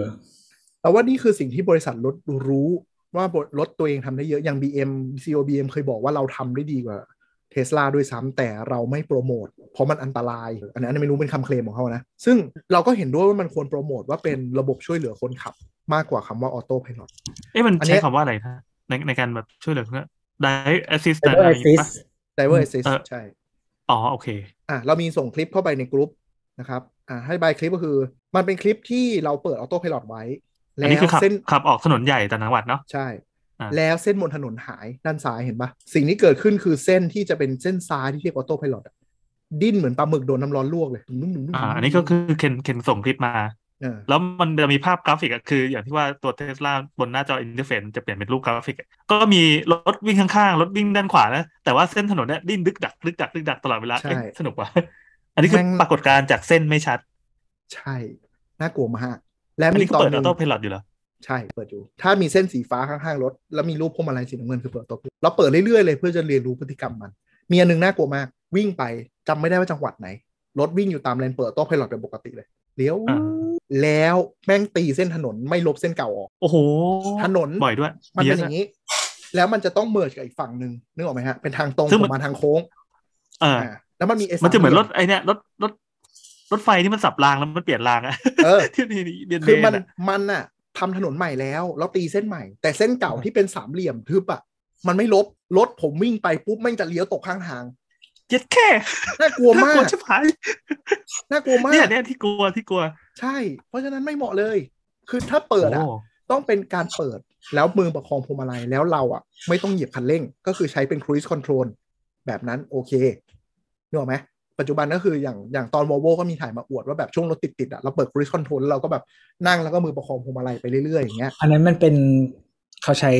[SPEAKER 3] แต่ว่านี่คือสิ่งที่บริษัทรถรู้ว่าบรถตัวเองทำได้เยอะอย่าง BM CO BM เคยบอกว่าเราทำได้ดีกว่าเทสลาด้วยซ้ำแต่เราไม่โปรโมทเพราะมันอันตราย อันนั้นไม่รู้เป็นคำเคลมของเขานะ ซึ่งเราก็เห็นด้วยว่ามันควรโปรโมทว่าเป็นระบบช่วยเหลือคนขับ มากกว่าคำว่าออโต้พาย
[SPEAKER 2] เอ๊ะมัน
[SPEAKER 3] อันเนี้ย
[SPEAKER 2] ใช้คำว่าอะไรนะในในการแบบช่วยเหลือเพื่อนได้แอสซิสต์
[SPEAKER 4] Driver
[SPEAKER 2] อะไรอย่างงี้ปะ
[SPEAKER 4] assist
[SPEAKER 3] Driver Assist
[SPEAKER 2] เออ
[SPEAKER 3] ใช่
[SPEAKER 2] อ๋อโอเค
[SPEAKER 3] อ่ะเรามีส่งคลิปเข้าไปในกลุ่มนะครับอ่ะให้บายคลิปก็คือ มันเป็นคลิปที่เราเปิดออโต้พายไว้ แล้
[SPEAKER 2] อันนี้คือ
[SPEAKER 3] ว
[SPEAKER 2] ขับ
[SPEAKER 3] เส้น
[SPEAKER 2] ขับออกถนนใหญ่ต่างจังหวัดเนาะ
[SPEAKER 3] ใช่
[SPEAKER 2] อ่ะ
[SPEAKER 3] แล้วเส้นบนถนนหายด้านซ้ายเห็นปะสิ่งที่เกิดขึ้นคือเส้นที่จะเป็นเส้นซ้ายที่เรียกออโต้พายอะดิ้นเหมือนปลาหมึกโดนน้ำร้อนลวกเลยนุ่มๆๆๆ
[SPEAKER 2] อ่า อันนี้ก็คือเคนเคนส่งคลิปมา
[SPEAKER 3] เออ
[SPEAKER 2] แล้วมันจะมีภาพกราฟิกอะคือ อย่างที่ว่าตัวเทสลาบนหน้าจออินเทอร์เฟซจะเปลี่ยนเป็นรูปกราฟิกอะก็มีรถวิ่งข้างๆ รถวิ่งด้านขวานะ แต่ว่าเส้นถนนเนี่ยดิ้นดึกดักดึกดักดึกดักตลอดเวลา
[SPEAKER 3] ใช่
[SPEAKER 2] เอ๊ะสนุกว่ะ อันนี้คือ
[SPEAKER 3] แม่ง
[SPEAKER 2] ปรากฏการณ์จากเส้นไม่ชัด
[SPEAKER 3] ใช่น่ากลัวมากและ
[SPEAKER 2] อัน
[SPEAKER 3] มีต
[SPEAKER 2] นี้เขา
[SPEAKER 3] อนห
[SPEAKER 2] เปิดอ
[SPEAKER 3] นึ
[SPEAKER 2] อง โต้พายロอยู่เหรอ
[SPEAKER 3] ใช่เปิดอยู่ ถ้ามีเส้นสีฟ้าข้างๆรถแล้วมีรูปพวงมาลัยสีน้ำเงินคือเปิดตัวเราเปิดเรื่อยๆเลยเพื่อจะเรียนรู้พฤติกรรมมัน มีอันหนึงน่ากลัวมากวิ่งไปจำไม่ได้ว่าจังหวัดไหน รถวิ่งอยู่ตามเลนเปิดโต้พายโเป็นปกติเลยเลี้ยว
[SPEAKER 2] อ่า
[SPEAKER 3] แล้วแม่งตีเส้นถนนไม่ลบเส้นเก่าออก
[SPEAKER 2] โอ้โห
[SPEAKER 3] ถนน
[SPEAKER 2] บ่อยด้วย
[SPEAKER 3] มัน
[SPEAKER 2] เย
[SPEAKER 3] เป็
[SPEAKER 2] อะ
[SPEAKER 3] นอ
[SPEAKER 2] ด้ว
[SPEAKER 3] ย่าย งนี้ แล้วมันจะต้องเมิร์กับอีกฝั่งหนึ่งนึกออกไหมฮะ เป็นทางตรง
[SPEAKER 2] ซึ่ง
[SPEAKER 3] อ
[SPEAKER 2] มั
[SPEAKER 3] อน กมาทางโค้ง
[SPEAKER 2] เออ
[SPEAKER 3] อ่าแล้วมันมีไอ้
[SPEAKER 2] มันจะเหมือนรถ
[SPEAKER 3] สา
[SPEAKER 2] ไอเนี่ยรถรถรถไฟที่มันสับรางแล้วมันเปลี่ยนรางอะ (laughs)
[SPEAKER 3] เออ
[SPEAKER 2] ที่นี่เบียนเบ
[SPEAKER 3] คือมัน
[SPEAKER 2] นอะ
[SPEAKER 3] มันน่ะทำถนนใหม่แล้ว แล้วตีเส้นใหม่ แต่เส้นเก่าที่เป็นสามเหลี่ยมทึบอ่ะมันไม่ลบรถผมวิ่งไปปุ๊บแม่งจะเลี้ยวตกข้างทาง
[SPEAKER 2] เย็ดแค่
[SPEAKER 3] น่ากลั
[SPEAKER 2] น่าม
[SPEAKER 3] วาก
[SPEAKER 2] ลัวชิบหาย
[SPEAKER 3] น่ากลัวมา
[SPEAKER 2] เนี่ย
[SPEAKER 3] ก
[SPEAKER 2] เนี่ยที่กลัวที่กลัว
[SPEAKER 3] ใช่ เพราะฉะนั้นไม่เหมาะเลย คือถ้าเปิดอ่ะ
[SPEAKER 2] โอ้
[SPEAKER 3] ต้องเป็นการเปิดแล้วมือประคองพวงมาลัยแล้วเราอ่ะ ไม่ต้องเหยียบคันเร่ง ก็คือใช้เป็นครู i ส e คอนโทรลแบบนั้นโอเคนึกออกไหมปัจจุบันก็คืออย่างอย่างตอนวอลโวก็มีถ่ายมาอวดว่าแบบช่วงรถติดๆอ่ะเราเปิดครูสคอนโทรลเราก็แบบนั่งแล้วก็มือประคองพวงมาลัยไปเรื่อยๆอย่างเงี้ย
[SPEAKER 4] อันนั้นมันเป็นเขาใช้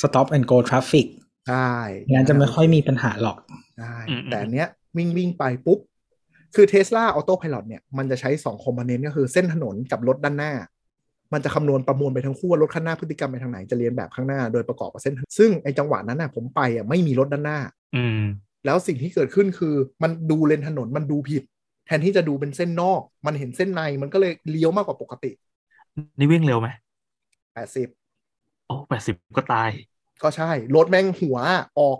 [SPEAKER 4] stop and go traffic
[SPEAKER 3] ใช่
[SPEAKER 4] งั้นจะไม่ค่อยมีปัญหาหรอก
[SPEAKER 3] ใช่
[SPEAKER 2] อืมอืม
[SPEAKER 3] แต่อันเนี้ยวิ่งวิ่งไปปุ๊บ คือเทสลาออโต้พ l o t เนี่ย มันจะใช้2คอมโพเนนต์ก็คือเส้นถนนกับรถด้านหน้า มันจะคำนวณประมวลไปทั้งคู่ว่ารถข้างหน้าพฤติกรรมไปทางไหนจะเรียนแบบข้างหน้าโดยประกอบกับเส้น ซึ่งไอจังหวะนั้นน่ะผมไปอ่ะไม่มีรถด้านหน้า
[SPEAKER 2] อืม
[SPEAKER 3] แล้วสิ่งที่เกิดขึ้นคือมันดูเลนถนนมันดูผิด แทนที่จะดูเป็นเส้นนอก มันเห็นเส้นในมันก็เลยเลี้ยวมากกว่าปกติ
[SPEAKER 2] นี่วิ่งเร็วไหม
[SPEAKER 3] 80
[SPEAKER 2] โอ้แปดสิบก็ตาย
[SPEAKER 3] ก็ใช่รถแม่งหัวออก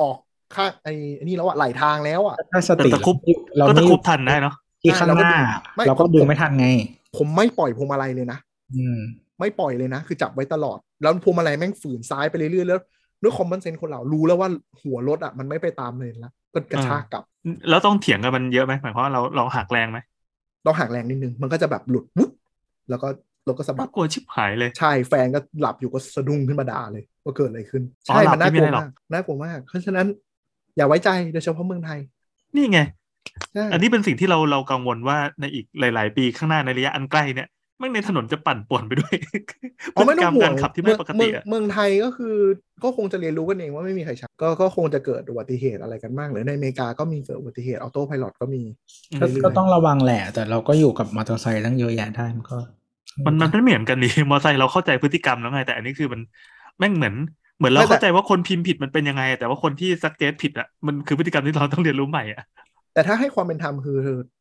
[SPEAKER 3] ออกข้างไอ้ไอ้นี่แล้วอะไหลทางแล้วอะ
[SPEAKER 4] ถ้าสติ
[SPEAKER 2] แต่ตะคุบ
[SPEAKER 4] เรา
[SPEAKER 2] ก็
[SPEAKER 4] ไม่
[SPEAKER 2] ตะครุบทันได้เนาะ
[SPEAKER 4] ที่ข้างหน้า
[SPEAKER 3] ไม่
[SPEAKER 4] เราก็ดึงไม่ทันไง
[SPEAKER 3] ผมไม่ปล่อยพวงมาลัยเลยนะ
[SPEAKER 4] อืม
[SPEAKER 3] ไม่ปล่อยเลยนะ คือจับไว้ตลอด แล้วพวงมาลัยแม่งฝืนซ้ายไปเรื่อยๆแล้วด้วยคอมมอนเซนส์คนเรารู้แล้วว่าหัวรถอ่ะมันไม่ไปตามเลนละก็กระชากกลับ
[SPEAKER 2] แล้วต้องเถียงกันมันเยอะไหมหมายความว่าเราเราหักแรงไหม
[SPEAKER 3] ต้องหักแรงนิดนึง มันก็จะแบบหลุดวุ๊บแล้วก็รถก็สะบั
[SPEAKER 2] น่า
[SPEAKER 3] ด
[SPEAKER 2] กลัวชิบหายเลย
[SPEAKER 3] ใช่แฟนก็หลับอยู่ก็สะดุ้งขึ้นมาด่าเลยว่าเกิดอะไรขึ้น
[SPEAKER 2] อ๋อ
[SPEAKER 3] ใช่
[SPEAKER 2] หลับ
[SPEAKER 3] มันน่ากลัว
[SPEAKER 2] ไม่มีอะไรหรอ
[SPEAKER 3] มาก กน่ากลัวมาก เพราะฉะนั้น อย่าไว้ใจโดยเฉพาะเมืองไทย
[SPEAKER 2] นี่ไง
[SPEAKER 3] ใช่
[SPEAKER 2] อันนี้เป็นสิ่งที่เราเรากังวลว่าในอีกหลาย ๆ ปีข้างหน้าในระยะอันใกล้เนี่ยแม่งในถนนจะปั่นป่วนไปด้วย
[SPEAKER 3] อ๋อไม่ต้อง
[SPEAKER 2] พฤติ
[SPEAKER 3] ห่ว
[SPEAKER 2] กรรกาง รขับที่ไม่ปกติ
[SPEAKER 3] เมือง
[SPEAKER 2] อ่ะ
[SPEAKER 3] เมืองไทยก็คือ ก็คงจะเรียนรู้กันเองว่าไม่มีใครชักก็ก็คงจะเกิดอุบัติเหตุอะไรกันบ้างหรือในอเมริกาก็มีเกิดอุบัติเหตุออโต้พายโก็มี
[SPEAKER 2] อืม
[SPEAKER 4] ก็
[SPEAKER 3] เรื่ยๆ
[SPEAKER 4] ก็ต้องระวังแหละ แต่เราก็อยู่กับมอเตอร์ไซค์ตั้งเยอะแยะได้มันก็
[SPEAKER 2] มันมันไม่เหมือนกันนี่มอเตอร์ไซค์เราเข้าใจพฤติกรรมแล้วไง แต่อันนี้คือมันแม่งเหมือน เหมือนเราเข้าใจว่าคนพิมพ์ผิดมันเป็นยังไง แต่ว่าคนที่ซักเจสผิดอ่ะมันคือพฤติกรรมที่เราต้องเรียนรู้ใหม่อ่ะ
[SPEAKER 3] แต่ถ้าให้ความเป็นธรรมคือ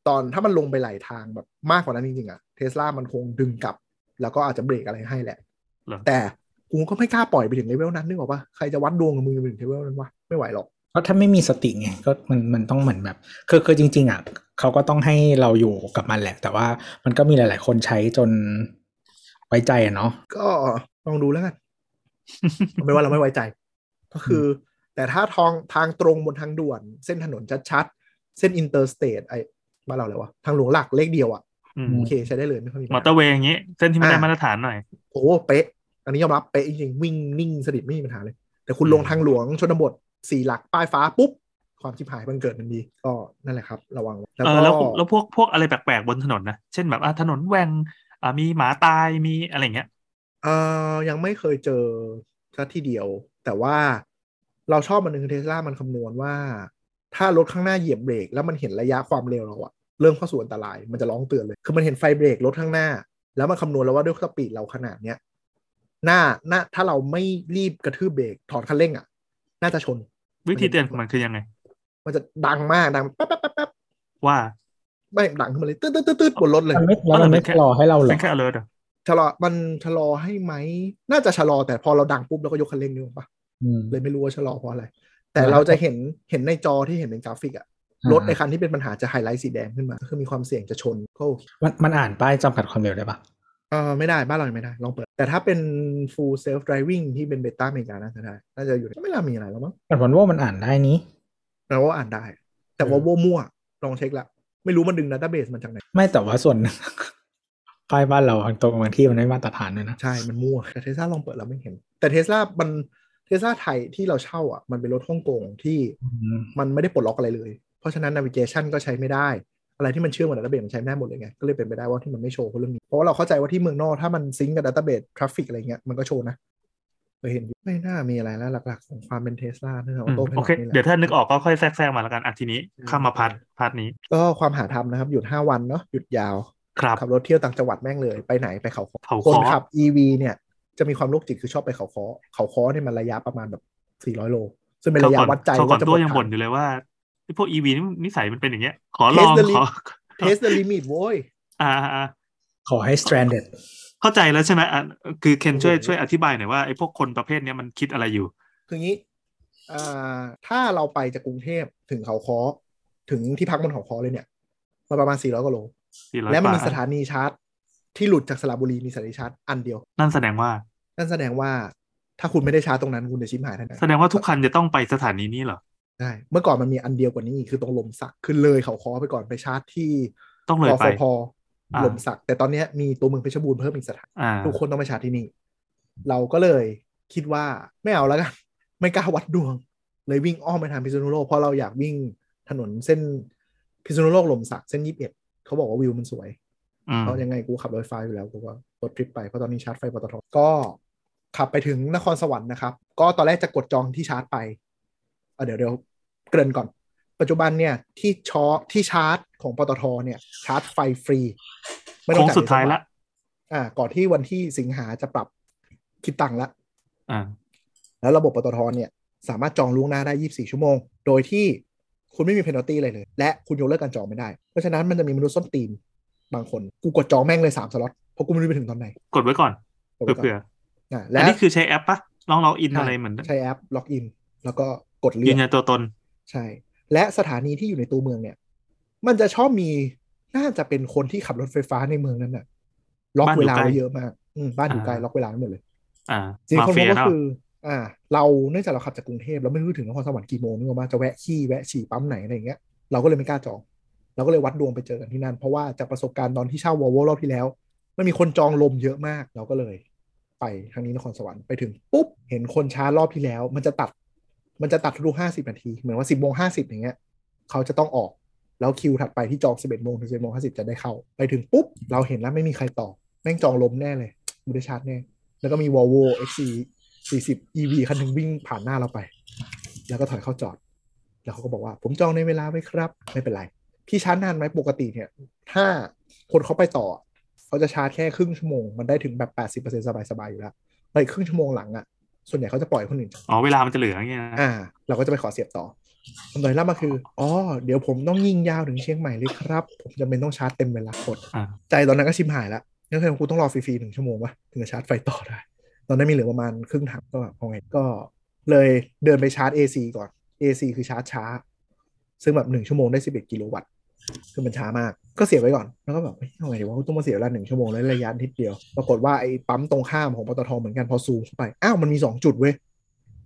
[SPEAKER 3] ตอนถ้ามันลงไปไหลทางแบบมากกว่านั้นจริงๆอะเทสลามันคงดึงกลับ แล้วก็อาจจะเบรกอะไรให้แหละ
[SPEAKER 2] เหรอ
[SPEAKER 3] แต่กูก็ไม่กล้าปล่อยไปถึงเลเวลนั้นนึกออกปะใครจะวัดดวงกับมือไปถึงเลเวลนั้นวะไม่ไหวหรอก
[SPEAKER 4] เพราะถ้าไม่มีสติไงก็มันมันต้องเหมือนแบบคือคือจริง ๆอ่ะเขาก็ต้องให้เราอยู่กับมันแหละ แต่ว่ามันก็มีหลาย ๆ คนใช้จนไว้ใจอะเนาะ
[SPEAKER 3] ก็ลองดูแล้วกัน (laughs) เอาไม่ว่าเราไม่ไว้ใจ ก็คือ แต่ถ้าทองทางตรงบนทางด่วน เส้นถนนชัดๆ เส้นอินเตอร์สเตทไอ้บ้านเราเลยวะทางหลวงหลักเลขเดียวอะ
[SPEAKER 2] อืม
[SPEAKER 3] โอเคใช้ได้เลยไม่ค่อยมีปัญ
[SPEAKER 2] มอ
[SPEAKER 3] หา
[SPEAKER 2] เตอร์เวย์อย่างงี้ เส้นที่ไม่ได้
[SPEAKER 3] อ่ะ
[SPEAKER 2] มาตรฐานหน่อย
[SPEAKER 3] โอ้โหเป๊ะ อันนี้ยอมรับเป๊ะจริงๆวิ่งนิ่งสนิทไม่มีปัญหาเลย แต่คุณลง
[SPEAKER 2] อืม
[SPEAKER 3] ทางหลวงชนบทสี่หลักป้ายฟ้าปุ๊บ ความชิบหายบังเกิดมันดี ก็นั่นแหละครับ ระวังไว้แล้ว
[SPEAKER 2] เอ
[SPEAKER 3] ก็
[SPEAKER 2] อแล้วแล้วพวกพวกอะไรแปลกๆบนถนนนะ เช่นแบบอ่ะถนนแหวงอ่ะมีหมาตายมีอะไรอย่างเงี้ย
[SPEAKER 3] เออยังไม่เคยเจอสักที่เดียว แต่ว่าเราชอบมันหนึ่งเทสลามันคำนวณว่า ถ้ารถข้างหน้าเหยียบเบรกแล้วมันเห็นระยะความเร็วเราอะเริ่มเข้าสู่อันตรายมันจะร้องเตือนเลย คือมันเห็นไฟเบรกรถข้างหน้า แล้วมันคำนวณแล้วว่าด้วยสปีดเราขนาดเนี้ยหน้าหน้าถ้าเราไม่รีบกระทืบเบรกถอนคันเร่งอ่ะ น่าจะชน
[SPEAKER 2] วิธีเตือนของมันคือยังไง
[SPEAKER 3] มันจะดังมากดังแป๊บแป๊บแป๊บแป๊บ
[SPEAKER 2] ว่า
[SPEAKER 3] ไม่ดังขึ้นมาเลยตืดตืดตืดตืดบนรถเลย
[SPEAKER 4] มันไม่แล้วมันไม่รอให้เราเหร
[SPEAKER 2] เป็
[SPEAKER 4] อน
[SPEAKER 2] แค่ alert เหรอ
[SPEAKER 3] ชะลอมันชะลอให้ไหม น่าจะชะลอแต่พอเราดังปุ๊บเราก็ยกคันเร่งนึกออกปะ
[SPEAKER 4] อืม
[SPEAKER 3] เลยไม่รู้ว่าชะลอเพราะอะไร แต่
[SPEAKER 4] อ่า
[SPEAKER 3] เราจะเห็นเห็นในจอที่เห็นเป็นกราฟิกอะรถไอคันที่เป็นปัญหาจะไฮไลท์สีแดงขึ้นมาก็คือมีความเสี่ยงจะชนก็โอเค
[SPEAKER 4] มันมันอ่านป้ายจำกัดความเร็วได้ปะ
[SPEAKER 3] เออไม่ได้บ้านเรายังไม่ได้ ลองเปิด แต่ถ้าเป็น full self driving ที่เป็นเบต้าอเมริกาน่าจะได้น่าจะอยู่ในไม่น่ามีอะไรแล้วมั้ง
[SPEAKER 4] แต่วันว่ามันอ่านได้นี้
[SPEAKER 3] เราว่าอ่านได้ แต่ว่าโวมั่วลองเช็คละไม่รู้มันดึงดัตต้าเบสมันจากไหน
[SPEAKER 4] ไม่แต่ว่าส่วน (laughs) ป้ายบ้านเราบางตรงบางที่มันไม่มาตรฐานเลยนะ
[SPEAKER 3] ใช่มันมั่วแต่เทสลาลองเปิดแล้วไม่เห็น แต่เทสลามันเทสลาไทยที่เราเช่าอ่ะมันเป็นรถฮ่องกงที่
[SPEAKER 4] อืม
[SPEAKER 3] มันไม่ได้ปลดล็อกอะไรเลย เพราะฉะนั้น navigation ก็ใช้ไม่ได้ อะไรที่มันเชื่อมกับ database มันใช้ไม่ได้หมดเลยไง ก็เลยเป็นไปได้ว่าที่มันไม่โชว์เพราะเรื่องนี้ เพราะว่าเราเข้าใจว่าที่เมืองนอกถ้ามันซิงก์กับ database traffic อะไรเงี้ย มันก็โชว์นะเคยเห็นอยู่ไม่น่ามีอะไรแล้ว หลักๆ ของความเป็นเทสลาเรื่องอ
[SPEAKER 2] อื
[SPEAKER 3] อ
[SPEAKER 2] ม
[SPEAKER 3] โต้พาย
[SPEAKER 2] โอ
[SPEAKER 3] โล
[SPEAKER 2] เค
[SPEAKER 3] นี่แห
[SPEAKER 2] เดี๋ยว
[SPEAKER 3] ละ
[SPEAKER 2] ถ้านึกออกก็ค่อยแทรกแทรกมาแล้วกันอ่ะทีนี้ข้ามมาพาร์ทพาร์ทนี้
[SPEAKER 3] ก็ความหาทำนะครับ หยุด 5 วันเนาะ หยุดยาว
[SPEAKER 2] ครับ
[SPEAKER 3] ขับรถเที่ยวต่างจังหวัดแม่งเลย ไปไหนไปเขาคอ
[SPEAKER 2] เขาค้
[SPEAKER 3] ค
[SPEAKER 2] อ
[SPEAKER 3] นขับ EV เนี่ยจะมีความโรคจิตคือชอบไปเขาคอเขาคอเนี่ยมันระยะประมาณแบบ 400 โล ซึ่งเป็นระยะ
[SPEAKER 2] ก่อน
[SPEAKER 3] วัดใจ
[SPEAKER 2] เขาก่อ
[SPEAKER 3] ว่าน จะ
[SPEAKER 2] ตัวยัง
[SPEAKER 3] ทั
[SPEAKER 2] บ่นอยู่เลยว่าไอ้พวก EV นี่นิสัยมันเป็นอย่างเงี้ย ขอล
[SPEAKER 3] Taste
[SPEAKER 2] อง
[SPEAKER 3] the
[SPEAKER 2] ขอ (laughs)
[SPEAKER 3] Test the limit โว้ย
[SPEAKER 2] อ่าอ่าอ่า
[SPEAKER 4] ขอให้ stranded
[SPEAKER 2] เข้าใจแล้วใช่ไหมอ่ะคือเคนช่วย
[SPEAKER 3] โอ้โห
[SPEAKER 2] ช่วยอธิบายหน่อยว่าไอ้พวกคนประเภทเนี้ยมันคิดอะไรอยู่
[SPEAKER 3] คืองี้อ่าถ้าเราไปจากกรุงเทพถึงเขาค้อถึงที่พักบนเขาค้อเลยเนี่ย มันประมาณ 400กว่าโล
[SPEAKER 2] 400
[SPEAKER 3] และมันมี
[SPEAKER 2] กว่า
[SPEAKER 3] สถานีชาร์จ ที่หลุดจากสระบุรีมีสถานีชาร์จอันเดียว
[SPEAKER 2] นั่นแสดงว่า
[SPEAKER 3] นั่นแสดงว่า ถ้าคุณไม่ได้ชาร์จตรงนั้นคุณจะชิมหายทันที
[SPEAKER 2] แสดงว่าทุกคันจะต้องไปสถานีนี้เหรอ
[SPEAKER 3] ใช่เมื่อก่อนมันมีอันเดียวกว่านี้อีกคือตรงลมสักคือเลยเขาค้อไปก่อนไปชาร์จที่
[SPEAKER 2] ต้องเลย
[SPEAKER 3] ก
[SPEAKER 2] ไป
[SPEAKER 3] ฟพ
[SPEAKER 2] อ่า
[SPEAKER 3] ลมสัก แต่ตอนเนี้ยมีตัวเมืองเพชรบูรณ์เพิ่มอีกสถาน
[SPEAKER 2] อ่า
[SPEAKER 3] ทุกคนต้องไปชาร์จที่นี่ เราก็เลยคิดว่าไม่เอาแล้วกัน (laughs) ไม่กล้าวัดดวง เลยวิ่งอ้อมไปทางพิษณุโลกเพราะเราอยากวิ่งถนนเส้นพิษณุโลกหลมสักเส้นยี่สิบเอ็ดเขาบอกว่าวิวมันสวย
[SPEAKER 2] อืม
[SPEAKER 3] เพราะยังไงกูขับรถไฟอยู่แล้วกูก็รถทริปไปเพราะตอนนี้ชาร์จไฟปตทก็ขับไปถึงนครสวรรค์นะครับ ก็ตอนแรกจะกดจองที่ชาร์จไปเอาเดี๋ยวเดี๋ยวเกริ่นก่อน ปัจจุบันเนี่ยที่ชอที่ชาร์จของปตทเนี่ยชาร์จไฟฟรีไม่ต้อ
[SPEAKER 2] โค้
[SPEAKER 3] ง
[SPEAKER 2] ง
[SPEAKER 3] จ่าย
[SPEAKER 2] สุดท้ายละ
[SPEAKER 3] อ่าก่อนที่วันที่สิงหาจะปรับคิดตังค์ละ
[SPEAKER 2] อ่า
[SPEAKER 3] แล้วระบบปตทเนี่ยสามารถจองล่วงหน้าได้ 24 ชั่วโมง โดยที่คุณไม่มีเพนัลตี้อะไรเลย และคุณยกเลิกการจองไม่ได้ เพราะฉะนั้นมันจะมีมนุษย์ส้นตีนบางคน กูกดจองแม่งเลย 3 สล็อต เพราะกูไม่รู้ไปถึงตอนไหน
[SPEAKER 2] กดไว้ก่อน
[SPEAKER 3] กดไปก่
[SPEAKER 2] เผื่
[SPEAKER 3] น
[SPEAKER 2] อ
[SPEAKER 3] นะ
[SPEAKER 2] ๆ
[SPEAKER 3] และ
[SPEAKER 2] อันนี้คือใช้แอปปะลองลองอินอะไรเหมือน
[SPEAKER 3] ใช้แอปล็อกอิน แล้วก็กดเลื
[SPEAKER 2] ยื
[SPEAKER 3] อก
[SPEAKER 2] นยันตัวตน
[SPEAKER 3] ใช่ และสถานีที่อยู่ในตัวเมืองเนี่ย มันจะชอบมีน่าจะเป็นคนที่ขับรถไฟฟ้าในเมืองนั้นน่ะล็อกเวลาไว้เยอะมากอืมบ้านอยู่ไกล
[SPEAKER 2] อ่า
[SPEAKER 3] ล็อกเวลาไว้หมดเลย
[SPEAKER 2] อ่า
[SPEAKER 3] จริง
[SPEAKER 2] มา
[SPEAKER 3] คนพ
[SPEAKER 2] เฟี
[SPEAKER 3] บ
[SPEAKER 2] ย
[SPEAKER 3] ก็
[SPEAKER 2] เนาะ
[SPEAKER 3] คือ อ่า เราเนื่องจากเราขับจากกรุงเทพแล้วไม่รู้ถึงนครสวรรค์กี่โมงนึกออกมาจะแวะขี้แวะฉี่ปั๊มไหนอะไรอย่างเงี้ยเราก็เลยไม่กล้าจอง เราก็เลยวัดดวงไปเจอกันที่นั่น เพราะว่าจากประสบการณ์ตอนที่เช่าวอลโวรอบที่แล้ว มันมีคนจองลมเยอะมาก เราก็เลย ไปทางนี้นครสวรรค์ไปถึงปุ๊บเห็นคนช้ารอบที่แล้ว มันจะตัด มันจะตัดทุกห้าสิบนาที เหมือนว่าสิบโมงห้าสิบอย่างเงี้ยเขาจะต้องออกแล้วคิวถัดไปที่จองสิบเอ็ดโมงถึงสิบโมงห้าสิบจะได้เข้า ไปถึงปุ๊บเราเห็นแล้วไม่มีใครต่อแม่งจองลมแน่เลยไม่ได้ชาร์จแน่ แล้วก็มี Volvo XC 40 EV คันหนึ่งวิ่งผ่านหน้าเราไป แล้วก็ถอยเข้าจอด แล้วเขาก็บอกว่า ผมจองในเวลาไว้ครับ ไม่เป็นไร พี่ชาร์จนานไหมปกติเนี่ย ถ้าคนเขาไปต่อ เขาจะชาร์จแค่ครึ่งชั่วโมง มันได้ถึงแบบ 80%สบายๆ อยู่แล้วไปครึ่งชั่วโมงหลังอะ่ะ ส่วนใหญ่เขาจะปล่อยคนอื่น
[SPEAKER 2] อ๋อเวลามันจะเหลืออย่างเงี้ยนะ
[SPEAKER 3] อ่า เราก็จะไปขอเสียบต่อคำตอบที่รับมาคือ อ๋อ เดี๋ยวผมต้องยิงยาวถึงเชียงใหม่เลยครับ ผมจำเป็นต้องชาร์จเต็มเวลากด
[SPEAKER 2] อ่า
[SPEAKER 3] ใจตอนนั้นก็ชิมหายแล้วนั่นคือกูต้องรอฟรีๆหนึ่งชั่วโมงวะถึงจะชาร์จไฟต่อได้ ตอนนั้นมีเหลือประมาณครึ่งถังก็แบบเอาไงก็เลยเดินไปชาร์จ AC ก่อน AC คือชาร์จช้า ซึ่งแบบหนึ่งชั่วโมงได้สิบเอ็ดกิโลวัตต์คือมันช้ามากก็เสียบไว้ก่อน แล้วก็แบบเฮ้ยเอาไงดีวะกูต้องมาเสียเวลาหนึ่งชั่วโมงแล้วระยะนิดเดียว ปรากฏว่าไอ้ปั๊มตรงข้ามของปตทเหมือนกันพอซูมเข้าไป อ้าวมันมีสองจุดเว้ย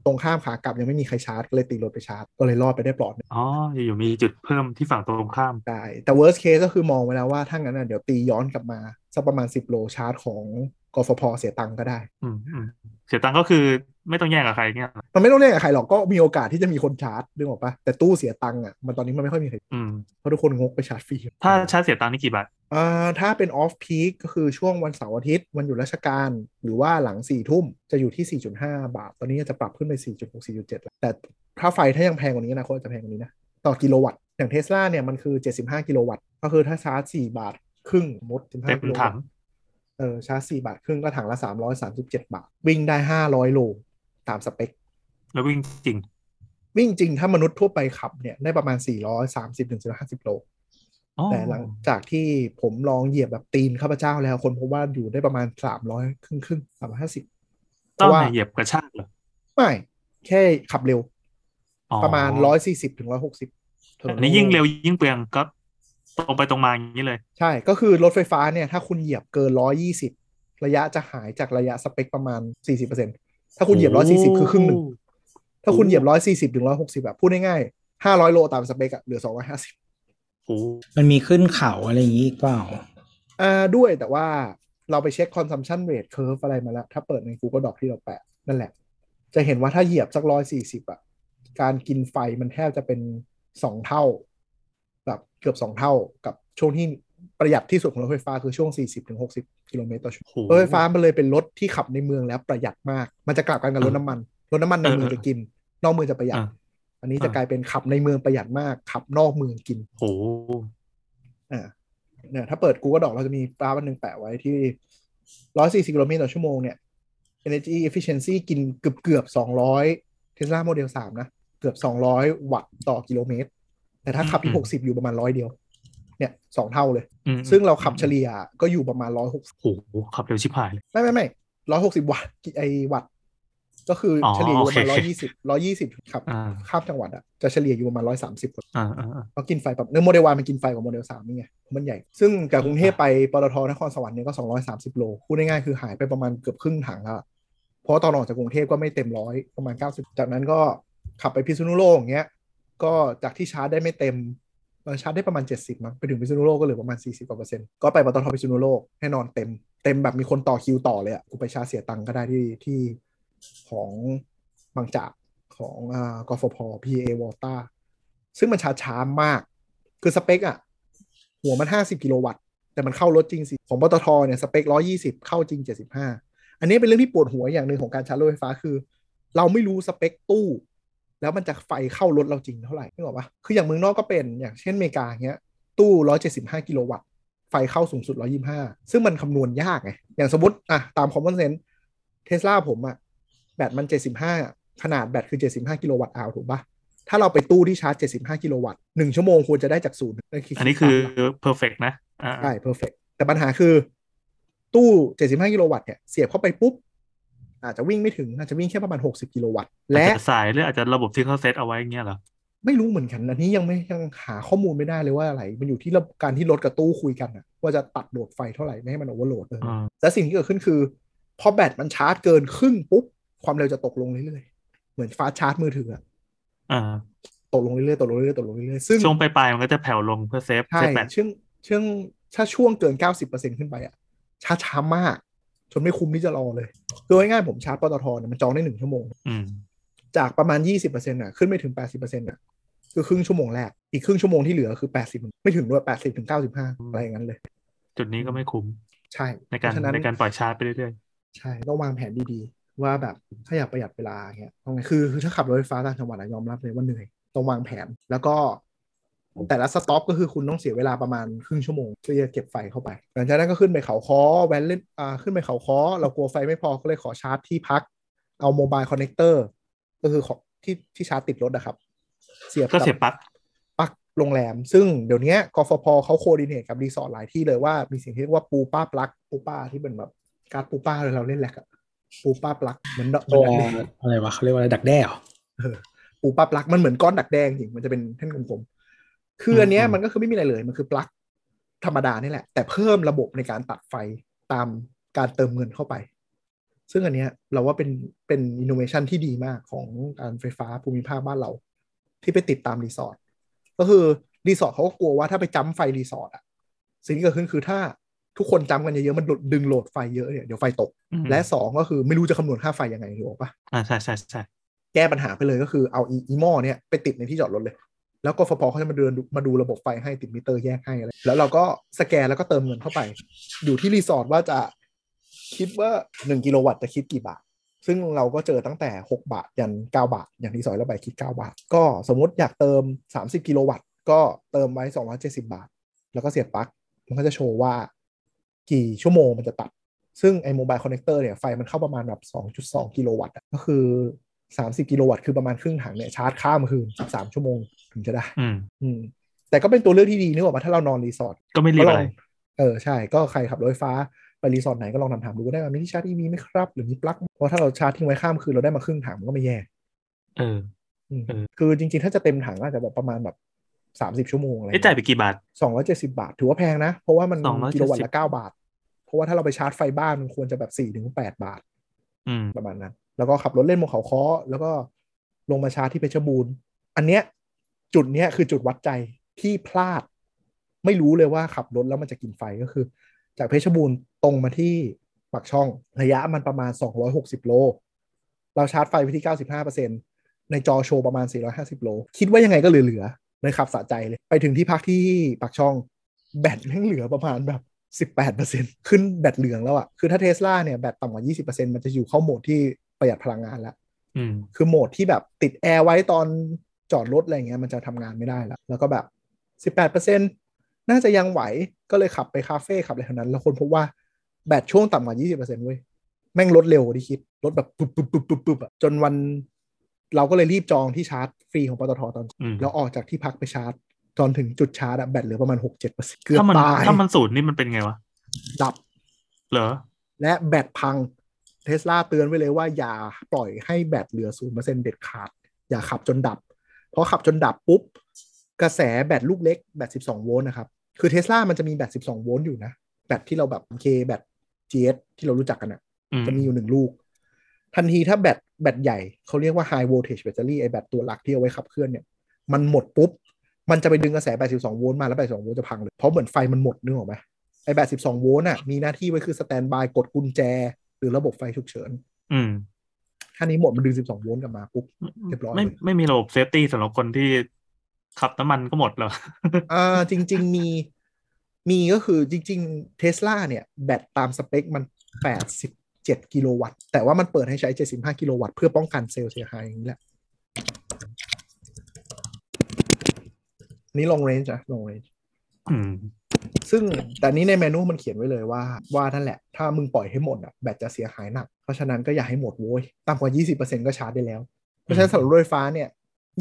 [SPEAKER 3] ตรงข้ามขากลับยังไม่มีใครชาร์จก็เลยตีรถไปชาร์จก็เลยรอดไปได้ปลอด
[SPEAKER 2] อ๋ออยู่ๆมีจุดเพิ่มที่ฝั่งตรงข้าม
[SPEAKER 3] ได้แต่ worst case ก็คือมองไว้แล้วว่าถ้างั้นนะเดี๋ยวตีย้อนกลับมา สักประมาณ 10 โลชาร์จของกฟพเสียตังค์ก็ได้
[SPEAKER 2] อืมอืมเสียตังค์ก็คือไม่ต้องแย่งกับใครเงี้ยเหรอ
[SPEAKER 3] มันไม่ต้องเรียกกับใครหรอกก็มีโอกาสที่จะมีคนชาร์จนึกออกปะแต่ตู้เสียตังค์อ่ะมันตอนนี้มันไม่ค่อยมีใคร
[SPEAKER 2] อืม
[SPEAKER 3] เพราะทุกคนงกไปชาร์จฟรี
[SPEAKER 2] ถ้าชาร์จเสียตังค์นี่กี่บาท
[SPEAKER 3] อ่าถ้าเป็นออฟพีคก็คือช่วงวันเสาร์อาทิตย์วันหยุดราชการ หรือว่าหลัง 4 ทุ่มจะอยู่ที่ 4.5 บาท ตอนนี้จะปรับขึ้นไป 4.6 4.7แล้วแต่ถ้าไฟถ้ายังแพงกว่านี้อนะคนจะแพงกว่านี้นะต่อกิโลวัตต์อย่างเทสลาเนี่ยมันคือ 75 กิโลวัตต์ก็คือถ้าชาร์จ 4 บาท ครึ่งมด15
[SPEAKER 2] เต็ม
[SPEAKER 3] กิโลวัต
[SPEAKER 2] ถั
[SPEAKER 3] ต์
[SPEAKER 2] ง
[SPEAKER 3] เออชาร์จสี่บาทครึ่งก็ถังละสามร้อยสามสิบเจ็ดบาท วิ่งได้ห้าร้อยโลตามสเปค
[SPEAKER 2] แล้ววิ่งจริง
[SPEAKER 3] วิ่งจริงถ้ามนุษย์ทั่วไปขับเนี่ยได้ประมาณ 430ถึง450 โล
[SPEAKER 2] อ๋อ
[SPEAKER 3] แต่หลังจากที่ผมลองเหยียบแบบตีนข้าพเจ้าแล้วคนพบว่าอยู่ได้ประมาณ 300 ครึ่งครึ่งสามห้าสิบเพ
[SPEAKER 2] ต้อง
[SPEAKER 3] ราะว่า
[SPEAKER 2] เหยียบกระชากเหรอ
[SPEAKER 3] ไม่แค่ขับเร็ว
[SPEAKER 2] อ๋อ
[SPEAKER 3] ประมาณ 140ถึง160ถ
[SPEAKER 2] อันนี้ยิ่งเร็วยิ่งเปลืองก็ตรงไปตรงมาอย่างนี้เลย
[SPEAKER 3] ใช่ก็คือรถไฟฟ้าเนี่ยถ้าคุณเหยียบเกิน 120 ระยะจะหายจากระยะสเปคประมาณ 40%ถ้าคุณเหยียบ
[SPEAKER 2] โอ้
[SPEAKER 3] 140 คือครึ่งหนึ่งถ้าคุณเหยียบ 140ถึง160แบบพูดง่ายๆ500 โลตามสเปคอะเหลือ 250
[SPEAKER 2] โอ้โห
[SPEAKER 4] มันมีขึ้นเขาอะไรอย่างนี้อีกเปล่า
[SPEAKER 3] อ่าด้วยแต่ว่าเราไปเช็ค consumption rate curve อะไรมาแล้ว ถ้าเปิดใน Google Doc ที่เราแปะ นั่นแหละ จะเห็นว่าถ้าเหยียบสักร้อยสี่สิบอ่ะ การกินไฟมันแทบจะเป็นสองเท่า แบบเกือบสองเท่ากับช่วงที่ประหยัดที่สุดของรถไฟฟ้าคือช่วง 40-60 กิโลเมตรต่อชั่วโมง
[SPEAKER 2] โอ้โห
[SPEAKER 3] รถไฟฟ้ามันเลยเป็นรถที่ขับในเมืองแล้วประหยัดมาก มันจะกลับกันกับรถน้ำมันรถน้ำมันในเมือง
[SPEAKER 2] เออเออ
[SPEAKER 3] จะกิน นอกเมืองจะประหยัด
[SPEAKER 2] อ่ะ
[SPEAKER 3] อันนี้จะ
[SPEAKER 2] อ่ะ
[SPEAKER 3] กลายเป็นขับในเมืองประหยัดมากขับนอกเมืองกิน
[SPEAKER 2] โอ้โห
[SPEAKER 3] อ่าเนี่ยถ้าเปิด Google Doc เราจะมีกราฟอันหนึ่งแปะไว้ที่ 140กิโลเมตรต่อชั่วโมงเนี่ย energy efficiency กินเกือบเกือบ200 Tesla Model 3 นะ เกือบ 200 วัตต์ต่อกิโลเมตร แต่ถ้าขับที่ 60 อยู่ประมาณร้อยเดียว เนี่ยสองเท่าเลย
[SPEAKER 2] อืม
[SPEAKER 3] ซึ่งเราขับเฉลี่ยก็อยู่ประมาณ 160
[SPEAKER 2] โอ้โหขับเร็วชิบหายเลย
[SPEAKER 3] ไม่ไม่ไม่160 วัตต์ไอวัตต์ ก็คือเฉลี่ยอยู่ประมาณ
[SPEAKER 2] อ๋อโอเค
[SPEAKER 3] 120 120ขับ
[SPEAKER 2] อ่า
[SPEAKER 3] ข้ามจังหวัดอะจะเฉลี่ยอยู่ประมาณ 130
[SPEAKER 2] อ่าอ่าอ่า
[SPEAKER 3] เขากินไฟแบบเนื้อโมเดลวานมันกินไฟกว่าโมเดลสามนี่ไงมันใหญ่ ซึ่งจากกรุงเทพไปปตทนครสวรรค์เนี่ยก็ 230 โลพูดง่ายๆคือหายไปประมาณเกือบครึ่งถังแล้วอะเพราะตอนออกจากกรุงเทพก็ไม่เต็มร้อยประมาณ 90 จากนั้นก็ขับไปพิษณุโลกอย่างเงี้ยก็จากที่ชาร์จได้ไม่เต็มเอ่อชาร์จได้ประมาณ 70มั้งไปถึงพิษณุโลกก็เหลือประมาณ 40กว่าเปอร์เซ็นต์ก็ไปปตทพิษณุโลกแน่นอนเต็มเต็มแบบมีคนต่อคิวต่อเลยอ่ะกูไปชาร์จเสียตังค์ก็ได้ที่ที่ของบางจากของอ่ากฟพ PA Water ซึ่งมันช้าช้ามาก คือสเปคอะหัวมัน 50 กิโลวัตต์ แต่มันเข้ารถจริงสิ ของปตทเนี่ย สเปค 120 เข้าจริง 75 อันนี้เป็นเรื่องที่ปวดหัวอย่างหนึ่งของการชาร์จรถไฟฟ้าคือ เราไม่รู้สเปคตู้ แล้วมันจะไฟเข้ารถเราจริงเท่าไหร่นึกออกปะคืออย่างเมืองนอกก็เป็นอย่างเช่นอเมริกาเนี้ย ตู้ 175 กิโลวัตต์ ไฟเข้าสูงสุด 125 ซึ่งมันคำนวณยากไง อย่างสมมติอ่ะตาม common sense เทสลาผมอะแบตมัน 75 ขนาดแบตคือ 75 กิโลวัตต์อาวถูกปะถ้าเราไปตู้ที่ชาร์จ 75 กิโลวัตต์หนึ่งชั่วโมงควรจะได้จากศูนย์
[SPEAKER 2] อันนี้คือ perfect นะอ่า
[SPEAKER 3] ใช่ perfect แต่ปัญหาคือ ตู้ 75 กิโลวัตต์เนี่ยเสียบเข้าไปปุ๊บ อาจจะวิ่งไม่ถึงอาจจะวิ่งแค่ประมาณ 60 กิโลวัตต์และ
[SPEAKER 2] อาจจสายหรืออาจจะระบบที่เขาเซตเอาไว้อย่างเงี้ยเหรอ
[SPEAKER 3] ไม่รู้เหมือนกัน อันนี้ยังไม่ยังหาข้อมูลไม่ได้เลยว่าอะไร มันอยู่ที่ระบบการที่รถกับตู้คุยกันอะว่าจะตัดโหลดไฟเท่าไหร่ ไม่ให้มันโอเวอร์โหลดเออ
[SPEAKER 2] อ่า
[SPEAKER 3] และสิ่งที่เกิดขึ้นคือ พอแบตมันชาร์จเกินครึ่งปุ๊บ ความเร็วจะตกลงเรื่อยๆ เหมือนฟ้าชาร์จมือถืออะ
[SPEAKER 2] อ่า
[SPEAKER 3] ตกลงเรื่อยๆ ตกลงเรื่อยๆ ตกลงเรื่อยๆ ซึ่ง
[SPEAKER 2] ช่วงปลายๆมันก็จะแผ่วลงเพื่อเซฟ
[SPEAKER 3] ใช่
[SPEAKER 2] เซฟแบต
[SPEAKER 3] เชื่องเชื่องถ้าช่วงเกิน 90%ขึ้นไปอะช้าช้ามาก จนไม่คุ้มที่จะรอเลยคือง่ายๆผมชาร์จปตทเนี่ยมันจองได้หนึ่งชั่วโมง
[SPEAKER 2] อืม
[SPEAKER 3] จากประมาณ 20%น่ะ ขึ้นไม่ถึง 80%น่ะ คือครึ่งชั่วโมงแรก อีกครึ่งชั่วโมงที่เหลือคือ 80 ไม่ถึงด้วย 80 ถึง 95 อะไรอย่างนั้นเลย
[SPEAKER 2] จุดนี้ก็ไม่คุ้ม
[SPEAKER 3] ใช่
[SPEAKER 2] ในการ
[SPEAKER 3] เพะฉะนั้น
[SPEAKER 2] ในการปล่อยชาร์จไปเรื่อย
[SPEAKER 3] ใช่ ต้องวางแผนดีๆ ว่าแบบถ้าอยากประหยัดเวลาเงี้ยต้องไงคือคือถ้าขับรถไฟฟ้าต่างจังหวัดอะยอมรับเลยว่าเหนื่อย ต้องวางแผน แล้วก็ แต่ละสต็อปก็คือคุณต้องเสียเวลาประมาณครึ่งชั่วโมงเพื่อจะเก็บไฟเข้าไป หลังจากนั้นก็ขึ้นไปเขาคอแวนเล่นอ่าขึ้นไปเขาคอเรากลัวไฟไม่พอก็เลยขอชาร์จที่พัก เอาโมบายคอนเนคเตอร์ก็คือของที่ที่ชาร์จติดรถนะครับ เสียบ
[SPEAKER 2] ๆ ก็
[SPEAKER 3] บ
[SPEAKER 2] เสียบปลั๊ก
[SPEAKER 3] ปักโรงแรม ซึ่งเดี๋ยวเนี้ยกฟพเขาโคดิเนตกับรีสอร์ทหลายที่เลยว่ามีสิ่งที่เรียกว่าปูป้าปลั๊กปูป้าที่เป็นแบบการ์ดปูป้าเลยเราเล่นแหลกอะปูป้าปลั๊กเหมือนดอกเหมื
[SPEAKER 4] ตั
[SPEAKER 3] อ
[SPEAKER 4] วน
[SPEAKER 3] ดักแด้ง
[SPEAKER 4] อะไรวะเขาเรียกว่าอะไรดักแด้เหรอ
[SPEAKER 3] ปูป้าปลั๊กมันเหมือนก้อนดักแดงจริงมันจะเป็นแท่นกลมๆคืออันเนี้ย
[SPEAKER 2] อืม
[SPEAKER 3] มันก็คือไม่มีอะไรเลยมันคือปลั๊กธรรมดานี่แหละ แต่เพิ่มระบบในการตัดไฟตามการเติมเงินเข้าไป ซึ่งอันเนี้ยเราว่าเป็นเป็นอินโนเวชันที่ดีมากของการไฟฟ้าภูมิภาคบ้านเรา ที่ไปติดตามรีสอร์ทก็คือรีสอร์ทเขาก็กลัวว่าถ้าไปจ้ำไฟรีสอร์ทอะสิ่งที่เกิดขึ้นคือถ้าทุกคนจ้ำกันเยอะๆมันหลุดดึงโหลดไฟเยอะเนี่ยเดี๋ยวไฟตก
[SPEAKER 2] อืม
[SPEAKER 3] และสองก็คือไม่รู้จะคำนวณค่าไฟยังไงถูกออกปะ
[SPEAKER 2] อ่าใช่ใช่ใช่
[SPEAKER 3] แก้ปัญหาไปเลยก็คือเอาอีอีหม้อเนี่ยไปติดในที่จอดรถเลย แล้วกฟผเขาจะมาเดินดูมาดูระบบไฟให้ติดมิเตอร์แยกให้อะไรแล้วเราก็สแกนแล้วก็เติมเงินเข้าไป อยู่ที่รีสอร์ทว่าจะคิดว่าหนึ่งกิโลวัตต์จะคิดกี่บาท ซึ่งเราก็เจอตั้งแต่ 6 บาท ยัน 9 บาท อย่างที่สอยเราไปคิด 9 บาท ก็สมมติอยากเติม 30 กิโลวัตต์ ก็เติมไว้ 270 บาท แล้วก็เสียบปลั๊ก มันก็จะโชว์ว่า กี่ชั่วโมงมันจะตัด ซึ่งไอ้โมบายคอนเน c เตอร์เนี่ยไฟมันเข้าประมาณแบบ 2.2 กิโลวัตต์อะก็คือ 30 กิโลวัตต์คือประมาณครึ่งถังเนี่ยชาร์จข้ามคืน13 ชั่วโมงถึงจะได้
[SPEAKER 2] อืม
[SPEAKER 3] อืมแต่ก็เป็นตัวเลือกที่ดีนึกออกปะถ้าเรานอนรีสอร์ท
[SPEAKER 2] ก็ไม่รีบ
[SPEAKER 3] ก็ล
[SPEAKER 2] อะ
[SPEAKER 3] อง
[SPEAKER 2] ไร
[SPEAKER 3] เออใช่ก็ใครขับรถไฟฟ้าไปรีสอร์ทไหนก็ลองทำถามดูก็ได้ว่ามีที่ชาร์จ EV ไหมครับ หรือมีปลั๊กเพราะถ้าเราชาร์จทิ้งไว้ข้ามคืนเราได้มาครึ่งถังมันก็ไม่แย่
[SPEAKER 2] เออ
[SPEAKER 3] อืม
[SPEAKER 2] เออ
[SPEAKER 3] คือจริงๆ ถ้าจะเต็มถังก็อาจจะแบบประมาณแบบสามสิบ30 ชั่วโมงอะไร
[SPEAKER 2] ไอ้จ่ายไปกี่บาท
[SPEAKER 3] สองร้อยเจ็ดสิบาท ถือว่าแพงนะ เพราะว่ามัน
[SPEAKER 2] 270
[SPEAKER 3] กิโลวัตต์ละเก้าบาท เพราะว่าถ้าเราไปชาร์จไฟบ้านมันควรจะแบบสี่ถึงแปดบาท
[SPEAKER 2] อืม
[SPEAKER 3] ประมาณนั้น แล้วก็ขับรถเล่นบนเขาค้อแล้วก็ลงมาชาร์จที่เพชรบูรณ์ อันเนี้ยจุดเนี้ยคือจุดวัดใจที่พลาด ไม่รู้เลยว่าขับรถแล้วมันจะกินไฟก็คือ จากเพชรบูรณ์ตรงมาที่ปากช่องระยะมันประมาณ 260 โล เราชาร์จไฟไปที่ 95%ในจอโชว์ประมาณ 450 โล คิดว่ายังไงก็เหลือๆเลยขับสะใจเลย ไปถึงที่พักที่ปากช่อง แบตแม่งเหลือประมาณแบบ 18%ขึ้นแบตเหลืองแล้วอะคือถ้าเทสลาเนี่ยแบตต่ำกว่า 20%มันจะอยู่เข้าโหมดที่ประหยัดพลังงานแล้ว
[SPEAKER 2] อืม
[SPEAKER 3] คือโหมดที่แบบติดแอร์ไว้ตอนจอดรถอะไรเงี้ยมันจะทำงานไม่ได้แล้ว แล้วก็แบบ 18%น่าจะยังไหวก็เลยขับไปคาเฟ่ขับอะไรเท่านั้น แล้วคนพบว่าแบตช่วงต่ำกว่า 20%เว้ย แม่งลดเร็วกว่าที่คิดลดแบบปุ๊บปุ๊บปุ๊บปุ๊บปุ๊บอะจนวันเราก็เลยรีบจองที่ชาร์จฟรีของปตทตอน
[SPEAKER 2] อืม
[SPEAKER 3] แล้วออกจากที่พักไปชาร์จ ตอนถึงจุดชาร์จอะแบตเหลือประมาณ 6-7%เกือบ
[SPEAKER 2] ถ้ามัน
[SPEAKER 3] ตาย
[SPEAKER 2] ถ้ามันสูตรนี่มันเป็นไงวะ
[SPEAKER 3] ดับ
[SPEAKER 2] เหรอ
[SPEAKER 3] และแบตพังเทสลาเตือนไว้เลยว่าอย่าปล่อยให้แบตเหลือ 0%เด็ดขาด อย่าขับจนดับ เพราะขับจนดับปุ๊บ กระแสแบตลูกเล็กแบต 12 โวลต์นะครับ คือเทสลามันจะมีแบต 12 โวลต์อยู่นะ แบตที่เราแบบโอเคแบต GS ที่เรารู้จักกันอะ
[SPEAKER 2] อืม
[SPEAKER 3] จะมีอยู่หนึ่งลูก ทันทีถ้าแบตแบตใหญ่เขาเรียกว่า high voltage battery ไอแบตตัวหลักที่เอาไว้ขับเคลื่อนเนี่ยมันหมดปุ๊บมันจะไปดึงกระแสแบต 12 โวลต์มาแล้วแบต 12 โวลต์จะพังเลยเพราะเหมือนไฟมันหมดนึกออกไหม ไอแบต12 โวลต์อ่ะ มีหน้าที่ไว้คือสแตนบายกดกุญแจ หรือระบบไฟฉุกเฉิน
[SPEAKER 2] อืม
[SPEAKER 3] ถ้านี้หมดมันดึง 12 โวลต์กลับมาปุ๊บ เรียบร้อย
[SPEAKER 2] ไม่
[SPEAKER 3] เลย
[SPEAKER 2] ไม่มีระบบเซฟตี้สำหรับคนที่ขับน้ำมันก็หมดเหรอ
[SPEAKER 3] อ่าจริง ๆ มี มีก็คือจริง ๆ เทสลาเนี่ย แบตตามสเปคมัน 87 กิโลวัตต์ แต่ว่ามันเปิดให้ใช้ 75 กิโลวัตต์ เพื่อป้องกันเซลล์เสียหายอย่างนี้แหละ นี่ลองเรนจ์อะลองเรนจ์
[SPEAKER 2] อืม (laughs)
[SPEAKER 3] ซึ่งแต่นี้ในเมนูมันเขียนไว้เลยว่า ว่านั่นแหละ ถ้ามึงปล่อยให้หมดอ่ะแบตจะเสียหายหนัก เพราะฉะนั้นก็อย่าให้หมดโว้ยต่ำกว่า 20%ก็ชาร์จได้แล้ว เพราะฉะนั้นสำหรับรถไฟฟ้าเนี่ย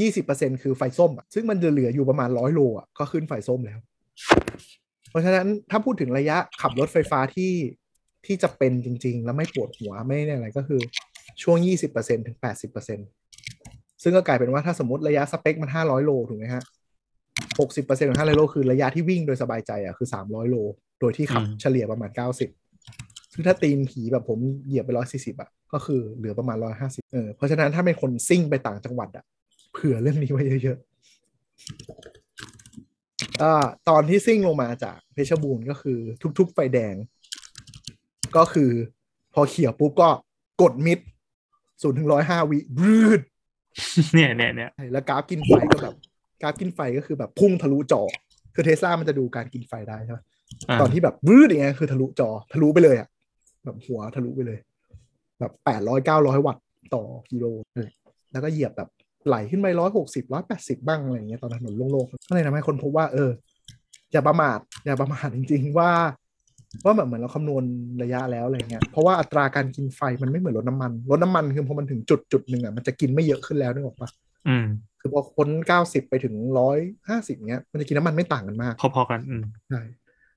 [SPEAKER 3] 20%คือไฟส้มอ่ะซึ่งมันจะเหลืออยู่ประมาณ 100 โลอ่ะก็ขึ้นไฟส้มแล้ว เพราะฉะนั้นถ้าพูดถึงระยะขับรถไฟฟ้าที่ที่จะเป็นจริง ๆ แล้วไม่ปวดหัวไม่อะไรก็คือช่วง 20%ถึง 80%ซึ่งก็กลายเป็นว่าถ้าสมมติระยะสเปคมัน 500 โลถูกไหมฮะ หกสิบเปอร์เซ็นต์ของห้าร้อยโลคือระยะที่วิ่งโดยสบายใจอ่ะคือสามร้อยโล โดยที่ขับ
[SPEAKER 2] อืม
[SPEAKER 3] เฉลี่ยประมาณเก้าสิบซึ่งถ้าตีนผีแบบผมเหยียบไปร้อยสี่สิบอ่ะก็คือเหลือประมาณร้อยห้าสิบเออเพราะฉะนั้นถ้าเป็นคนซิ่งไปต่างจังหวัดอ่ะเผื่อเรื่องนี้ไว้เยอะๆอ่าตอนที่ซิ่งลงมาจากเพชรบูรณ์ก็คือทุกๆไฟแดง ก็คือพอเขี่ยวปุ๊บก็กดมิดศูนย์ถึงร้อยห้าวิบรืด
[SPEAKER 2] เนี่ยเนี่ยเนี่ย
[SPEAKER 3] ใช่แล้วกราฟกินไฟก็แบบกราฟกินไฟก็คือแบบพุ่งทะลุจอ คือเทสลามันจะดูการกินไฟได้ใช่ไหม
[SPEAKER 2] า
[SPEAKER 3] ตอนที่แบบบื้ออย่างเงี้ยคือทะลุจอ ทะลุไปเลยอะแบบหัวทะลุไปเลย แบบแปดร้อยเก้าร้อยวัตต์ต่อกิโลนั่นแหละแล้วก็เหยียบแบบไหลขึ้นไปร้อยหกสิบร้อยแปดสิบบ้างอะไรอย่างเงี้ยตอนถนนโล่งๆก็เลยทำให้คนพบว่าเออ อย่าประมาทอย่าประมาทจริง ๆ ว่า ว่าแบบเหมือนเราคำนวณระยะแล้วอะไรเงี้ยเพราะว่าอัตราการกินไฟมันไม่เหมือนรถน้ำมันรถน้ำมันคือพอมันถึงจุดจุดๆหนึ่งอะมันจะกินไม่เยอะขึ้นแล้วนึกออกปะ
[SPEAKER 2] อืม
[SPEAKER 3] คือพอค้น 90 ไปถึง 150เนี้ย มันจะกินน้ำมันไม่ต่างกันมาก
[SPEAKER 2] พอๆกัน อืม
[SPEAKER 3] ใช่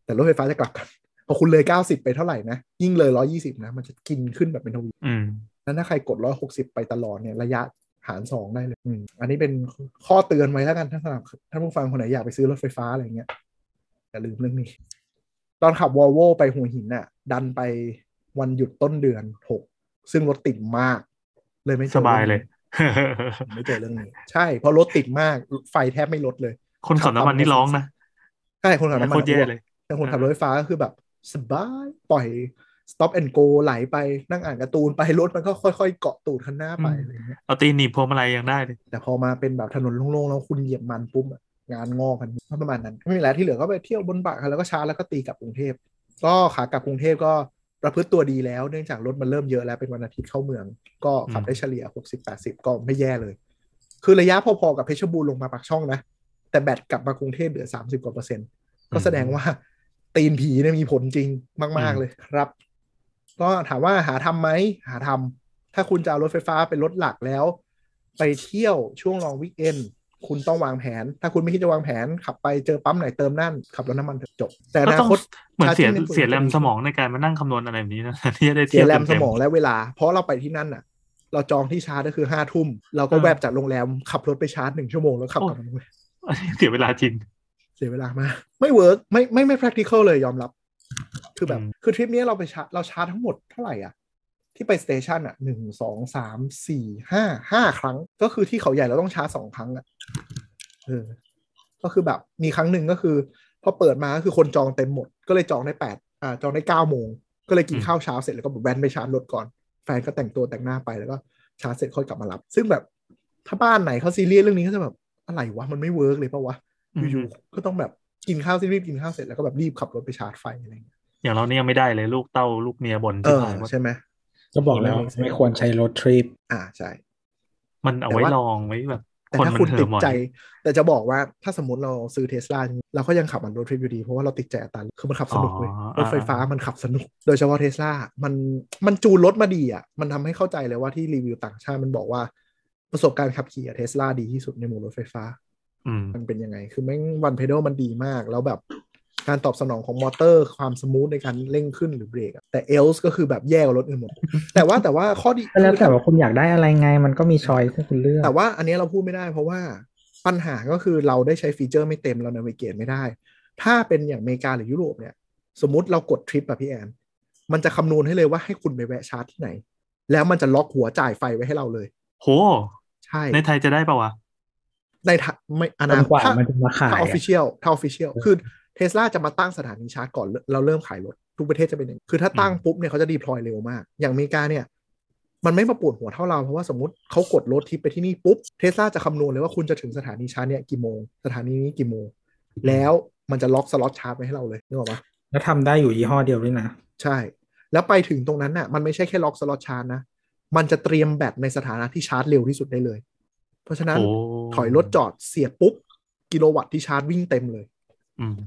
[SPEAKER 3] แต่รถไฟฟ้าจะกลับกัน (laughs) พอคุณเลย 90 ไปเท่าไหร่นะ ยิ่งเลย 120 นะ มันจะกินขึ้นแบบเป็นทวี
[SPEAKER 2] อืม
[SPEAKER 3] นั้นถ้าใครกด 160 ไปตลอดเนี่ย ระยะหาร 2 ได้เลยอืมอันนี้เป็นข้อเตือนไว้แล้วกัน ถ้าสำหรับท่านผู้ฟังคนไหนอยากไปซื้อรถไฟฟ้าอะไรเงี้ย อย่าลืมเรื่องนี้ ตอนขับวอลโวไปหัวหินน่ะ ดันไปวันหยุดต้นเดือน 6 ซึ่งรถติดมาก เลยไม่จอ
[SPEAKER 2] สบายเลย
[SPEAKER 3] ไม่เจอเรื่องนี้ ใช่ เพราะรถติดมาก ไฟแทบไม่ลดเลย
[SPEAKER 2] คนขับน้ำมันนี่ร้องนะ
[SPEAKER 3] ใช่คนขับน้ำมัน
[SPEAKER 2] โคตรแย่เลย
[SPEAKER 3] แต่คนขับรถไฟฟ้าก็คือแบบ สบาย ปล่อย stop and go ไหลไปนั่งอ่านการ์ตูนไป รถมันก็ค่อยๆ เกาะตูดข้างหน้าไป
[SPEAKER 2] อืม
[SPEAKER 3] อะไรอย่างเงี้ย
[SPEAKER 2] เอาตีนหนีบพวงมาลัยยังได้เลย
[SPEAKER 3] แต่พอมาเป็นแบบถนนโล่งๆ แล้วคุณเหยียบมันปุ๊บอะงานงอกกันก็ประมาณนั้น ไม่มีอะไรที่เหลือก็ไปเที่ยวบนบักแล้วก็ชาร์จแล้วก็ตีกลับกรุงเทพก็ขากลับกรุงเทพก็ประพฤติตัวดีแล้ว เนื่องจากรถมันเริ่มเยอะแล้วเป็นวันอาทิตย์เข้าเมือง ก็ขับ
[SPEAKER 2] อืม
[SPEAKER 3] ได้เฉลี่ย60-80 ก็ไม่แย่เลย คือระยะพอๆกับเพชรบูรณ์ลงมาปากช่องนะ แต่แบตกลับมากรุงเทพเหลือ 30กว่าเปอร์เซ็นต์ ก็แสดงว่าตีนผีเนี่ยมีผลจริงมากๆ
[SPEAKER 2] อืม
[SPEAKER 3] เลยครับ ก็ถามว่าหาทำไหมหาทำถ้าคุณจะเอารถไฟฟ้าเป็นรถหลักแล้ว ไปเที่ยวช่วงลองวิกเอนคุณต้องวางแผน ถ้าคุณไม่คิดจะวางแผนขับไปเจอปั๊มไหนเติมนั่นขับรถน้ำมันเถอะจบ แต่อ
[SPEAKER 2] ก็
[SPEAKER 3] นา
[SPEAKER 2] ต้อง
[SPEAKER 3] คต
[SPEAKER 2] เหมือนเสีย
[SPEAKER 3] charging network
[SPEAKER 2] เสียแรมสมองในการมานั่งคำนวณอะไรแบบนี้นะ (laughs) ที่จะได้
[SPEAKER 3] เสี
[SPEAKER 2] เที่ย
[SPEAKER 3] ยว แรมส
[SPEAKER 2] เต็ม
[SPEAKER 3] มองและเวลา เพราะเราไปที่นั่นน่ะ เราจองที่ชาร์จก็คือห้าทุ่มเราก็แวบจากโรงแรมขับรถไปชาร์จหนึ่งชั่วโมงแล้วขับกลับมาโรงแรม
[SPEAKER 2] ๆอันนี้เสียเวลาจริง
[SPEAKER 3] เสียเวลามากไม่เวิร์กไม่ไม่ไม่ practical เลยยอมรับ คือแบบ
[SPEAKER 2] อืม
[SPEAKER 3] คือทริปเนี้ยเราไปชาร์จเราชาร์จทั้งหมดเท่าไหร่อ่ะ ที่ไปสเตชันอ่ะหนึ่งสองสามสี่ห้าห้าครั้ง ก็คือที่เขาใหญ่เราต้องชาร์จสองครั้งอ่ะเออก็คือแบบมีครั้งหนึ่งก็คือ พอเปิดมาก็คือคนจองเต็มหมด ก็เลยจองได้แปดอ่าจองได้เก้าโมง ก็เลยกินข้าวเช้าเสร็จแล้วก็แบบแวนไปชาร์จรถก่อน แฟนก็แต่งตัวแต่งหน้าไปแล้วก็ชาร์จเสร็จค่อยกลับมารับ ซึ่งแบบถ้าบ้านไหนเขาซีเรียสเรื่องนี้ก็จะแบบอะไรวะมันไม่เวิร์กเลยปะวะอยู่ๆก็ต้องแบบกินข้าวซีรีบกินข้าวเสร็จแล้วก็แบบรีบขับรถไปชาร์จไฟอะไรอย่างเงี้ย
[SPEAKER 2] อย่างเราเนี่ยยังไม่ได้เลยลูกเต้าลูกเมียบ่น
[SPEAKER 3] เอ
[SPEAKER 2] ที่
[SPEAKER 3] อ
[SPEAKER 2] ผ่านว่า
[SPEAKER 3] ใช่ไหม
[SPEAKER 4] ก็บอกแล้วไม่ควรใช้รถทริป
[SPEAKER 3] อ่าใช่
[SPEAKER 2] มันเอาไว้
[SPEAKER 3] แต่ว่า
[SPEAKER 2] ลองไว้แบบ
[SPEAKER 3] แต่
[SPEAKER 2] คน
[SPEAKER 3] ถ้า
[SPEAKER 2] มั
[SPEAKER 3] คุณ
[SPEAKER 2] นเถ
[SPEAKER 3] ติด
[SPEAKER 2] อะหมอน
[SPEAKER 3] ใจ แต่จะบอกว่าถ้าสมมติเราซื้อเทสลาเราก็ยังขับมันรถทริปอยู่ดี เพราะว่าเราติดใจอัตราคือมันขับสนุกเลยรถไฟฟ้ามันขับสนุก โดยเฉพาะเทสลามันมันจูนรถมาดีอ่ะ มันทำให้เข้าใจเลยว่าที่รีวิวต่างชาติมันบอกว่า ประสบการณ์ขับขี่เทสลาดีที่สุดในหมู่รถไฟฟ้า
[SPEAKER 2] อืม
[SPEAKER 3] มันเป็นยังไง คือแม่งวันเพดลมันดีมาก แล้วแบบการตอบสนองของมอเตอร์ ความสมูทในการเร่งขึ้นหรือเบรกอะแต่เอลส์ก็คือแบบแย่กว่ารถอื่นหมด (laughs) แต่ว่าแต่ว่าข้อดี
[SPEAKER 4] ก็แล้วแต่ว่าคุณอยากได้อะไรไง มันก็มีชอยให้คุณเลือก
[SPEAKER 3] แต่ว่าอันเนี้ยเราพูดไม่ได้เพราะว่าปัญหาก็คือเราได้ใช้ฟีเจอร์ไม่เต็มเรา n น v ิเกตไม่ได้ ถ้าเป็นอย่างอเมริกาหรือยุโรปเนี่ย สมมติเรากดทริปอะพี่แอน มันจะคำนวณให้เลยว่าให้คุณไปแวะชาร์จที่ไหน แล้วมันจะล็อกหัวจ่ายไฟไว้ให้เราเลย
[SPEAKER 2] โห
[SPEAKER 3] ใช่
[SPEAKER 2] ในไทยจะได้ปะวะ
[SPEAKER 3] ในทะไม่อ
[SPEAKER 4] จ
[SPEAKER 3] นาคน
[SPEAKER 4] กว่า
[SPEAKER 3] ถ้า
[SPEAKER 4] มันจะมาขา
[SPEAKER 3] ถ้ายออฟ
[SPEAKER 4] อะ
[SPEAKER 3] ฟิเชียลถ้าออฟฟิเชียลคือเทสลาจะมาตั้งสถานีชาร์จก่อนเราเริ่มขายรถทุกประเทศจะเป็นอย่างนี้คือถ้าตั้งปุ๊บเนี่ยเขาจะดีพลอยเร็วมาก อย่างอเมริกาเนี่ย มันไม่มาปวดหัวเท่าเราเพราะว่าสมมติเขากดรถทิปไปที่นี่ปุ๊บเทสลาจะคำนวณเลยว่าคุณจะถึงสถานีชาร์จเนี่ยกี่โมง สถานีนี้กี่โมง แล้วมันจะล็อกสล็อตชาร์จไว้ให้เราเลยนึกออกปะ
[SPEAKER 4] แล้วทำได้อยู่ยี่ห้อเดียวด้วยนะ
[SPEAKER 3] ใช่ แล้วไปถึงตรงนั้นน่ะมันไม่ใช่แค่ล็อกสล็อตชาร์จนะมันจะเตรียมแบตในสถานะที่ชาร์จเร็วที่สุดได้เลย เพราะฉะนั้น
[SPEAKER 2] โอ้
[SPEAKER 3] ถอยรถจอดเสียบปุ๊บกิโลวัตต์ที่ชาร์จวิ่งเต็มเลย
[SPEAKER 2] อืม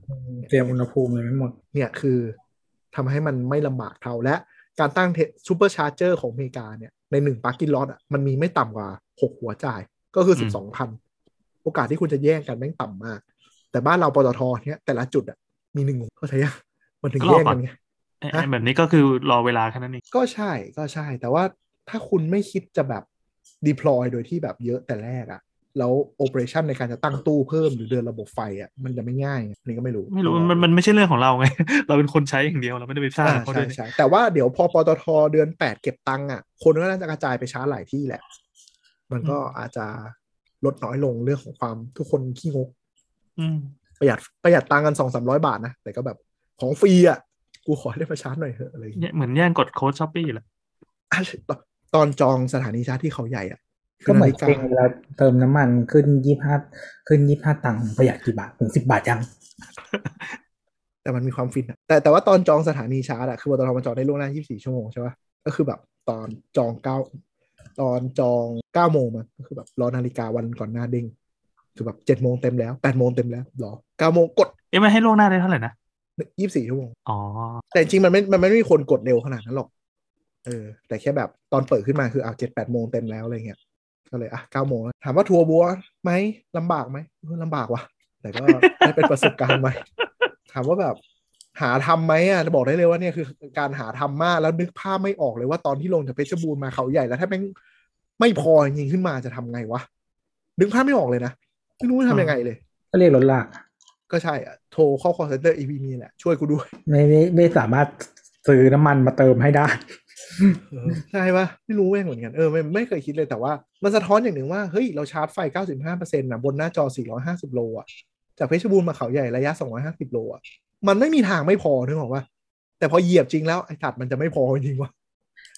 [SPEAKER 4] เตรียมอุณหภูมิเลยไม่หมด
[SPEAKER 3] เนี่ยคือทำให้มันไม่ลำบากเท่าและการตั้งซูเปอร์ชาร์เจอร์ของอเมริกาเนี่ย ในหนึ่งปาร์กิ้งล็อตอ่ะมันมีไม่ต่ำกว่าหกหัวจ่าย ก็คือ
[SPEAKER 2] อื
[SPEAKER 3] สิบสอ
[SPEAKER 2] ม
[SPEAKER 3] งพันโอกาสที่คุณจะแย่งกันแม่งต่ำมาก แต่บ้านเราปตทเนี่ยแต่ละจุดอ่ะมีหนึ่งเข้าใจยังมันถึงแย่งกันไง
[SPEAKER 2] ไอ้
[SPEAKER 3] ฮะ
[SPEAKER 2] ไอ้แบบนี้ก็คือรอเวลาแค่นั้นเอง
[SPEAKER 3] ก็ใช่ก็ใช่ แต่ว่าถ้าคุณไม่คิดจะแบบ deploy โดยที่แบบเยอะแต่แรกอ่ะ แล้วโอเปอเรชันในการจะตั้งตู้เพิ่มหรือเดินระบบไฟอ่ะมันจะไม่ง่ายไงอันนี้ก็ไม่รู้
[SPEAKER 2] ไม่รู้มันมันไม่ใช่เรื่องของเราไง (laughs) เราเป็นคนใช้อย่างเดียวเราไม่ได้ไปสร้าง
[SPEAKER 3] อ่า
[SPEAKER 2] เขาด้
[SPEAKER 3] ใช่
[SPEAKER 2] วย
[SPEAKER 3] ใช่แต่ว่าเดี๋ยวพอปตทเดือนแปดเก็บตังค์อ่ะ คนก็น่าจะกระจายไปช้าหลายที่แหละ มันก็อาจจะลดน้อยลงเรื่องของความทุกคนขี้งก
[SPEAKER 2] อืม
[SPEAKER 3] ประหยัดประหยัดตังค์กันสองสามร้อยบาทนะ แต่ก็แบบของฟรีอ่ะ กูขอได้มาชาร์จหน่อยเถอะอะไรอย่างเงี้ย (laughs)
[SPEAKER 2] เนี่ยเหมือนแย่งกดโค้ดช้อปปี้แหละ
[SPEAKER 3] อ่ะตอนตอนจองสถานีชาร์จที่เขาใหญ่อ่ะ
[SPEAKER 4] ก็เหมือน
[SPEAKER 3] คื
[SPEAKER 4] เองเวลาเติมน้ำมันขึ้นยี่ห้าขึ้นยี่ห้าตังค์ประหยัดกี่บาทถึงสิบบาทยัง
[SPEAKER 3] แต่มันมีความฟินอะแต่แต่ว่าตอนจองสถานีชาร์จอ่ะคือปตทมันจองได้ล่วงหน้า 24 ชั่วโมงใช่ป่ะก็คือแบบตอนจองเก้าตอนจองเก้าโมงมันก็คือแบบรอนาฬิกาวันก่อนหน้าเด้งคือแบบเจ็ดโมงเต็มแล้วแปดโมงเต็มแล้วรอเก้าโมงกด
[SPEAKER 2] เอ๊ะมันให้ล่วงหน้าได้เท่าไหร่นะ
[SPEAKER 3] 24 ชั่วโมง
[SPEAKER 2] อ๋อ
[SPEAKER 3] แต่จริงๆมันไม่มันไม่มีคนกดเร็วขนาดนั้นหรอกเออ แต่แค่แบบตอนเปิดขึ้นมาคือเอาเจ็ดแปดโมงเต็มแล้วอะไรเงี้ยก็เลยอ่ะเก้าโมงแล้วถามว่าทัวร์บัวไหมลำบากไหมเออลำบากว่ะ แต่ก็ (laughs) ได้เป็นประสบการณ์ใหม่ ถามว่าแบบ หาทำไหมอ่ะบอกได้เลยว่าเนี่ยคือการหาทำมากแล้วนึกภาพไม่ออกเลยว่าตอนที่ลงจากเพชรบูรณ์มาเขาใหญ่แล้วถ้าแม่งไม่พอจริงๆขึ้นมาจะทำไงวะนึกภาพไม่ออกเลยนะไม่รู้จะทำยังไงเลย
[SPEAKER 4] ก็เรียกรถลากอะ
[SPEAKER 3] ก็ใช่อ่ะโทรเข้า call center EP มีแหละช่วยกูด้วย
[SPEAKER 4] ไม่ไม่ไม่สามารถซื้อน้ำมันมาเติมให้ได้
[SPEAKER 3] เออใช่ปะไม่รู้แม่งเหมือนกันเออไม่ไม่เคยคิดเลยแต่ว่ามันสะท้อนอย่างหนึ่งว่าเฮ้ยเราชาร์จไฟ 95%นะบนหน้าจอ 450 โลอะจากเพชรบูรณ์มาเขาใหญ่ระยะ 250 โลอะมันไม่มีทางไม่พอนึกออกว่าแต่พอเหยียบจริงแล้วไอ้สัตว์มันจะไม่พอจริงวะ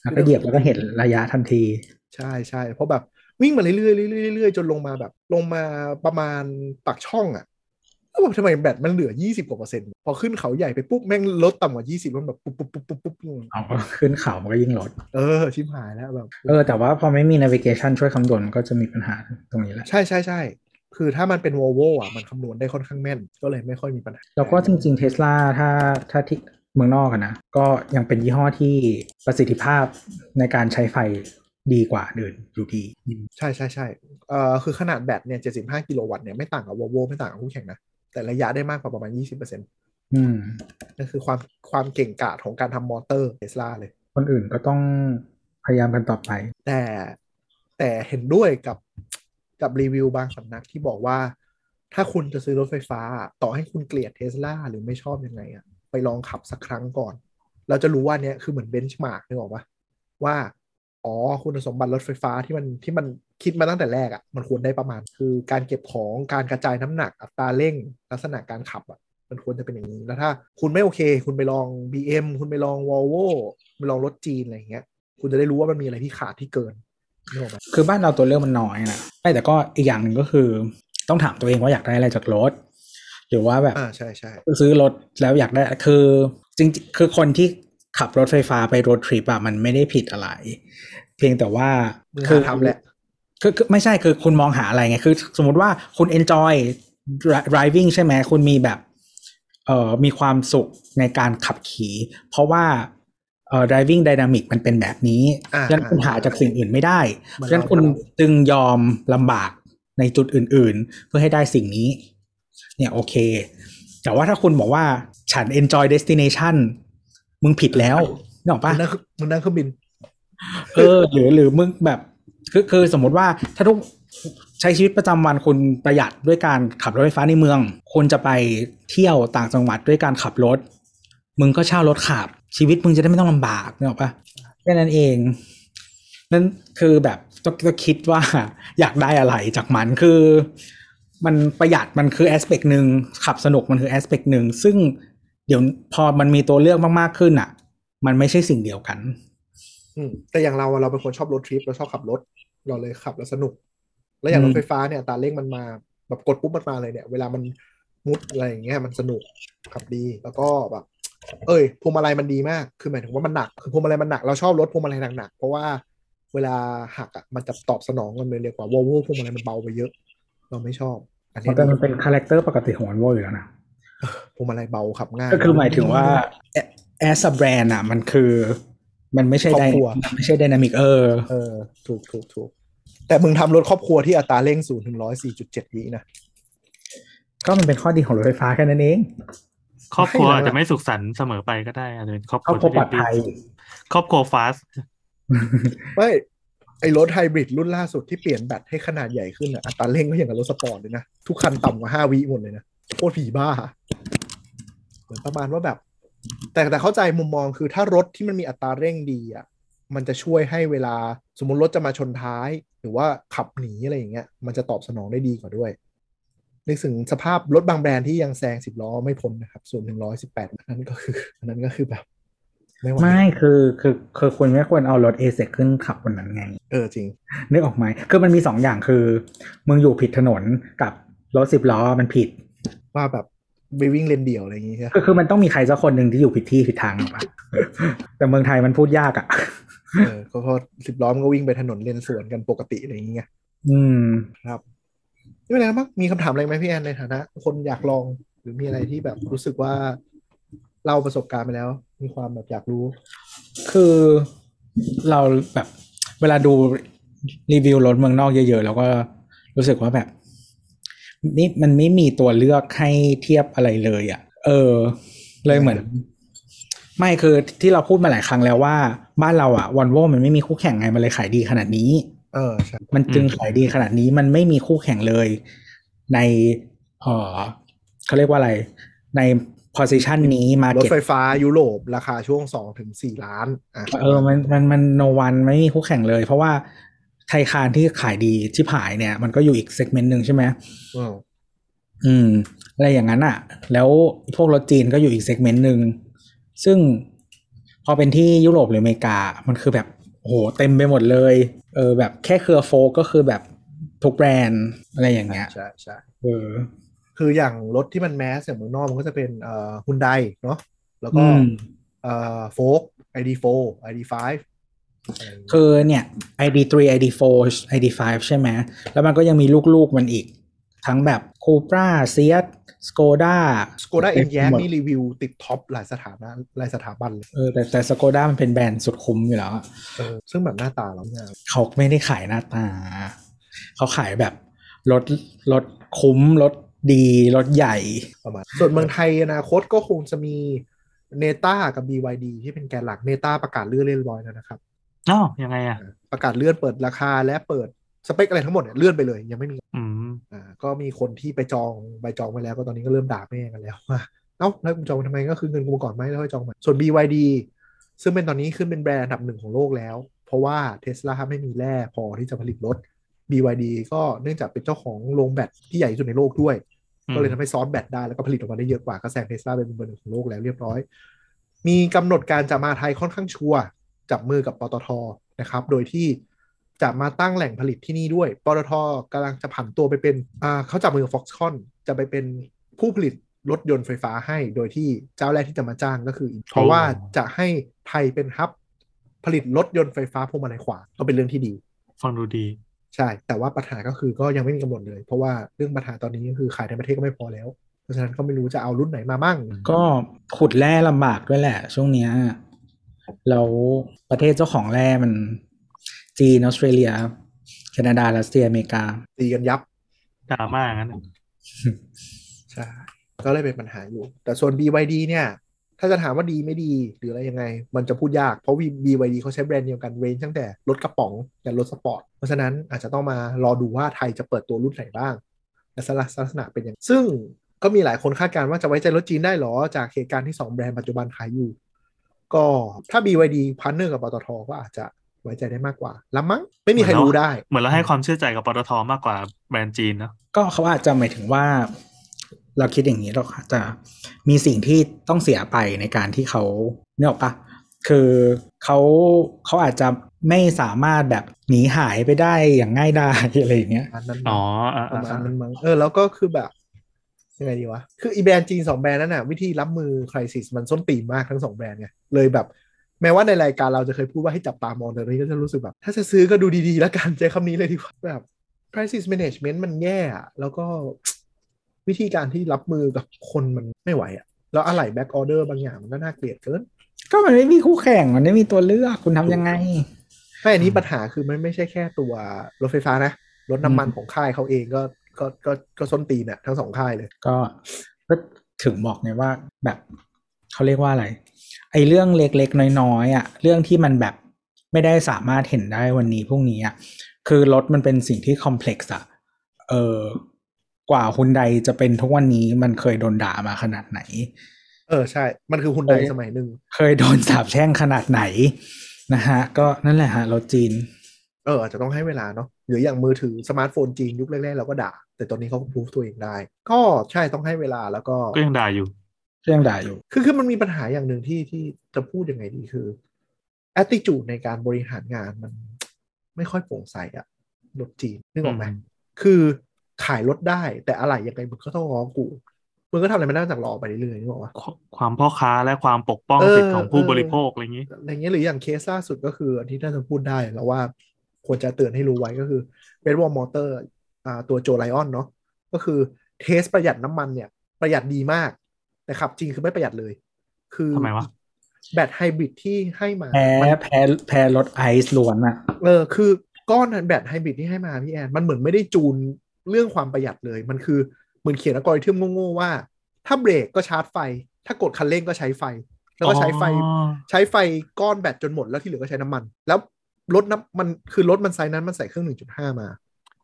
[SPEAKER 4] แล้วก็เหยียบแล้วก็เห็นระยะทันที
[SPEAKER 3] ใช่ใช่เพราะแบบวิ่งมาเรื่อยๆเรื่อยๆเรื่อยๆจนลงมาแบบ ลงมาประมาณปากช่องอะแล้วแบบทำไมแบตมันเหลือ 20กว่าเปอร์เซ็นต์พอขึ้นเขาใหญ่ไปปุ๊บแม่งลดต่ำกว่า 20มันแบบปุ๊บปุ๊บปุ๊บปุ๊บปุ๊บ
[SPEAKER 4] เอาขึ้นเขามันก็ยิ่งลด
[SPEAKER 3] เออชิบหายแล้วแบบ
[SPEAKER 4] เออ แต่ว่าพอไม่มี navigation ช่วยคำนวณมันก็จะมีปัญหาตรงนี้แหละ
[SPEAKER 3] ใช่ใช่ใช่ คือถ้ามันเป็นวอลโวอ่ะ มันคำนวณได้ค่อนข้างแม่น ก็เลยไม่ค่อยมีปัญหา
[SPEAKER 4] แล้วก็จริงๆเทสลาถ้าถ้าที่ เมืองนอกอะนะ ก็ยังเป็นยี่ห้อที่ประสิทธิภาพในการใช้ไฟดีกว่าเดินอยู่ดี
[SPEAKER 3] ใช่ใช่ใช่เอ่อคือขนาดแบตเนี่ย75กิโลวัตต์เนี่ยไม่ต่างกับวอลโวไม่ต่างกับคู่แข่งนะ แต่ระยะได้มากกว่าประมาณ 20%
[SPEAKER 4] อืม
[SPEAKER 3] นั่นคือความความเก่งกาจของการทำมอเตอร์เทสลาเลย
[SPEAKER 4] คนอื่นก็ต้องพยายามกันต่อไป
[SPEAKER 3] แต่แต่เห็นด้วยกับกับรีวิวบางสำนักที่บอกว่า ถ้าคุณจะซื้อรถไฟฟ้า ต่อให้คุณเกลียดเทสลาหรือไม่ชอบยังไงอะไปลองขับสักครั้งก่อน เราจะรู้ว่าเนี้ยคือเหมือนเบนช์มาร์กนึกออกปะว่า อ๋อคุณสมบัติรถไฟฟ้าที่มันที่มันคิดมาตั้งแต่แรกอะมันควรได้ประมาณ คือการเก็บของการกระจายน้ำหนักอัตราเร่ง ลักษณะการขับอะมันควรจะเป็นอย่างนี้ แล้วถ้าคุณไม่โอเค คุณไปลอง BM คุณไปลอง Volvo ไปลองรถจีนอะไรอย่างเงี้ย คุณจะได้รู้ว่ามันมีอะไรที่ขาดที่เกินนึกออกไหม
[SPEAKER 4] คือบ้านเราตัวเลือกมันน้อยนะใช่แต่ก็อีกอย่างหนึ่งก็คือ ต้องถามตัวเองว่าอยากได้อะไรจากรถ หรือว่าแบบ
[SPEAKER 3] อ่าใช่ใช่
[SPEAKER 4] ซื้อรถแล้วอยากได้คือจริงๆคือคนที่ขับรถไฟฟ้าไปรถทริปอะมันไม่ได้ผิดอะไร เพียงแต่ว่า
[SPEAKER 3] มึงหา
[SPEAKER 4] คื
[SPEAKER 3] ทำแหละ
[SPEAKER 4] คือคือไม่ใช่คือคุณมองหาอะไรไงคือ สมมติว่าคุณ enjoy dri- driving ใช่ไหมคุณมีแบบเอ่อมีความสุขในการขับขี่เพราะว่าเอ่อ driving dynamic มันเป็นแบบนี้
[SPEAKER 3] อ่า
[SPEAKER 4] ฉะนั้นคุณหาจากสิ่งอื่นไม่ได้
[SPEAKER 3] เหมือน
[SPEAKER 4] ฉะนั้นคุณ
[SPEAKER 3] เรา
[SPEAKER 4] จึงยอมลำบากในจุดอื่นๆ เพื่อให้ได้สิ่งนี้ เนี่ยโอเค แต่ว่าถ้าคุณบอกว่าฉัน enjoy destination มึงผิดแล้วนึกออกปะ
[SPEAKER 3] มึงนั่งเครื่องมึงนั่งเครื่องบิน
[SPEAKER 4] เออหรือหรือมึงแบบคือคือสมมติว่าถ้าทุกใช้ชีวิตประจำวันคุณประหยัดด้วยการขับรถไฟฟ้าในเมือง คุณจะไปเที่ยวต่างจังหวัดด้วยการขับรถ มึงก็เช่ารถขับ ชีวิตมึงจะได้ไม่ต้องลำบากนึกออกปะแค่นั้นเอง นั่นคือแบบต้องต้องคิดว่า อยากได้อะไรจากมันคือ มันประหยัดมันคือแอสเปกหนึ่งขับสนุกมันคือแอสเปกหนึ่งซึ่งเดี๋ยวพอมันมีตัวเลือกมากๆขึ้นอ่ะ มันไม่ใช่สิ่งเดียวกัน
[SPEAKER 3] อืมแต่อย่างเราอะเราเป็นคนชอบรถทริปเราชอบขับรถ เราเลยขับแล้วสนุก แล้วอย่างรถไฟฟ้าเนี่ยอัตราเร่งมันมาแบบกดปุ๊บมันมาเลยเนี่ย เวลามันมุดอะไรอย่างเงี้ยมันสนุกขับดีแล้วก็แบบ เอ้ยพวงมาลัยมันดีมากคือหมายถึงว่ามันหนักคือพวงมาลัยมันหนักเราชอบรถพวงมาลัยหนักๆเพราะว่าเวลาหักอ่ะมันจะตอบสนองกันเลยเรียกว่าวอลโวพวงมาลัยมันเบาไปเยอะ เราไม่ชอบ อันนี้
[SPEAKER 4] แต่มันเป็นคาแรคเตอร์ปกติของวันโวอยู่แล้วนะ
[SPEAKER 3] พวงมาลัยเบาขับง่าย
[SPEAKER 4] ก็คือหมายถึงว่าแอสแบรนด์อ่ะ มันคือ มันไม่ใช่
[SPEAKER 3] ครอ
[SPEAKER 4] ได
[SPEAKER 3] บครัว
[SPEAKER 4] มันไม่ใช่ไดนามิกเออ
[SPEAKER 3] เออถูกถูกถูกแต่มึงทำรถครอบครัวที่อัตราเร่งศูนย์ถึงร้อยสี่จุดเจ็ดวินะ
[SPEAKER 4] ก็มันเป็นข้อดีของรถไฟฟ้าแค่นั้นเอง
[SPEAKER 2] ครอบครัว
[SPEAKER 3] ไม่นะ
[SPEAKER 2] อาจจะไม่สุขสันต์เสมอไปก็ได้อาจจะเป็นครอบค
[SPEAKER 4] ครอ
[SPEAKER 2] รัว
[SPEAKER 4] บครัว
[SPEAKER 2] ที่
[SPEAKER 4] ปลอดภัย
[SPEAKER 2] ครอบครัวฟาส
[SPEAKER 3] ไม่ไอรถไฮบริดรุ่นล่าสุดที่เปลี่ยนแบตให้ขนาดใหญ่ขึ้นอ่ะอัตราเร่งก็อย่างกับรถสปอร์ตเลยนะ ทุกคันต่ำกว่าห้าวิหมดเลยนะโคตรผีบ้า เหมือนประมาณว่าแบบ แต่แต่เข้าใจมุมมองคือถ้ารถที่มันมีอัตราเร่งดีอ่ะมันจะช่วยให้เวลาสมมติรถจะมาชนท้าย หรือว่าขับหนีอะไรอย่างเงี้ย มันจะตอบสนองได้ดีกว่าด้วยนึกถึงสภาพรถบางแบรนด์ที่ยังแซงสิบล้อไม่พ้นนะครับส่วนหนึ่งร้อยสิบแปดนั้นก็คืออันนั้นก็คือแบบ ไม่ไหว
[SPEAKER 4] ไม่คือคือคือคุณไม่ควรเอารถเอเซขึ้นขับบนนั้นไง
[SPEAKER 3] เออจริง
[SPEAKER 4] นึกออกไหมคือมันมีสองอย่างคือมึงอยู่ผิดถนนกับรถสิบล้อมันผิด
[SPEAKER 3] ว่าแบบไปวิ่งเลนเดี่ยวอะไรอย่างงี้ใช่ไหม
[SPEAKER 4] ก็คือมันต้องมีใครสักคนหนึ่งที่อยู่ผิดที่ผิดทางหรอกปะ แต่เมืองไทยมันพูดยากอะ่ะ (laughs)
[SPEAKER 3] เออก็พอสิบล้อมนก็วิ่งไปถนนเลนสวนกันปกติอะไรอย่างเงี้ย
[SPEAKER 4] อืม
[SPEAKER 3] ไม่เป็นไรมั้งมีคำถามอะไรไหมพี่แอนในฐานะ คนอยากลองหรือมีอะไรที่แบบรู้สึกว่าเล่าประสบการณ์ไปแล้ว มีความแบบอยากรู้
[SPEAKER 4] คือเราแบบเวลาดูรีวิวรถเมืองนอกเยอะๆ แล้วก็รู้สึกว่าแบบ นี่มันไม่มีตัวเลือกให้เทียบอะไรเลยอะ่ะ เออ เลยเหมือน ไม่คือที่เราพูดมาหลายครั้งแล้วว่า บ้านเราอะ่ะวอลโวมันไม่มีคู่แข่งไงมันเลยขายดีขนาดนี้
[SPEAKER 3] เออใช่
[SPEAKER 4] มันจึงขายดีขนาดนี้มันไม่มีคู่แข่งเลย ในเออเขาเรียกว่าอะไร ใน position นี้
[SPEAKER 3] รถ
[SPEAKER 4] market
[SPEAKER 3] ไฟฟ้ายุโรปราคาช่วงสองถึงสี่ล้านอ่ะ
[SPEAKER 4] เออมันมันมันโนวันไม่มีคู่แข่งเลย เพราะว่าไทยคารที่ขายดีที่ผายเนี่ย มันก็อยู่อีกเซกเมนต์หนึ่งใช่ไหม
[SPEAKER 3] เออ
[SPEAKER 4] อืม อะไรอย่างนั้นอ่ะ แล้วพวกรถจีนก็อยู่อีกเซกเมนต์หนึ่งซึ่งพอเป็นที่ยุโรปหรืออเมริกา มันคือแบบโอ้โหเต็มไปหมดเลย เออ แบบแค่เครือโฟล์กก็คือแบบทุกแบรนด์อะไรอย่างเงี้ย
[SPEAKER 3] ใช่ใช่
[SPEAKER 4] เออ
[SPEAKER 3] คืออย่างรถที่มันแมสอย่างเมืองนอกมันก็จะเป็นเอ่อฮุนไดเนาะแล้วก็
[SPEAKER 4] อืม
[SPEAKER 3] เอ่อโฟก ID4 ID5 อะไรอย่างเงี้ย
[SPEAKER 4] คือเนี่ย ID3 ID4 ID5 ใช่ไหม แล้วมันก็ยังมีลูกๆมันอีก ทั้งแบบคูปราเซียสสโกด้า
[SPEAKER 3] สโกด้าเองแย้มนี่รีวิวติดท็อปหลายสถานะหลายสถาบันเลย
[SPEAKER 4] เออแต่แต่สโกด้ามันเป็นแบรนด์สุดคุ้มอยู่แล้วอะ
[SPEAKER 3] เออซึ่งแบบหน้าตาเราเนี่ย
[SPEAKER 4] เขาไม่ได้ขายหน้าตา เขาขายแบบรถรถคุ้มรถดีรถใหญ่
[SPEAKER 3] ประมาณส่วนเมืองไทยอนาคตก็คงจะมีเนต้ากับ BYD ที่เป็นแกนหลักเนต้าประกาศเลื่อนเรียบร้อยแล้วนะครับ
[SPEAKER 2] อ้าวยังไงอ่ะ
[SPEAKER 3] ประกาศเลื่อนเปิดราคาและเปิดสเปคอะไรทั้งหมดเนี่ยเลื่อนไปเลยยังไม่มี
[SPEAKER 2] อืม
[SPEAKER 3] อ่าก็มีคนที่ไปจองไปจองไว้แล้วก็ตอนนี้ก็เริ่มด่าแม่กันแล้วว่าเอ้าแล้วกูจองไปทำไมก็คือเงินกูมาก่อนไหมแล้วค่อยจองใหม่ส่วน BYD ซึ่งเป็นตอนนี้ขึ้นเป็นแบรนด์อันดับหนึ่งของโลกแล้ว เพราะว่าเทสลาไม่มีแร่พอที่จะผลิตรถ BYD ก็เนื่องจากเป็นเจ้าของโรงแบตที่ใหญ่ที่สุดในโลกด้วย ก็เลยทำให้ซอสแบตได้ แล้วก็ผลิตออกมาได้เยอะกว่าก็แซงเทสลาเป็นเบอร์หนึ่งของโลกแล้วเรียบร้อย มีกำหนดการจะมาไทยค่อนข้างชัวร์จับมือกับปตทนะครับ โดยที่จะมาตั้งแหล่งผลิตที่นี่ด้วยปตทกำลังจะผันตัวไปเป็นอ่าเขาจับมือกับ Foxconn จะไปเป็นผู้ผลิตรถยนต์ไฟฟ้าให้ โดยที่เจ้าแรกที่จะมาจ้างก็คืออินเพราะว่าจะให้ไทยเป็นฮับ ผลิตรถยนต์ไฟฟ้าพวงมาลัยขวาก็เป็นเรื่องที่ดี
[SPEAKER 2] ฟังดูดี
[SPEAKER 3] ใช่ แต่ว่าปัญหาก็คือก็ยังไม่มีกำหนดเลย เพราะว่าเรื่องปัญหาตอนนี้ก็คือขายในประเทศก็ไม่พอแล้ว เพราะฉะนั้นก็ไม่รู้จะเอารุ่นไหนมามั่ง
[SPEAKER 4] ก็ขุดแร่ลำบากด้วยแหละ ช่วงเนี้ยแล้วประเทศเจ้าของแร่มัน จีนออสเตรเลีย แคนาดารัสเซียอเมริกา
[SPEAKER 3] ตีกันยับ
[SPEAKER 2] ดราม่างั้นอะ
[SPEAKER 3] ใช่ ก็เลยเป็นปัญหาอยู่ แต่ส่วน BYD เนี่ย ถ้าจะถามว่าดีไม่ดีหรืออะไรยังไง มันจะพูดยาก เพราะ BYD เขาใช้แบรนด์เดียวกันเรนตั้งแต่รถกระป๋องยันรถสปอร์ต เพราะฉะนั้นอาจจะต้องมารอดูว่าไทยจะเปิดตัวรุ่นไหนบ้างและลักษณะเป็นอย่างซึ่งก็มีหลายคนคาดการณ์ว่าจะไว้ใจรถจีนได้หรอ จากเหตุการณ์ที่ 2 แบรนด์ปัจจุบันขายอยู่ ก็ถ้า BYD พันเนอร์กับปตทก็อาจจะไว้ใจได้มากกว่าละมั้งไม่มีใครรู้ได้
[SPEAKER 2] เหมือนเราให้ความเชื่อใจกับปตทมากกว่าแบรนด์จีนเนอะ
[SPEAKER 4] ก็เขาอาจจะหมายถึงว่า เราคิดอย่างนี้เราอาจจะมีสิ่งที่ต้องเสียไปในการที่เขาเนี่ยออกปะคือเขาเขาอาจจะไม่สามารถแบบหนีหายไปได้อย่างง่ายดาย อะไรอย่างเงี้ย
[SPEAKER 3] อันนั้น
[SPEAKER 2] อ๋ออ่ะ
[SPEAKER 3] ป
[SPEAKER 2] อ่ะ
[SPEAKER 3] ระมา
[SPEAKER 2] อ่ะ
[SPEAKER 3] ณนั้นมั้งเออแล้วก็คือแบบยังไงดีวะ คืออีแบรนด์จีนสองแบรนด์นั่นน่ะวิธีรับมือคริสิสมันส้นตีนมากทั้งสองแบรนด์ไงเลยแบบ แม้ว่าในรายการเราจะเคยพูดว่าให้จับตามองแต่ตอนนี้ก็จะรู้สึกแบบ ถ้าจะซื้อก็ดูดีๆ แล้วกันใช้คำนี้เลยดีกว่าแบบ crisis management มันแย่อะแล้วก็ วิธีการที่รับมือกับคนมันไม่ไหวอะแล้วอะไร back order บางอย่างมันก็น่าเกลียดเกิน
[SPEAKER 4] ก็มันไม่มีคู่แข่งมันไม่มีตัวเลือกคุณทำยังไง
[SPEAKER 3] แต่อันนี้ปัญหาคือมันไม่ใช่แค่ตัวรถไฟฟ้านะรถน้ำมันของค่ายเขาเองก็ก็ก็ก็ส้นตีนอะทั้งสองค่ายเลย
[SPEAKER 4] ก็ก็ถึงบอกไงว่าแบบเขาเรียกว่าอะไร ไอ้เรื่องเล็กๆ น้อยๆอ่ะเรื่องที่มันแบบไม่ได้สามารถเห็นได้วันนี้พรุ่งนี้อ่ะคือรถมันเป็นสิ่งที่คอมเพล็กซ์อ่ะเออกว่าฮุนไดจะเป็นทุกวันนี้มันเคยโดนด่ามาขนาดไหน
[SPEAKER 3] เออใช่ มันคือฮุนได
[SPEAKER 4] เออ
[SPEAKER 3] สมัยหนึ่ง
[SPEAKER 4] เคยโดนสาบแช่งขนาดไหนนะฮะ ก็นั่นแหละฮะรถจีน
[SPEAKER 3] เอออาจจะต้องให้เวลาเนาะหรืออย่างมือถือสมาร์ทโฟนจีนยุคแรกๆเราก็ด่า แต่ตอนนี้เขาก็พูฟตัวเองได้ ก็ใช่ต้องให้เวลาแล้วก็
[SPEAKER 2] ก็ยังด่าอยู่
[SPEAKER 4] เรื่องด่าอยู่
[SPEAKER 3] คือคือมันมีปัญหาอย่างหนึ่งที่ที่จะพูดยังไงดีคือ attitude ในการบริหารงานมัน ไม่ค่อยโปร่งใสอะรถจีนนึกออกไหม
[SPEAKER 2] อืม
[SPEAKER 3] คือขายรถได้ แต่อะไรยังไงมึงก็ต้องง้อกูมึงก็ทำอะไรไม่ได้จากรอไปเรื่อยๆนึกออกปะ
[SPEAKER 2] ควความพ่อค้าและความปกป้อง
[SPEAKER 3] เออ
[SPEAKER 2] สิทธิของผู้
[SPEAKER 3] เออ
[SPEAKER 2] บริโภคอะไรอย่างนี้
[SPEAKER 3] อะไรเงี้ยหรืออย่างเคสล่าสุดก็คืออันที่น่าจะพูดได้แล้วว่าควรจะเตือนให้รู้ไว้ก็คือเ e ดวอลมอเตอร์อ่าตัวโจไลออนเนาะก็คือเทสประหยัดน้ำมันเนี่ย ประหยัดดีมาก แต่ขับจริงคือไม่ประหยัดเลย คือ
[SPEAKER 2] ทำไมวะ
[SPEAKER 3] แบตไฮบริดที่ให้มา
[SPEAKER 4] แพ้
[SPEAKER 3] มัน
[SPEAKER 4] แพ้แพ้รถไอซ์ล้วนอ่ะ
[SPEAKER 3] เออคือก้อนแบตไฮบริดที่ให้มาพี่แอนมันเหมือนไม่ได้จูนเรื่องความประหยัดเลย มันคือเหมือนเขียนอัลกอริทึมโง่ๆว่า ถ้าเบรกก็ชาร์จไฟ ถ้ากดคันเร่งก็ใช้ไฟ แล้วก็ใช้ไฟ
[SPEAKER 2] อ๋อ
[SPEAKER 3] ใช้ไฟก้อนแบตจนหมดแล้วที่เหลือก็ใช้น้ำมัน แล้วรถน้ำมันคือรถมันไซส์นั้นมันใส่เครื่อง 1.5 มา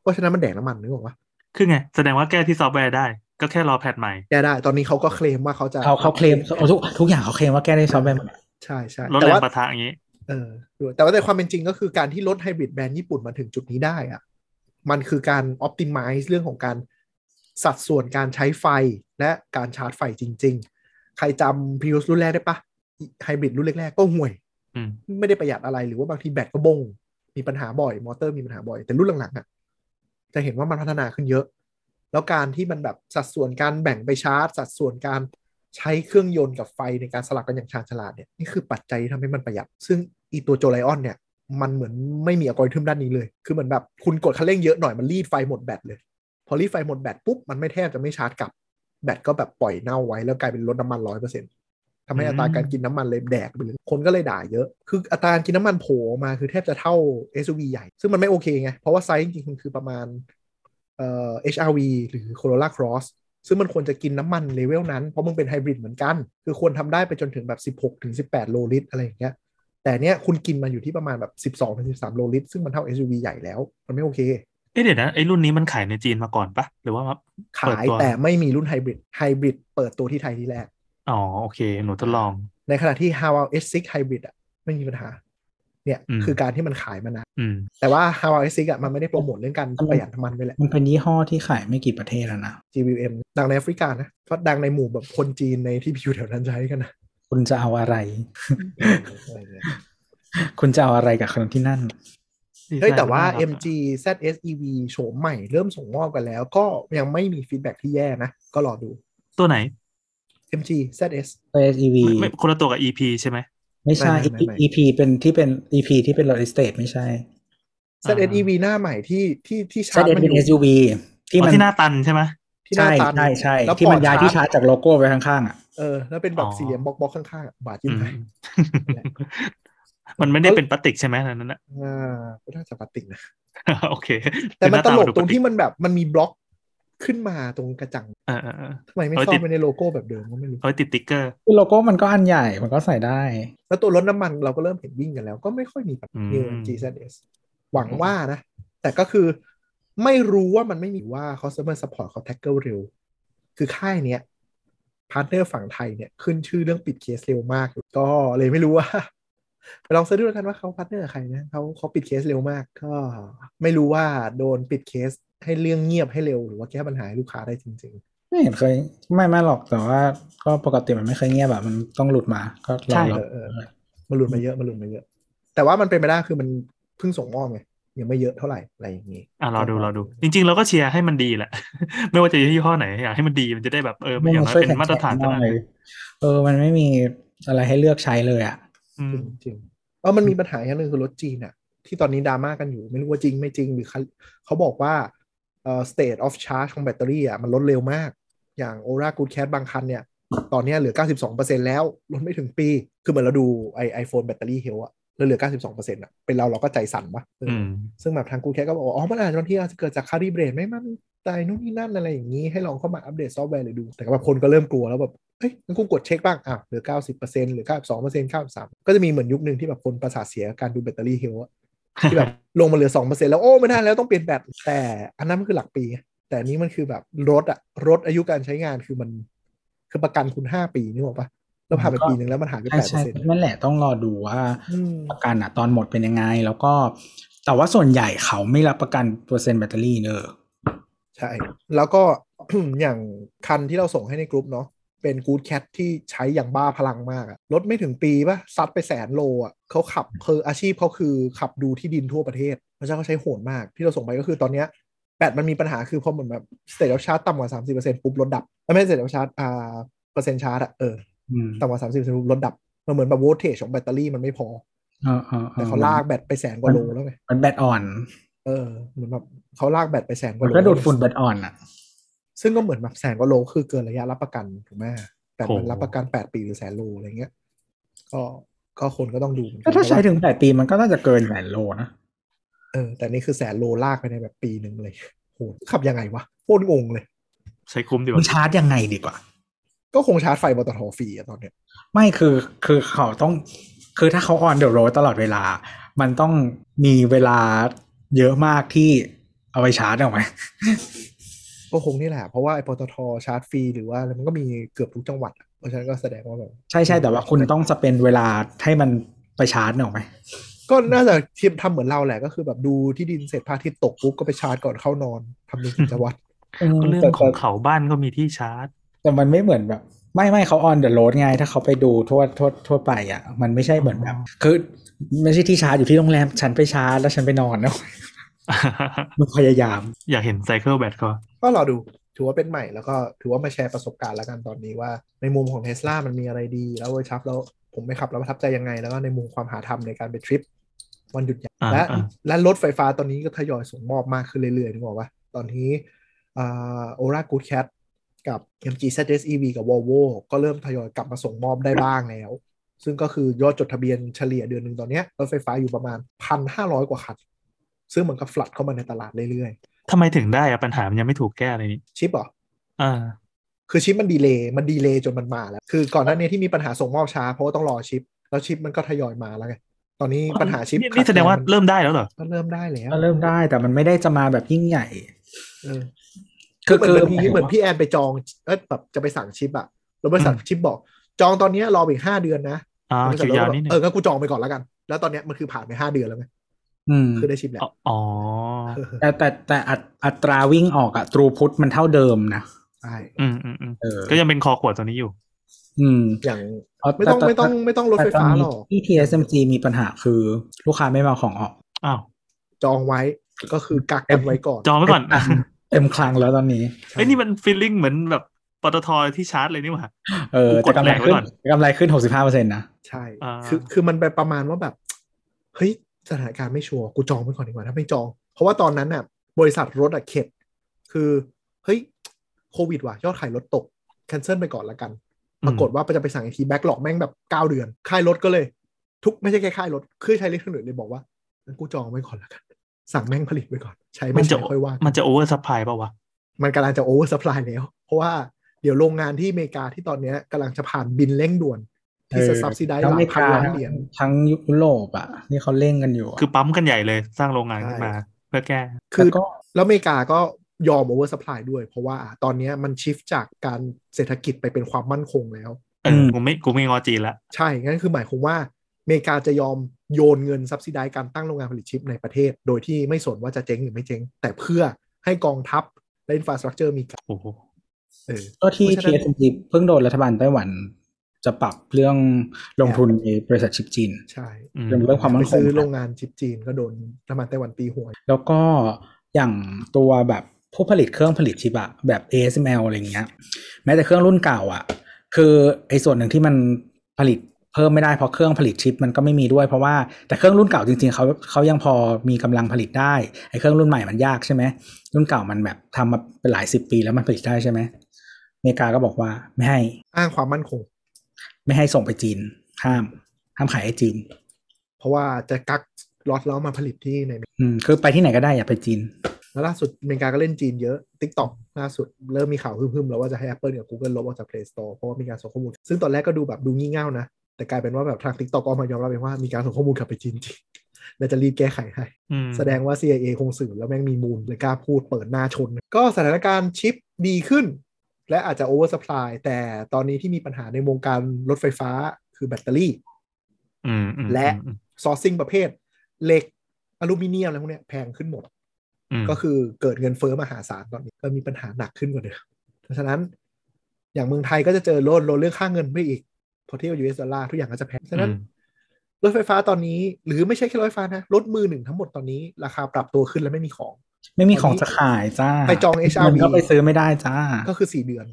[SPEAKER 3] เพราะฉะนั้นมันแดกน้ำมันนึกออกปะ
[SPEAKER 2] คือไง แสดงว่าแก้ที่ซอฟต์แวร์ได้ ก็แค่รอแพทใหม่
[SPEAKER 3] แกได้ตอนนี้เขาก็เคลมว่าเขาจะ
[SPEAKER 4] เขาเขาเคลมเอาทุกทุกอย่างเขาเคลมว่าแก้ได้ซอฟต์แวร์หมด
[SPEAKER 3] ใช่ใช่
[SPEAKER 2] ลด
[SPEAKER 3] แต่
[SPEAKER 2] แรง
[SPEAKER 3] ว่า
[SPEAKER 2] ปะทะอย่างนี้
[SPEAKER 3] เออแต่ว่าในความเป็นจริงก็คือการที่รถไฮบริดแบรนด์ญี่ปุ่นมาถึงจุดนี้ได้อะมันคือการออ t ติมิ e เรื่องของการสัดส่วนการใช้ไฟและการชาร์จไฟจริง ๆ ใครจำพรี u s รุ่นแรกได้ปะไฮบริดรุ่นแรกๆก็ห่วย
[SPEAKER 2] อืม
[SPEAKER 3] ไม่ได้ประหยัดอะไรหรือว่าบางทีแบตก็บง มีปัญหาบ่อย มอเตอร์มีปัญหาบ่อย แต่รุ่นหลังๆอ่ะจะเห็นว่ามันพัฒนาขึ้นเยอะ แล้วการที่มันแบบสัดส่วนการแบ่งไปชาร์จ สัดส่วนการใช้เครื่องยนต์กับไฟในการสลับกันอย่างชาญฉลาดเนี่ยนี่คือปัจจัยที่ทำให้มันประหยัด ซึ่งอีตัวโจไลออนเนี่ย มันเหมือนไม่มีอัลกอริทึมด้านนี้เลย คือเหมือนแบบคุณกดคันเร่งเยอะหน่อยมันรีดไฟหมดแบตเลย พอรีไฟหมดแบตปุ๊บ มันไม่แทบจะไม่ชาร์จกลับ แบตก็แบบปล่อยเน่าไว้แล้วกลายเป็นรถน้ำมันร้อยเปอร์เซ็นต์ทำให้
[SPEAKER 2] อืม
[SPEAKER 3] อัตราการกินน้ำมันเลยแดกไปเลยคนก็เลยด่าเยอะ คืออัตราการกินน้ำมันโผล่ออกมาคือแทบจะเท่า SUV ใหญ่ ซึ่งมันไม่โอเคไง เพราะว่าไซส์จริงๆคือประมาณเอ่อ HRV หรือ Corolla Cross ซึ่งมันควรจะกินน้ำมันเลเวลนั้น เพราะมันเป็นไฮบริดเหมือนกัน คือควรทำได้ไปจนถึงแบบ 16ถึง18 โลลิตรอะไรอย่างเงี้ย แต่เนี้ยคุณกินมันอยู่ที่ประมาณแบบ 12ถึง13 โลลิตร ซึ่งมันเท่า SUV ใหญ่แล้ว มันไม่โอเค
[SPEAKER 2] เอ๊ะเดี๋ยวนะไอ้รุ่นนี้มันขายในจีนมาก่อนปะหรือว่ามา
[SPEAKER 3] ขา
[SPEAKER 2] เปิด
[SPEAKER 3] ย
[SPEAKER 2] ตัว
[SPEAKER 3] แต่ไม่มีรุ่นไฮบริด ไฮบริดเปิดตัวที่ไทยที่แรก
[SPEAKER 2] อ๋อโอเคหนูทดลอง
[SPEAKER 3] ในขณะที่ h a w a l S6 Hybrid อ่ะไม่มีปัญหา เนี่ย
[SPEAKER 2] อืม
[SPEAKER 3] คือการที่มันขายมานาน
[SPEAKER 2] อืม
[SPEAKER 3] แต่ว่า h a w a l S6 อ่ะมันไม่ได้โปรโมทเรื่องการประหยัดน้ำมันไปแหละ
[SPEAKER 4] มันเป็นยี่ห้อที่ขายไม่กี่ประเทศแล้วนะ
[SPEAKER 3] GVM ดังในแอฟริกานะเพราะดังในหมู่แบบคนจีนในที่อยู่แถวนั้นใช้กันนะ
[SPEAKER 4] คุณจะเอาอะไร
[SPEAKER 3] อะไรเงี้ย
[SPEAKER 4] คุณจะเอาอะไรกับคนที่นั่น
[SPEAKER 3] เฮ้ยแต่ว่า
[SPEAKER 2] ดีไซน์มัน
[SPEAKER 3] MG
[SPEAKER 2] น่รักอะ
[SPEAKER 3] ZS EV โฉมใหม่เริ่มส่งมอบกันแล้ว ก็ยังไม่มีฟีดแบ็กที่แย่นะ ก็รอดู
[SPEAKER 2] ตัวไหน
[SPEAKER 3] MG ZS
[SPEAKER 4] SUV
[SPEAKER 2] ไม่ไม่คนละตัวกับ EP ใช่ไหม
[SPEAKER 4] ไม่ใช่
[SPEAKER 3] ไม่ไม่ไม่
[SPEAKER 4] EP เป็นที่เป็น EP ที่เป็น real estate ไม่ใช่
[SPEAKER 2] อ่า
[SPEAKER 3] ZS EV หน้าใหม่ที่ที่ที่ชาร์
[SPEAKER 4] ZS
[SPEAKER 3] จมันอ
[SPEAKER 4] เป็น
[SPEAKER 3] ยู่
[SPEAKER 4] SUV ที่
[SPEAKER 2] อ๋อ
[SPEAKER 4] มัน
[SPEAKER 2] ที่หน้าตันใช่ไหม
[SPEAKER 3] ที่หน้า
[SPEAKER 4] ใช่
[SPEAKER 3] ตัน
[SPEAKER 4] ใช่ใช่
[SPEAKER 3] แล้ว
[SPEAKER 4] ที่มัน
[SPEAKER 3] ปอด
[SPEAKER 4] ย้ายที่
[SPEAKER 3] ชา
[SPEAKER 4] ชา
[SPEAKER 3] ร์จ
[SPEAKER 4] ร์จจากโลโก้ไปข้างๆอ่ะ
[SPEAKER 3] เออแล้วเป็นแบ
[SPEAKER 2] อ๋
[SPEAKER 3] บ
[SPEAKER 2] อ
[SPEAKER 3] สี่เหลี่ยมบล็อกๆข้างๆอะบาดจิ้
[SPEAKER 2] อื
[SPEAKER 3] ม
[SPEAKER 2] ม
[SPEAKER 3] ไป แหละ
[SPEAKER 2] มันไม่ได้เป็นปฏิกใช่ไหมอันนั้นนะ (laughs)
[SPEAKER 3] อ่าก็น่าจะปาติกนะ
[SPEAKER 2] โอเค
[SPEAKER 3] แต่มันตลก
[SPEAKER 2] คือหาา
[SPEAKER 3] ตรงที่
[SPEAKER 2] ดูป
[SPEAKER 3] มันแบบมันมีบล็อกขึ้นมาตรงกระจัง
[SPEAKER 2] เออเออเออ
[SPEAKER 3] ทำไมไม่
[SPEAKER 2] เอา
[SPEAKER 3] ซ่อ
[SPEAKER 2] ติ
[SPEAKER 3] ม
[SPEAKER 2] ด
[SPEAKER 3] ไว้ในโลโก้แบบเดิมก็ไม่รู้
[SPEAKER 2] เอาไว้ติดติ๊กเกอร์
[SPEAKER 4] คือโลโก้มันก็อันใหญ่มันก็ใส่ได้
[SPEAKER 3] แล้วตัวรถน้ำมันเราก็เริ่มเห็นวิ่งกันแล้ว ก็ไม่ค่อยมีแบบ
[SPEAKER 2] อืม
[SPEAKER 3] New MG ZS หวังว่านะ แต่ก็คือไม่รู้ว่ามันไม่มีว่า customer support เขา tackle เร็ว คือค่ายเนี้ยพาร์ทเนอร์ฝั่งไทยเนี่ย ขึ้นชื่อเรื่องปิดเคสเร็วมาก ก็เลยไม่รู้ว่า (laughs) ไปลองเสิร์ชดูแล้วกันว่าเขาพาร์ทเนอร์ใครนะเขาเขาปิดเคสเร็วมาก ก็ ไม่รู้ว่าโดนปิดเคสให้เรื่องเงียบให้เร็วหรือว่าแก้ปัญหาให้ลูกค้าได้จริง
[SPEAKER 4] ไม่เห็นเคย ไม่ไม่หรอกแต่ว่า ก็ปกติมันไม่เคยเงียบแบบมันต้องหลุดมาก็ล
[SPEAKER 2] ใช่
[SPEAKER 4] อ
[SPEAKER 3] ๆ
[SPEAKER 4] ง
[SPEAKER 3] เออเออมันหลุดมาเยอะมันหลุดมาเยอะ แต่ว่ามันเป็นไปได้คือมันเพิ่งส่งมอบไงยังไม่เยอะเท่าไหร่อะไรอย่างนี้
[SPEAKER 2] อ่ะรอดูรอดู จริง ๆ เราก็เชียร์ให้มันดีแหละ (laughs) ไม่ว่าจะยี่ห้อไหนอยากให้มันดีมันจะได้แบบเออ
[SPEAKER 4] ไม่
[SPEAKER 2] อย่าง
[SPEAKER 4] มา
[SPEAKER 2] น้อย
[SPEAKER 4] ช่วย
[SPEAKER 2] เป็
[SPEAKER 4] แข่
[SPEAKER 2] นมาตรฐาน
[SPEAKER 4] ง
[SPEAKER 2] เท่า
[SPEAKER 4] ๆ
[SPEAKER 2] นั้น
[SPEAKER 4] เลยเออ มันไม่มีอะไรให้เลือกใช้เลยอ่ะ
[SPEAKER 2] อื
[SPEAKER 3] จ
[SPEAKER 2] ม
[SPEAKER 3] ริงจริงเออมันมีปัญหาอย่างหนึ่งคือรถจีนอะที่ตอนนี้ดราม่ากันอยู่ ไม่รู้ว่าจริงไม่จริง หรือเขาเขาบอกว่าเอ่อ state of charge ของแบตเตอรี่อะมันลดเร็วมาก อย่าง Ora Good Cat บางคันเนี่ย ตอนเนี้ยเหลือ 92%แล้ว ลดไม่ถึงปี คือเหมือนเราดูไอไอโฟนแบตเตอรี่เฮลอะแล้วเหลือ 92%อะเป็นเราเราก็ใจสั่นวะเออ
[SPEAKER 2] อื
[SPEAKER 3] อ
[SPEAKER 2] ม
[SPEAKER 3] ซึ่งแบบทางกูแคทก็บอกว่าอ๋อ มันอาจจะบางทีอาจจะเกิดจากคาริเบรตไม่มันตายนู่นนี่นั่นอะไรอย่างนี้ ให้ลองเข้ามาอัปเดตซอฟต์แวร์เลยดู แต่ก็แบบคนก็เริ่มกลัวแล้วแบบ เอ้ยงั้นกูกดเช็คบ้างอ่ะเหลือ 90%เหลือ 92% 93ก็จะมีเหมือนยุคหนึ่งที่แบบคนประสาทเสียกับการดูแบตเตอรี่เฮลท์อะที่แบบ ลงมาเหลือ 2%แล้ว โอ้ ไม่ได้แล้วต้องเปลี่ยนแบตแต่อันนั้นมันคือหลักปีไงแต่อันนี้มันคือแบบรถอะรถอายุการใช้งานคือมัน คือประกันคุณ 5 ปีนึกออกปะแล้วผ่านไป
[SPEAKER 4] ก็
[SPEAKER 3] ปีหนึ่งแล้วมันหายไป
[SPEAKER 4] ใช่ใช่
[SPEAKER 3] 8%
[SPEAKER 4] นั่นแหละต้องรอดูว่า
[SPEAKER 3] อืม
[SPEAKER 4] ประกันอะตอนหมดเป็นยังไง แล้วก็ แต่ว่าส่วนใหญ่เขาไม่รับประกันเปอร์เซ็นต์แบตเตอรี่เนอะ
[SPEAKER 3] ใช่ แล้วก็ (clears throat) อย่างคันที่เราส่งให้ในกรุ๊ปเนาะเป็นกู๊ดแคทที่ใช้อย่างบ้าพลังมากอะรถไม่ถึงปีปะซัดไปแสนโลอะเขาขับคืออาชีพเขาคือขับดูที่ดินทั่วประเทศเพราะฉะนั้นเขาใช้โหดมากที่เราส่งไปก็คือตอนเนี้ยแบตมันมีปัญหาคือพอเหมือนแบบสเตจชาร์จต่ำกว่า 30%ปุ๊บรถดับเอ้ยไม่ใช่สเตจชาร์จอ่าเปอร์เซ็นต์ชาร์จอะเออ
[SPEAKER 4] อืม
[SPEAKER 3] ต่ำกว่าสามสิบปุ๊บรถดับ มันเหมือนแบบโวลเทจของแบตเตอรี่มันไม่พอ
[SPEAKER 4] เออออออ
[SPEAKER 3] แต่เขาลากแบตไปแสนกว่าโลแล้วไง
[SPEAKER 4] มันแบตอ่อน
[SPEAKER 3] เออ เหมือนแบบเขาลากแบตไปแสนก
[SPEAKER 4] มั
[SPEAKER 3] ว่าน โล
[SPEAKER 4] ก็ดูดฝุ่นแบตอ่อนอ่ะ
[SPEAKER 3] ซึ่งก็เหมือนแบบแสนกว่าโลคือเกินระยะรับประกันถูกไหมแต่มัน
[SPEAKER 2] โห
[SPEAKER 3] รับประกันแปดปีหรือแสนโลอะไรเงี้ย ก็ก็คนก็ต้องดูเหมือนกั
[SPEAKER 4] ก็
[SPEAKER 3] น
[SPEAKER 4] ถ้าใช้
[SPEAKER 3] ว่า
[SPEAKER 4] ถึงแปดปีมันก็น่าจะเกินแสนโลนะ
[SPEAKER 3] เออ แต่นี่คือแสนโลลากไปในแบบปีหนึ่งเลยโหขับยังไงวะโคตรงงเลย
[SPEAKER 2] ใช้คุ้มดีก
[SPEAKER 4] มัน
[SPEAKER 2] ว่า
[SPEAKER 4] ชาร์จยังไงดีกว่า
[SPEAKER 3] ก็คงชาร์จไฟบตทฟรีอะตอนเนี้ย
[SPEAKER 4] ไม่คือคือเขาต้อง คือถ้าเขาออนเด e r โร d ตลอดเวลา มันต้องมีเวลาเยอะมากที่เอาไปชาร์จเอาไหม
[SPEAKER 3] ก็คงนี่แหละ เพราะว่าไอ้ปตทชาร์จฟรีหรือว่าอะไรมันก็มีเกือบทุกจังหวัดอะเพราะฉะนั้นก็แสดงว่าแบบ
[SPEAKER 4] ใช่ใช่แต่ว่าคุณต้องสเปนเวลาให้มันไปชาร์จเอาไหม
[SPEAKER 3] ก็น่าจะเทียมทำเหมือนเราแหละก็คือแบบดูที่ดินเสร็จพระอาทิตย์ตกปุ๊บก็ไปชาร์จก่อนเข้านอนทำเป็นกิจวัตร
[SPEAKER 2] ก็เรื่องของเขาบ้านก็มีที่ชาร์จ (laughs)
[SPEAKER 4] แต่มันไม่เหมือนแบบ ไม่ไม่เขาออนเดอะโรดไงถ้าเขาไปดูทั่วทั่วทั่วไปอ่ะ มันไม่ใช่เหมือนแบบ คือไม่ใช่ที่ชาร์จอยู่ที่โรงแรม ฉันไปชาร์จแล้วฉันไปนอนนะ มันพยายาม
[SPEAKER 2] อยากเห็นไซเคิลแบตเขา
[SPEAKER 3] ก็รอดูถือว่าเป็นใหม่แล้วก็ถือว่ามาแชร์ประสบการณ์แล้วกันตอนนี้ว่า ในมุมของเทสลามันมีอะไรดี แล้วเวอร์ชับแล้วผมไปขับแล้วประทับใจยังไง แล้วก็ในมุมความหาทำในการไปทริปวันหยุดยาว
[SPEAKER 2] อ่า
[SPEAKER 3] และ
[SPEAKER 2] อ่า
[SPEAKER 3] และรถไฟฟ้าตอนนี้ก็ทยอยส่งมอบมากขึ้นเรื่อยๆนึกออกปะตอนนี้ อ่าโอรากูดแคทกับ MG ZSEV กับ Volvo ก็เริ่มทยอยกลับมาส่งมอบได้บ้างแล้ว ซึ่งก็คือยอดจดทะเบียนเฉลี่ยเดือนหนึ่งตอนเนี้ยรถไฟฟ้าอยู่ประมาณ 1,500 กว่าคัน ซึ่งเหมือนกับฟลัดเข้ามาในตลาดเรื่อย
[SPEAKER 2] ทำไมถึงได้อะปัญหามันยังไม่ถูกแก้เลยนี่
[SPEAKER 3] ๆ ชิปเหรอ
[SPEAKER 2] อ่า
[SPEAKER 3] คือชิปมันดีเลย์มันดีเลย์จนมันมาแล้ว คือก่อนหน้านี้ที่มีปัญหาส่งมอบช้า เพราะว่าต้องรอชิป แล้วชิปมันก็ทยอยมาแล้วไง ตอนนี้ปัญหาชิป
[SPEAKER 2] นี่นี่แสดงว่าเริ่มได้แล้วเหรอ
[SPEAKER 3] ก็เริ่มได้แล้ว
[SPEAKER 4] ก็เริ่มได้แต่มันไม่ได้จะมาแบบยิ่งใหญ่
[SPEAKER 3] เออ คือเหมือนเหมือนพี่เหมือน
[SPEAKER 4] หายถึงว่า
[SPEAKER 3] พี่แอนไปจองเออแบบจะไปสั่งชิปอะแล้วบริษัทชิปบอก จองตอนเนี้ยรออีกห้าเดือนนะ
[SPEAKER 2] อ่า
[SPEAKER 3] บริษัท
[SPEAKER 2] คิว
[SPEAKER 3] ก็
[SPEAKER 2] ยาว
[SPEAKER 3] แบบ
[SPEAKER 2] นิดหนึง
[SPEAKER 3] เออก็กูจองไปก่อนแล้วกัน แล้วตอนเนี้ยมันคือผ่านไปห้าเดือนแล้วไง
[SPEAKER 4] อืม
[SPEAKER 3] คือได้ชิปแล้ว
[SPEAKER 2] อ๋อ
[SPEAKER 4] แต่แต่แต่อัตอัตราวิ่งออกอะทรูพุทมันเท่าเดิมนะ
[SPEAKER 3] ใช่
[SPEAKER 2] อืมอืมอืม
[SPEAKER 4] เออ
[SPEAKER 2] ก็ยังเป็นคอขวดตัวนี้อยู่
[SPEAKER 4] อืม
[SPEAKER 3] อย่าง
[SPEAKER 4] เา
[SPEAKER 3] ไม่ต้อง
[SPEAKER 4] แ
[SPEAKER 3] ไม่ต้องไม่ต้องรถไฟฟ้า
[SPEAKER 4] แต่ต
[SPEAKER 3] หร
[SPEAKER 4] นนี้
[SPEAKER 3] อก
[SPEAKER 4] ที่ TSMC มีปัญหาคือลูกค้าไม่มาเอาของออก
[SPEAKER 2] อ้าว
[SPEAKER 3] จองไว้ก็คือกักกันไว้ก่อน
[SPEAKER 2] จองไว้ก่อน (laughs)
[SPEAKER 4] เต็มคลังเต็มคลังแล้วตอนนี้
[SPEAKER 3] ใช่
[SPEAKER 2] ไอ้ยนี่มันฟีลลิ่งเหมือนแบบปตทที่ชาร์จเลยนี่หว่า
[SPEAKER 4] เออ
[SPEAKER 2] กูก
[SPEAKER 4] แต่
[SPEAKER 2] ด
[SPEAKER 4] กำ
[SPEAKER 2] แร
[SPEAKER 4] ไรง
[SPEAKER 2] ไว้
[SPEAKER 4] ขึ้น
[SPEAKER 2] ก่อน
[SPEAKER 4] แต่กำไรขึ้นหกสิบห้าเปอร์เซ็นต์นะ
[SPEAKER 3] ใช่
[SPEAKER 2] อ่า
[SPEAKER 3] คือคือมันไปประมาณว่าแบบเฮ้ยสถานการณ์ไม่ชัวร์กูจองไว้ก่อนดีกว่าถ้าไม่จอง เพราะว่าตอนนั้นน่ะ บริษัทรถอะเข็ดคือเฮ้ยโควิดว่ะยอดขายรถตกแคนเซิลไปก่อนละกัน ปรากฏว่าจะไปสั่งไอทีแบ็กหลอกแม่งแบบเก้าเดือน ค่ายรถก็เลย ทุกไม่ใช่แค่ค่ายรถคือใช้เล็กทั้งหนึ่งเลยบอกว่างั้นกูจองไว้ก่อนละกัน สั่งแม่งผลิตไว้ก่อน ใช้
[SPEAKER 2] มั
[SPEAKER 3] ไม่
[SPEAKER 2] นจะ
[SPEAKER 3] ใช้ค่อยว่า
[SPEAKER 2] มั
[SPEAKER 3] มัน
[SPEAKER 2] จะโอเวอร์ซัพพลายป่าวะ
[SPEAKER 3] มันกำลังจะโอเวอร์สป라이แล้ว เพราะว่าเดี๋ยวโรงงานที่อเมริกาที่ตอนเนี้ยกำลังจะผ่านบินเร่งด่วน ที่จะ
[SPEAKER 4] เออ
[SPEAKER 3] ซับซิได้
[SPEAKER 4] ทั้ง
[SPEAKER 3] ห
[SPEAKER 4] อ
[SPEAKER 3] ลา
[SPEAKER 4] เม
[SPEAKER 3] ย
[SPEAKER 4] ริ
[SPEAKER 3] พัน
[SPEAKER 4] กา
[SPEAKER 3] ล้านเหรียญ
[SPEAKER 4] ทั้งยุโรปอ่ะนี่เขาเร่งกันอยู่ะ
[SPEAKER 2] คือปั๊มกันใหญ่เลยสร้างโรงงาน
[SPEAKER 3] ใช่
[SPEAKER 2] ขึ้นมา เพื่อแก้
[SPEAKER 3] คื
[SPEAKER 4] แล้
[SPEAKER 3] อ
[SPEAKER 4] วก็
[SPEAKER 3] แล้วอเมริกาก็ยอมโอเวอร์สป라이ด้วย เพราะว่าตอนเนี้ยมันชิฟจากการเศรษฐกิจไปเป็นความมั่นคงแล้ว
[SPEAKER 2] เออ กูไม่ กูไม่งอจีนละ
[SPEAKER 3] ใช่ งั้นคือหมายความว่าอเมริกาจะยอมโยนเงินซับซิได้การตั้งโรงงานผลิตชิปในประเทศ โดยที่ไม่สนว่าจะเจ๊งหรือไม่เจ๊ง แต่เพื่อให้กองทัพและอินฟาสตรักเจอร์มีการ
[SPEAKER 2] โอ้โห
[SPEAKER 3] เออ
[SPEAKER 4] ก็ที่
[SPEAKER 3] เพราะฉะนั้น
[SPEAKER 4] TSMC เพิ่งโดนรัฐบาลไต้หวัน จะปรับเรื่องลงทุนในบริษัทชิปจีน
[SPEAKER 3] ใช่
[SPEAKER 2] อืม
[SPEAKER 4] เรื่องความ
[SPEAKER 3] ไป
[SPEAKER 4] มั่นคง
[SPEAKER 3] ซื้อโรงงานชิปจีนก็โดนรัฐบาลไต้หวันตีหัว
[SPEAKER 4] แล้วก็อย่างตัวแบบผู้ผลิตเครื่องผลิตชิปอะแบบ ASML อะไรเงี้ย แม้แต่เครื่องรุ่นเก่าอะคือไอ้ส่วนหนึ่งที่มันผลิตเพิ่มไม่ได้เพราะเครื่องผลิตชิปมันก็ไม่มีด้วยเพราะว่าแต่เครื่องรุ่นเก่าจริงๆเขาเขายังพอมีกำลังผลิตได้ไอ้เครื่องรุ่นใหม่มันยากใช่ไหมรุ่นเก่ามันแบบทำมาเป็นหลายสิบปีแล้วมันผลิตได้ใช่ไหมอเมริกาก็บอกว่าไม่ให้
[SPEAKER 3] อ้างความมั่นคง
[SPEAKER 4] ไม่ให้ส่งไปจีนห้ามห้ามขายให้จีน
[SPEAKER 3] เพราะว่าจะกักล็อตแล้วมาผลิตที่ในอเมริกา
[SPEAKER 4] อืมคือไปที่ไหนก็ได้อย่าไปจีน
[SPEAKER 3] แล้วล่าสุดอเมริกาก็เล่นจีนเยอะ t ิ k t o k ล่าสุดเริ่มมีข่าวพึ่มๆแล้วว่าจะให้ Apple กับ Google ลบออกจาก Play Store เพราะว่ามีการส่งข้อมูล ซึ่งตอนแรกก็ดูแบบดูงี่เง่านะ แต่กลายเป็นว่าแบบทาง TikTok ก็ออกมายอมรับเองว่ามีการส่งข้อมูลกลับไปจีนจริงและจะรีบแก้ไขให้
[SPEAKER 2] อืม
[SPEAKER 3] แสดงว่า CIA คงสื่อแล้วแม่งมีมูลเลยกล้าพูดเปิดหน้าชน ก็สถานการณ์ชิปดีขึ้น และอาจจะโอเวอร์สปายแต่ตอนนี้ที่มีปัญหาในวงการรถไฟฟ้าคือแบตเตอรี่
[SPEAKER 2] อืมอืม
[SPEAKER 3] และ
[SPEAKER 2] อืม
[SPEAKER 3] ซอร์ซิ่งประเภทเหล็กอลูมิเนียมอะไรพวกเนี้ยแพงขึ้นหมด
[SPEAKER 2] อืม
[SPEAKER 3] ก็คือเกิดเงินเฟ้อมหาศาลตอนนี้ก็มีปัญหาหนักขึ้นกว่าเดิมเพราะฉะนั้นอย่างเมืองไทยก็จะเจอโลดโลดเรื่องค่าเงินไปอีกพอเทียบ US ดอลลาร์ทุกอย่างก็จะแพงฉะนั้น รถไฟฟ้าตอนนี้ หรือไม่ใช่แค่รถไฟฟ้านะรถมือหนึ่งทั้งหมดตอนนี้ราคาปรับตัวขึ้นและไม่มีของ
[SPEAKER 4] ไม่มีของจะขายจ้า
[SPEAKER 3] ไปจอง HRV
[SPEAKER 4] มันก็ไปซื้อไม่ได้จ้า
[SPEAKER 3] ก็คือสี่เดือน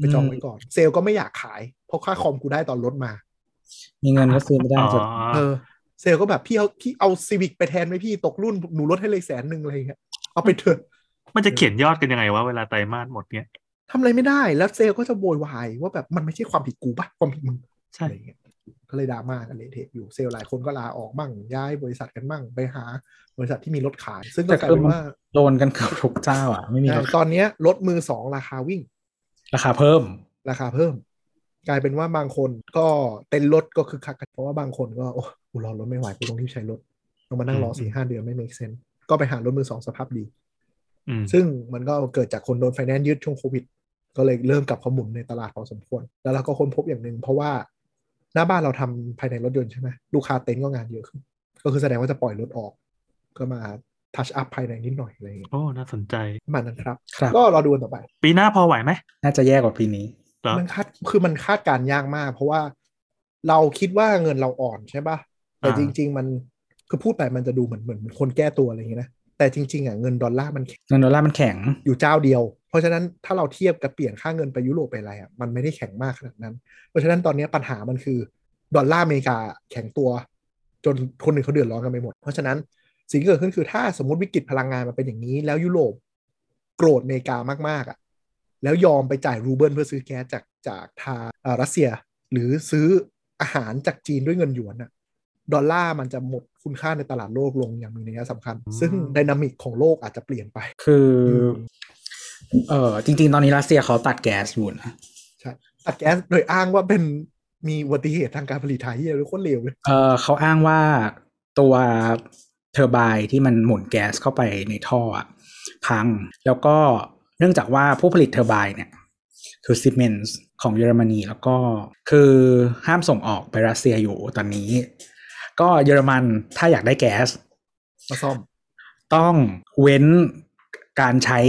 [SPEAKER 3] ไปจองไว้ก่อน เซลล์ก็ไม่อยากขาย เพราะค่าคอมกูได้ตอนลดมา
[SPEAKER 4] มีเงินก็ซื้อไม่ได้
[SPEAKER 2] อ๋อ
[SPEAKER 4] จะ
[SPEAKER 3] เออ เซลล์ก็แบบพี่เอาพี่เอาซีวิกไปแทนไหมพี่ตกรุ่นหนูลดให้เลยแสนหนึ่งอะไรอย่างเงี้ยเอาไปเถอะ
[SPEAKER 2] มันจะเขียนยอดกันยังไงวะเวลาไตรมาสหมดเนี้ย
[SPEAKER 3] ทำอะไรไม่ได้แล้วเซลล์ก็จะโวยวายว่าแบบมันไม่ใช่ความผิดกูปะความผิดมึง
[SPEAKER 2] ใช่
[SPEAKER 3] อะไรอย่างเงี้ยก็เลยดราม่ากันเละเทะอยู่เซลล์หลายคนก็ลาออกมั่งย้ายบริษัทกันมั่งไปหา บริษัทที่มีรถขาย ซึ่งก็
[SPEAKER 4] แต่
[SPEAKER 3] กลาย
[SPEAKER 4] คือ
[SPEAKER 3] เป็น
[SPEAKER 4] มัน
[SPEAKER 3] ว่า
[SPEAKER 4] โดนกันเกือบทุกเจ้าอ่ะ ไม่มี
[SPEAKER 3] ใช่
[SPEAKER 4] ราคา
[SPEAKER 3] ตอนเนี้ยรถมือสองราคาวิ่ง
[SPEAKER 4] ราคาเพิ่ม
[SPEAKER 3] ราคาเพิ่ม กลายเป็นว่าบางคนก็เต็นท์รถก็คือคักกันเพราะว่าบางคนก็โอ้กูรอรถไม่ไหวกูต้องรีบใช้รถต้องมานั่งรอสี่ห้าเดือนไม่ make sense ก็ไปหารถมือสองสภาพดี
[SPEAKER 2] อืม
[SPEAKER 3] ซึ่งมันก็เกิดจากคนโดนไฟแนนซ์ยึดช่วงโควิด ก็เลยเริ่มกลับเขาหมุนในตลาดพอสมควร แล้วเราก็ค้นพบอย่างหนึ่งเพราะว่าหน้าบ้านเราทำภายในรถยนต์ใช่ไหมลูกค้าเต็นท์ก็งานเยอะขึ้น ก็คือแสดงว่าจะปล่อยรถออก ก็มาทัชอัพภายในนิดหน่อยอะไรอย่างเงี้ย
[SPEAKER 2] โอ้ น่าสนใจ
[SPEAKER 3] ประมาณนั้นครับ
[SPEAKER 4] ครับ
[SPEAKER 3] ก็รอดูกันต่อไป
[SPEAKER 2] ปีหน้าพอไหวไหม
[SPEAKER 4] น่าจะแย่กว่าปีนี้
[SPEAKER 2] ครับ
[SPEAKER 3] มันคาดคือมันคาดการณ์ยากมาก เพราะว่าเราคิดว่าเงินเราอ่อนใช่ปะแต่
[SPEAKER 2] อ่า
[SPEAKER 3] จริง ๆ มันคือพูดไปมันจะดูเหมือนเหมือนเหมือนคนแก้ตัวอะไรอย่างเงี้ยนะแต่จริงๆอ่ะเงินดอลลาร์มันแข็ง
[SPEAKER 4] เงินดอลลาร์มันแข็ง
[SPEAKER 3] อยู่เจ้าเดียว เพราะฉะนั้นถ้าเราเทียบกับเปลี่ยนค่าเงินไปยุโรปไปอะไรอ่ะมันไม่ได้แข็งมากขนาดนั้น เพราะฉะนั้นตอนนี้ปัญหามันคือ ดอลลาร์อเมริกาแข็งตัว จนคนหนึ่งเขาเดือดร้อนกันไปหมด เพราะฉะนั้นสิ่งที่เกิดขึ้นคือถ้าสมมติวิกฤตพลังงานมันเป็นอย่างนี้ แล้วยุโรป โกรธอเมริกามากๆอ่ะแล้วยอมไปจ่ายรูเบิลเพื่อซื้อแก๊สจากจากทางเอ่อรัสเซีย หรือซื้ออาหารจากจีนด้วยเงินหยวนอ่ะดอลลาร์มันจะหมดคุณค่าในตลาดโลกลงอย่างมีนัยสำคัญ ซึ่งดินามิกของโลกอาจจะเปลี่ยนไป
[SPEAKER 4] คืออ
[SPEAKER 3] ม
[SPEAKER 4] เออจริง ๆ ตอนนี้รัสเซียเขาตัดแก๊สอยู่นะ
[SPEAKER 3] ตัดแก๊สโดยอ้างว่าเป็นมีอุบัติเหตุทางการผลิตไทยเหี้ยหรือโคตรเลวเลย
[SPEAKER 4] เออเขาอ้างว่าตัวเทอร์ไบน์ที่มันหมุนแก๊สเข้าไปในท่ออะพัง แล้วก็เนื่องจากว่าผู้ผลิตเทอร์ไบน์เนี่ย คือซิเมนส์ของเยอรมนีแล้วก็คือห้ามส่งออกไปรัสเซียอยู่ตอนนี้ ก็เยอรมันถ้าอยากได้แก๊ส
[SPEAKER 3] มาซ่อม
[SPEAKER 4] ต้องเว้นการใช้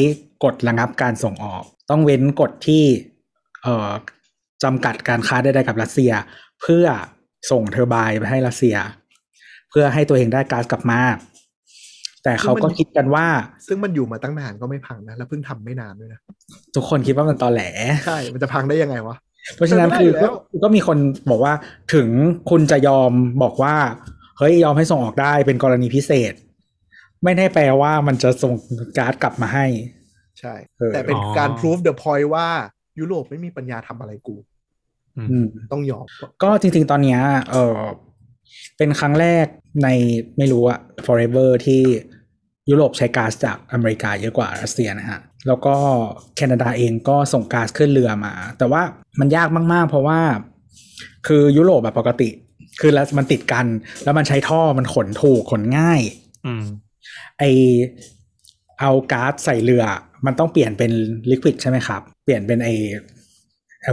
[SPEAKER 4] กฎระงับการส่งออก ต้องเว้นกฎที่เอ่อจำกัดการค้าใดๆกับรัสเซีย เพื่อส่งเทอร์ไบน์ไปให้รัสเซีย เพื่อให้ตัวเองได้ก๊าซกลับมา แต่เขาก็คิดกันว่า
[SPEAKER 3] ซึ่งมันอยู่มาตั้งนานก็ไม่พังนะ แล้วเพิ่งทำไม่นานด้วยนะ
[SPEAKER 4] ทุกคนคิดว่ามันตอแหล
[SPEAKER 3] ใช่ มันจะพังได้ยังไงวะ
[SPEAKER 4] เพราะฉะนั้นคือ
[SPEAKER 3] ไม่ได้อยู่แล้ว
[SPEAKER 4] ก็ก็มีคนบอกว่าถึงคุณจะยอมบอกว่า เฮ้ยยอมให้ส่งออกได้เป็นกรณีพิเศษ ไม่ได้แปลว่ามันจะส่งก๊าซกลับมาให้
[SPEAKER 3] ใช่
[SPEAKER 4] เออ
[SPEAKER 3] แต่เป็น
[SPEAKER 2] อ๋อ
[SPEAKER 3] การ proof the point ว่ายุโรปไม่มีปัญญาทำอะไรกู
[SPEAKER 4] อืม
[SPEAKER 3] ต้องยอม
[SPEAKER 4] ก็จริงๆ ตอนเนี้ยเออเป็นครั้งแรกในไม่รู้อะ forever ที่ยุโรปใช้ก๊าซจากอเมริกาเยอะกว่ารัสเซียนะฮะ แล้วก็แคนาดาเองก็ส่งก๊าซขึ้นเรือมา แต่ว่ามันยากมากๆ เพราะว่าคือยุโรปแบบปกติ คือแล้วมันติดกัน แล้วมันใช้ท่อมันขนถูกขนง่าย
[SPEAKER 2] อืม
[SPEAKER 4] ไอเอาก๊าซใส่เรือ มันต้องเปลี่ยนเป็นลิควิดใช่ไหมครับ เปลี่ยนเป็นไอ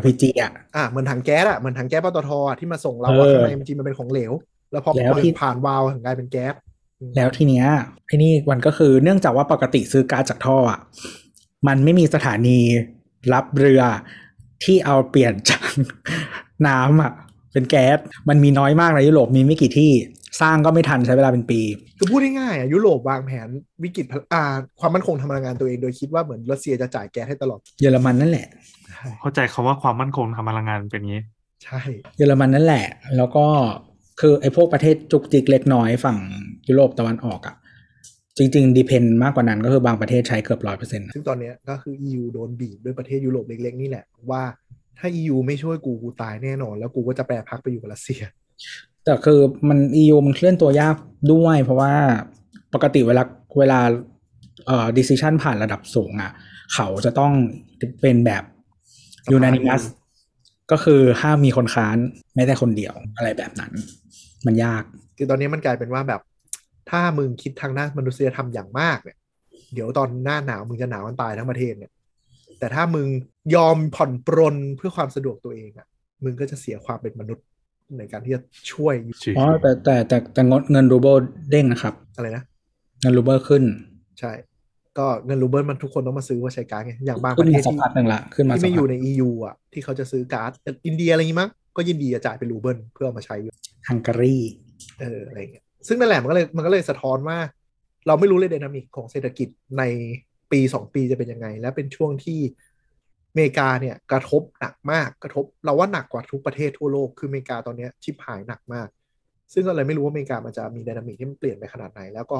[SPEAKER 4] LPG อะ
[SPEAKER 3] อ่ะเหมือนถังแก๊สอ่ะ เหมือนถังแก๊สปตทอะที่มาส่งเรา
[SPEAKER 4] เออ
[SPEAKER 3] ว่าข้างในมันจริงมันเป็นของเหลว แล้วพอ
[SPEAKER 4] แล้ว
[SPEAKER 3] เปิด
[SPEAKER 4] ที่
[SPEAKER 3] ผ่านวาล์วถึงกลายเป็นแก๊สอืม
[SPEAKER 4] แล้วทีเนี้ยไอ้นี่มันก็คือเนื่องจากว่าปกติซื้อก๊าซจากท่ออ่ะมันไม่มีสถานีรับเรือที่เอาเปลี่ยนจาก น้ำอ่ะเป็นแก๊สมันมีน้อยมากในยุโรปมีไม่กี่ที่สร้างก็ไม่ทันใช้เวลาเป็นปี
[SPEAKER 3] คือพูดง่ายๆอ่ะยุโรปวางแผนวิกฤตพลอ่าความมั่นคงทางพลังงานตัวเองโดยคิดว่าเหมือนรัสเซียจะจ่ายแก๊สให้ตลอด
[SPEAKER 4] เยอรมันนั่นแหละ
[SPEAKER 2] เข้าใจคำว่าความมั่นคงทางพลังงานเป็นอย่างนี้
[SPEAKER 3] ใช่
[SPEAKER 4] เยอรมันนั่นแหละ แล้วก็คือไอ้พวกประเทศจุกจิกเล็กน้อยฝั่งยุโรปตะวันออกอ่ะจริงๆดีเพนมากกว่านั้นก็คือบางประเทศใช้เกือบร้อยเปอร์เซ็นต์
[SPEAKER 3] ซึ่งตอนเนี้ยก็คือ EU โดนบีบด้วยประเทศยุโรปเล็กๆนี่แหละว่าถ้า EU ไม่ช่วยกูกูตายแน่นอน แล้วกูก็จะแปรพักไปอยู่กับรัสเซีย
[SPEAKER 4] แต่คือมัน EU มันเคลื่อนตัวยากด้วย เพราะว่าปกติเวลาเวลาเอ่อ decision ผ่านระดับสูงอะ่ะ เขาจะต้องเป็นแบบ
[SPEAKER 3] สภา
[SPEAKER 4] unanimous ก็คือห้ามมีคนค้านไม่ได้คนเดียวอะไรแบบนั้น มันยาก
[SPEAKER 3] คือตอนนี้มันกลายเป็นว่าแบบ ถ้ามึงคิดทางด้านมนุษยธรรมอย่างมากเนี่ย เดี๋ยวตอนหน้าหนาวมึงจะหนาวกันตายทั้งประเทศเนี่ย แต่ถ้ามึงยอมผ่อนปรนเพื่อความสะดวกตัวเองอะ่ะ มึงก็จะเสียความเป็นมนุษย์ในการที่จะช่วยอยู่
[SPEAKER 4] อ๋อแต่แต่แต่แต่งดเงินรูเบิลเด้งนะครับ
[SPEAKER 3] อะไรนะ
[SPEAKER 4] เงินรูเบิลขึ้น
[SPEAKER 3] ใช่ ก็เงินรูเบิลมันทุกคนต้องมาซื้อว่าใช้การดไงอย่างบางป
[SPEAKER 4] ขึ้น
[SPEAKER 3] ระเทศ
[SPEAKER 4] มาสัก
[SPEAKER 3] ที่
[SPEAKER 4] พักหนึ่งละขึ้นมา
[SPEAKER 3] ที่
[SPEAKER 4] สัก
[SPEAKER 3] ไม่อ
[SPEAKER 4] พั
[SPEAKER 3] ยู่
[SPEAKER 4] ก
[SPEAKER 3] ใน EU อ่ะ ที่เขาจะซื้อการ์ดอินเดียอะไรอย่างงี้มั้งก็ยินดีจะจ่ายเป็นรูเบิลเพื่อเอามาใช้
[SPEAKER 4] ฮังการี
[SPEAKER 3] เอออะไรอย่างเงี้ยซึ่งนั่นแหละมันก็เลยมันก็เลยสะท้อนว่า เราไม่รู้เลยไดนามิกของเศรษฐกิจในปีสองปีจะเป็นยังไง และเป็นช่วงที่อเมริกาเนี่ยกระทบหนักมากกระทบ เราว่าหนักกว่าทุกประเทศทั่วโลกคืออเมริกาตอนเนี้ยชิบหายหนักมาก ซึ่งก็เลยไม่รู้ว่าอเมริกามันจะมีไดนามิกที่มันเปลี่ยนไปขนาดไหน แล้วก็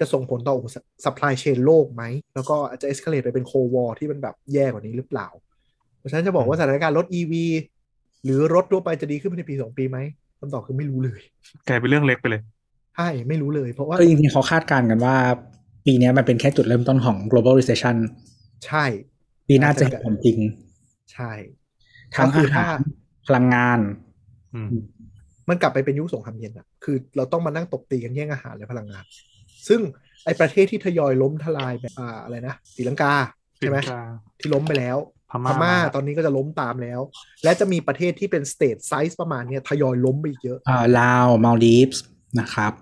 [SPEAKER 3] จะส่งผลต่อสัพพลายเชนโลกไหม แล้วก็อาจจะเอ็กซ์เคเลตไปเป็นโควอที่มันแบบแย่กว่านี้หรือเปล่า เพราะฉะนั้นจะบอกว่าสถานการณ์รถ EV หรือรถทั่วไปจะดีขึ้นภายในปีสองปีไหมคำตอบคือไม่รู้เลย
[SPEAKER 2] กลายเป็นเรื่องเล็กไปเลย
[SPEAKER 3] ใช่ ไม่รู้เลยเพราะว่า
[SPEAKER 4] คือจริงๆเขาคาดการณ์กันว่า ปีเนี้ยมันเป็นแค่จุดเริ่มต้นของ global recession
[SPEAKER 3] ใช่
[SPEAKER 4] ปีหน้าจะเห็นผลจริง
[SPEAKER 3] ใช่
[SPEAKER 4] ทั้ง
[SPEAKER 3] ก็คื
[SPEAKER 4] อา
[SPEAKER 3] อถ้า
[SPEAKER 4] หารพลังงาน
[SPEAKER 2] อืม
[SPEAKER 3] มันกลับไปเป็นยุคสงครามเย็นอะคือเราต้องมานั่งตบตีกันแย่งอาหารและพลังงาน ซึ่งไอประเทศที่ทยอยล้มทลายแบบอ่าอะไรนะศรีลังกา ใช่ไหมที่ล้มไปแล้ว
[SPEAKER 2] พม่า
[SPEAKER 3] พม่าตอนนี้ก็จะล้มตามแล้ว และจะมีประเทศที่เป็นสเตทไซส์ประมาณเนี้ยทยอยล้มไปอีกเยอะ
[SPEAKER 4] เอ่อลาวมาลดีฟส์นะครับ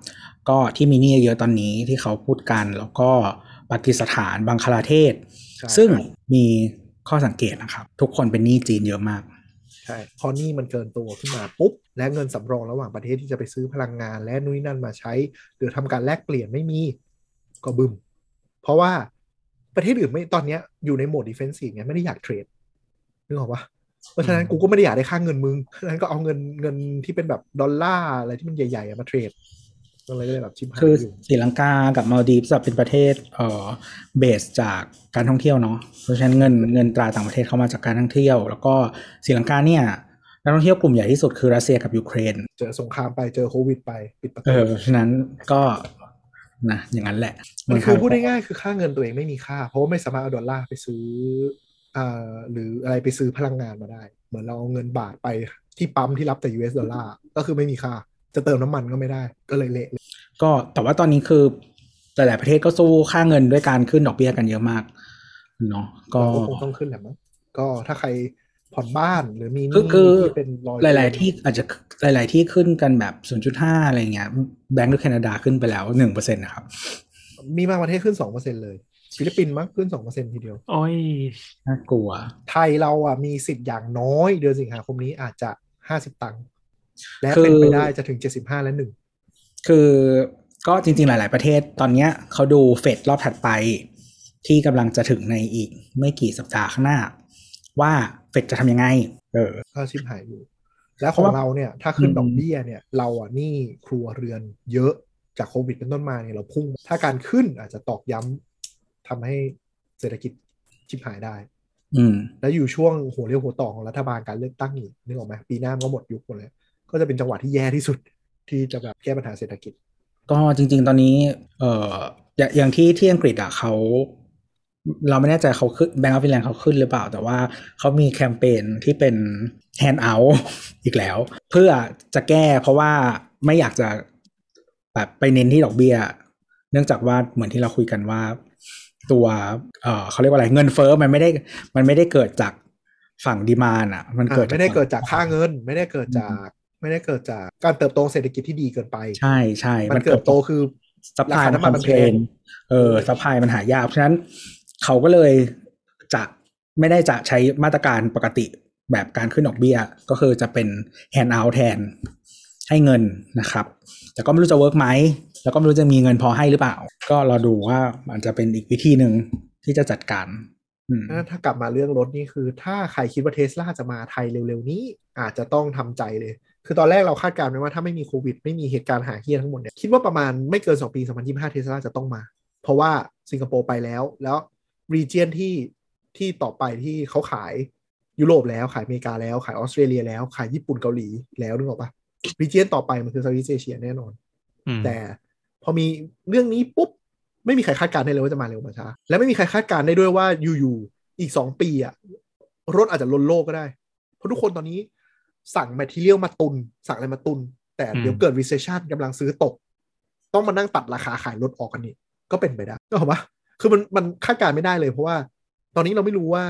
[SPEAKER 4] ก็ที่มีหนี่เยอะตอนนี้ที่เขาพูดกัน แล้วก็ปากีสถานบังคลาเทศ
[SPEAKER 3] ใช่
[SPEAKER 4] ซึ่งมีข้อสังเกตนะครับ ทุกคนเป็นหนี้จีนเยอะมาก
[SPEAKER 3] ใช่พอหนี่มันเกินตัวขึ้นมาปุ๊บ และเงินสำรองระหว่างประเทศที่จะไปซื้อพลังงานและนู่นนนั่นมาใช้ หรือทำการแลกเปลี่ยนไม่มี ก็บึม เพราะว่าประเทศอื่นไม่ตอนเนี้ยอยู่ในโหมดดิเฟนซีฟไงไม่ได้อยากเทรดนึกออกปะเพราะฉะนั้นกูก็ไม่ได้อยากได้ค่าเงินมึงเพราะฉะนั้นก็เอาเงินเงินที่เป็นแบบดอลลาร์อะไรที่มันใหญ่ๆอะมาเทรด ก็เลยก็เลยแบบชิบหาย
[SPEAKER 4] คือ
[SPEAKER 3] อยู่
[SPEAKER 4] ศรีลังกากับมาลดีฟจะเป็นประเทศเอ่อเบสจากการท่องเที่ยวเนาะเพราะฉะนั้นเงินเงินตราต่างประเทศเข้ามาจากการท่องเที่ยว แล้วก็ศรีลังกาเนี่ยนักท่องเที่ยวกลุ่มใหญ่ที่สุดคือรัสเซียกับยูเครน
[SPEAKER 3] เจอสงครามไปเจอโควิดไปปิดประ
[SPEAKER 4] เอ
[SPEAKER 3] ตู
[SPEAKER 4] อเพราะฉะนั้นก็นะอย่างนั้นแหละ
[SPEAKER 3] มันคือพูด
[SPEAKER 4] ง่าย
[SPEAKER 3] ง่ายๆคือค่าเงินตัวเองไม่มีค่า เพราะว่าไม่สามารถเอาดอลลาร์ไปซื้ออ่าหรืออะไรไปซื้อพลังงานมาได้ เหมือนเราเอาเงินบาทไปที่ปั๊มที่รับแต่ US ดอลลาร์ก็คือไม่มีค่า จะเติมน้ำมันก็ไม่ได้ก็เลยเละเลย
[SPEAKER 4] ก็แต่ว่าตอนนี้คือแต่หลายประเทศก็สู้ค่าเงินด้วยการขึ้นดอกเบี้ยกันเยอะมากเนาะก็
[SPEAKER 3] เราก็คงต้องขึ้นแหละมั้งก็ถ้าใครผ่อนบ้านหรือมีห
[SPEAKER 4] คือ
[SPEAKER 3] นี้
[SPEAKER 4] คือ
[SPEAKER 3] ที่เป็นร้อย
[SPEAKER 4] หลาย ๆ ที่อาจจะหลาย ๆ ที่ขึ้นกันแบบ 0.5 อะไรเงี้ยแบงก์หรือแคนาดาขึ้นไปแล้ว 1%นะครับ
[SPEAKER 3] มีบางประเทศขึ้นสองเปอร์เซ็นเลยฟิลิปปินส์มั้งขึ้นสองเปอร์เซ็นทีเดียว
[SPEAKER 2] โอ้ย
[SPEAKER 4] น่ากลัว
[SPEAKER 3] ไทยเราอ่ะมีสิทธิ์อย่างน้อยเดือนสิงหาคมนี้อาจจะห้าสิบตังค์และ
[SPEAKER 4] คือ
[SPEAKER 3] เป็นไปได้จะถึงเจ็ดสิบห้าและหนึ่ง
[SPEAKER 4] คือก็จริง ๆ หลาย ๆ ประเทศตอนเนี้ยเขาดูเฟดรอบถัดไป ที่กำลังจะถึงในอีกไม่กี่สัปดาห์ข้างหน้า ว่าเฟดจะทำยังไง เออ
[SPEAKER 3] ก็ชิบหายอยู่ และของเราเนี่ย ถ้าขึ้น
[SPEAKER 4] อืม
[SPEAKER 3] ดอกเบี้ยเนี่ย เราอ่ะหนี่ครัวเรือนเยอะจากโควิดเป็นต้นมาเนี่ยเราพุ่ง ถ้าการขึ้นอาจจะตอกย้ำทำให้เศรษฐกิจชิบหายได้
[SPEAKER 4] อืม
[SPEAKER 3] แล้วอยู่ช่วงหัวเรียวหัวต่อของรัฐบาลการเลือกตั้งอีกนึกออกไหมปีหน้ามันก็หมดยุคหมดแล้วก็จะเป็นจังหวะที่แย่ที่สุดที่จะแบบแก้ปัญหาเศรษฐกิจ
[SPEAKER 4] ก็จริง ๆ ตอนนี้ เอออย่าอย่างที่ที่อังกฤษอ่ะเขา เราไม่แน่ใจเขาขึ้นแบงก์ออฟฟินแลนด์เขาขึ้นหรือเปล่า แต่ว่าเขามีแคมเปญที่เป็น hand out (laughs) อีกแล้ว เพื่อจะแก้เพราะว่าไม่อยากจะแบบไปเน้นที่ดอกเบี้ย เนื่องจากว่าเหมือนที่เราคุยกันว่า ตัวเออเขาเรียกว่าอะไรเงินเฟ้อมันไม่ได้มันไม่ได้เกิดจากฝั่งดีมานอ่ะ มันเกิด
[SPEAKER 3] อ่าไม่ได้เกิดจากค่า
[SPEAKER 4] ฝั่
[SPEAKER 3] เงิน ไม่ได้เกิดจาก ไม่ได้เกิดจากการเติบโตเศรษฐกิจที่ดีเกินไป
[SPEAKER 4] ใช่ใช่
[SPEAKER 3] มันเติบโตคือ
[SPEAKER 4] สัพพลาย
[SPEAKER 3] ราคาน้ำมันมันแพง
[SPEAKER 4] งเออสัพพลายมันหายากเพราะฉะนั้นเขาก็เลยจะไม่ได้จะใช้มาตรการปกติแบบการขึ้นดอกเบี้ย ก็คือจะเป็น hand out แทนให้เงินนะครับ แต่ก็ไม่รู้จะเวิร์กไหม แล้วก็ไม่รู้จะมีเงินพอให้หรือเปล่า ก็รอดูว่ามันจะเป็นอีกวิธีหนึ่งที่จะจัดการอืม
[SPEAKER 3] ถ้ากลับมาเรื่องรถนี่คือ ถ้าใครคิดว่าเทสลาจะมาไทยเร็วๆ นี้ อาจจะต้องทำใจเลย คือตอนแรกเราคาดการณ์ไว้ว่าถ้าไม่มีโควิด ไม่มีเหตุการณ์หาเฮียทั้งหมดเนี่ยคิดว่าประมาณไม่เกิน 2 ปี 2025 เทสลาจะต้องมา เพราะว่าสิงคโปร์ไปแล้ว แล้วรีเจียนที่ที่ต่อไปที่เขาขายยุโรปแล้วขายอเมริกาแล้วขายออสเตรเลียแล้วขายญี่ปุ่นเกาหลีแล้วนึกออกปะรีเจียนต่อไปมันคือเซาท์อีสเอเชียแน่นอน
[SPEAKER 2] อืม
[SPEAKER 3] แต่พอมีเรื่องนี้ปุ๊บ ไม่มีใครคาดการณ์ได้เลยว่าจะมาเร็วมาช้าและไม่มีใครคาดการณ์ได้ด้วยว่าอยู่ๆอีกสองปีอะรถอาจจะล้นโลกก็ได้ เพราะทุกคนตอนนี้สั่งแมทเทียลมาตุน สั่งอะไรมาตุน แต่เดี๋ยวเกิด recession กำลังซื้อตก ต้องมานั่งตัดราคาขายรถออกกันนี่ก็เป็นไปได้ก็เหรอปะคือมันมันคาดการณ์ไม่ได้เลยเพราะว่า ตอนนี้เราไม่รู้ว่า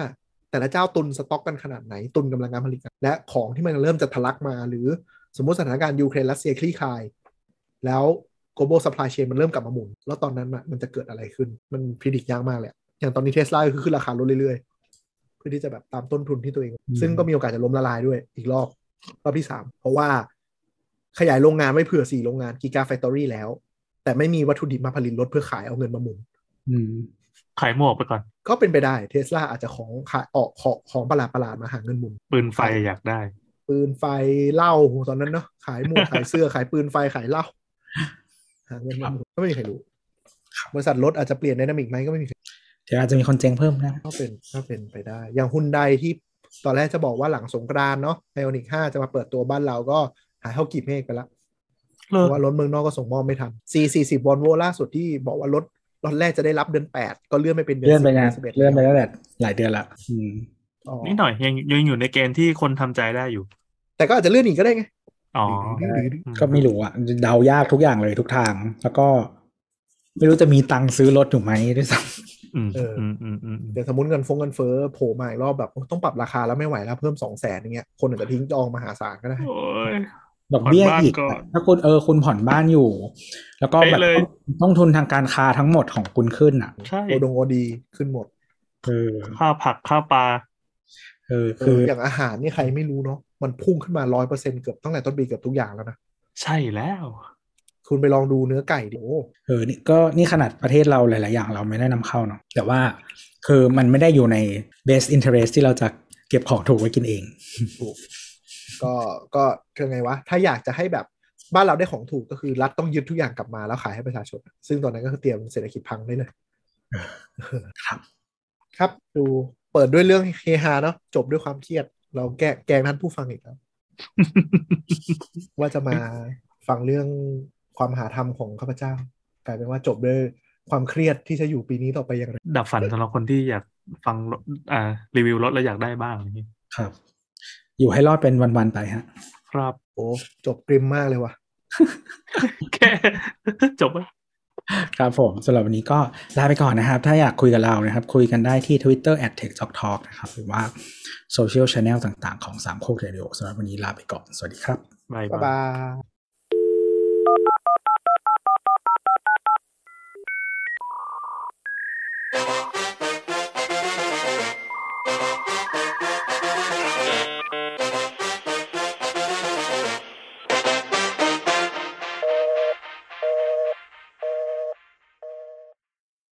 [SPEAKER 3] แต่ละเจ้าตุนสต็อกกันขนาดไหน ตุนกำลังการผลิตกันและของที่มันเริ่มจะทะลักมา หรือสมมติสถานการณ์ยูเครนรัสเซียคลี่คลาย แล้ว global supply chain มันเริ่มกลับมาหมุน แล้วตอนนั้นน่ะมันจะเกิดอะไรขึ้น มันพิจิตรยากมากเลยอะอย่างตอนนี้เทสลาก็คือขึ้นราคาลดเรื่อยๆ เพื่อที่จะแบบตามต้นทุนที่ตัวเอง
[SPEAKER 4] อืม
[SPEAKER 3] ซึ่งก็มีโอกาสจะล้มละลายด้วยอีกรอบ รอบที่สามเพราะว่าขยายโรงงานไว้เผื่อสี่โรงงานกิกาแฟ c ตอรี่แล้ว แต่ไม่มีวัตถุดิบมาผลิตรถเพื่อขายเอาเงินมาหมุน
[SPEAKER 4] อืม
[SPEAKER 2] ขายหมวกไปก่อน
[SPEAKER 3] ก็เป็นไปได้เทสลาอาจจะของขายออกของของประหลาดประหลาดๆมาหาเงินหมุน
[SPEAKER 2] ปืนไฟอยากได้
[SPEAKER 3] ปืนไฟเหล้าโหตอนนั้นเนาะขายห
[SPEAKER 4] (laughs)
[SPEAKER 3] มวก ขายเสื้อขายปืนไฟขายเหล้าหาเงินมาหมุนก็ไม่มีใครรู้บริษัทรถอาจจะเปลี่ยนไดนามิกไหมก็ไม่มีใคร
[SPEAKER 4] เดี๋ยวอาจจะมีคนเจ๊งเพิ่มนะ
[SPEAKER 3] ก็เป็นก็เป็นไปได้ อย่างฮุนไดที่ตอนแรกจะบอกว่าหลังสงกรานต์เนาะไอออนิกห้าจะมาเปิดตัวบ้านเราก็หายเข้ากีบเมฆไปละเพ
[SPEAKER 2] เลิก
[SPEAKER 3] ราะว่ารถเมืองนอกก็ส่งมอบไม่ทัน C 4 0วอลโวล่าสุดที่บอกว่ารถรถแรกจะได้รับเดือนแปดก็เลื่อนไปเป็นเดือน
[SPEAKER 4] เลื่อนไปนะ
[SPEAKER 3] สิบเดือ็ด
[SPEAKER 4] เลื่อนไปแล้วแหละหลายเดือนละอืม
[SPEAKER 2] นิดหน่อยยังยังอยู่ในเกณฑ์ที่คนทำใจได้อยู่
[SPEAKER 3] แต่ก็อาจจะเลื่อนอีกก็ได้ไง
[SPEAKER 2] อ๋อ
[SPEAKER 3] ดื้อๆๆๆ
[SPEAKER 4] ก็ไม่รู้อะเดายากทุกอย่างเลยทุกทาง แล้วก็ ไม่รู้จะมีตังค์ซื้อรถถูกไหมด้วยซ้
[SPEAKER 2] อืม
[SPEAKER 3] เอออื
[SPEAKER 2] มอืมอืมอืม
[SPEAKER 3] เดี๋ยวสมมติเงินฟงเงินเฟ้อโผล่มาอีกรอบแบบโอ้ต้องปรับราคาแล้วไม่ไหวแล้วเพิ่มสองแสนอย่างเงี้ยคนอาจจะทิ้งจองมหาศาลก็ได้
[SPEAKER 2] โอ้ย
[SPEAKER 4] ำดอกเบี้ย
[SPEAKER 2] ผ่อนบ้าน
[SPEAKER 4] อีก
[SPEAKER 2] ก่อน
[SPEAKER 4] อะถ้าคุณเออคุณผ่อนบ้านอยู่ แล้วก็แบบ
[SPEAKER 2] เป๊ะเลย
[SPEAKER 4] ต้องทุนทางการค้าทั้งหมดของคุณขึ้นอ่ะ
[SPEAKER 2] ใช่
[SPEAKER 3] โอดงโอดีขึ้นหมด
[SPEAKER 4] เออ
[SPEAKER 2] ข้าวผักข้าวปลา
[SPEAKER 4] เออ
[SPEAKER 3] เอ
[SPEAKER 4] คือ
[SPEAKER 3] ออย่างอาหารนี่ใครไม่รู้เนาะมันพุ่งขึ้นมาร้อยเปอร์เซ็นเกือบตั้งแต่ต้นปีเกือบทุกอย่างแล้วนะ
[SPEAKER 2] ใช่แล้ว
[SPEAKER 3] (laughs) คุณไปลองดูเนื้อไก่ดิโอ้
[SPEAKER 4] เออนี่ก็นี่ขนาดประเทศเราหลาย ๆ อย่างเราไม่ได้นำเข้าเนาะแต่ว่าคือมันไม่ได้อยู่ใน best interest ที่เราจะเก็บของถูกไว้กินเอง
[SPEAKER 3] ถูกก็ก็คือไงวะ ถ้าอยากจะให้แบบ บ้านเราได้ของถูกก็คือรัฐต้องยึดทุกอย่างกลับมาแล้วขายให้ประชาชน ซึ่งตอนนั้นก็คือเตรียมเศรษฐกิจพังได้เลย
[SPEAKER 4] ครับ
[SPEAKER 3] ครับ ดูเปิดด้วยเรื่องเฮฮาเนาะจบด้วยความเครียด เราแกแกล้งท่านผู้ฟังอีกแล้ว ว่าจะมาฟังเรื่องความหาธรรมของข้าพเจ้า กลายเป็นว่าจบด้วยความเครียดที่จะอยู่ปีนี้ต่อไปอย่างไร
[SPEAKER 2] ดับฝันสำหรับคนที่อยากฟังรถอ่ารีวิวรถแล้วอยากได้บ้างอย่างนี้
[SPEAKER 4] ครับ อยู่ให้รอดเป็นวันๆไปฮะ
[SPEAKER 2] ครับ
[SPEAKER 3] โอ้จบกริมมากเลยว่ะ
[SPEAKER 2] แค่ (laughs) จบปะ
[SPEAKER 4] ครับผมสำหรับวันนี้ก็ลาไปก่อนนะครับ ถ้าอยากคุยกับเรานะครับ คุยกันได้ที่ Twitter at t e c h t a l k นะครับ หรือว่าโซเชียลช n แนลต่างๆของสามโคกเรดิโอสำหรับวันนี้ลาไปก่อน สวัสดีครับ
[SPEAKER 2] บาย
[SPEAKER 3] บ๊าย
[SPEAKER 2] บาย
[SPEAKER 3] บาย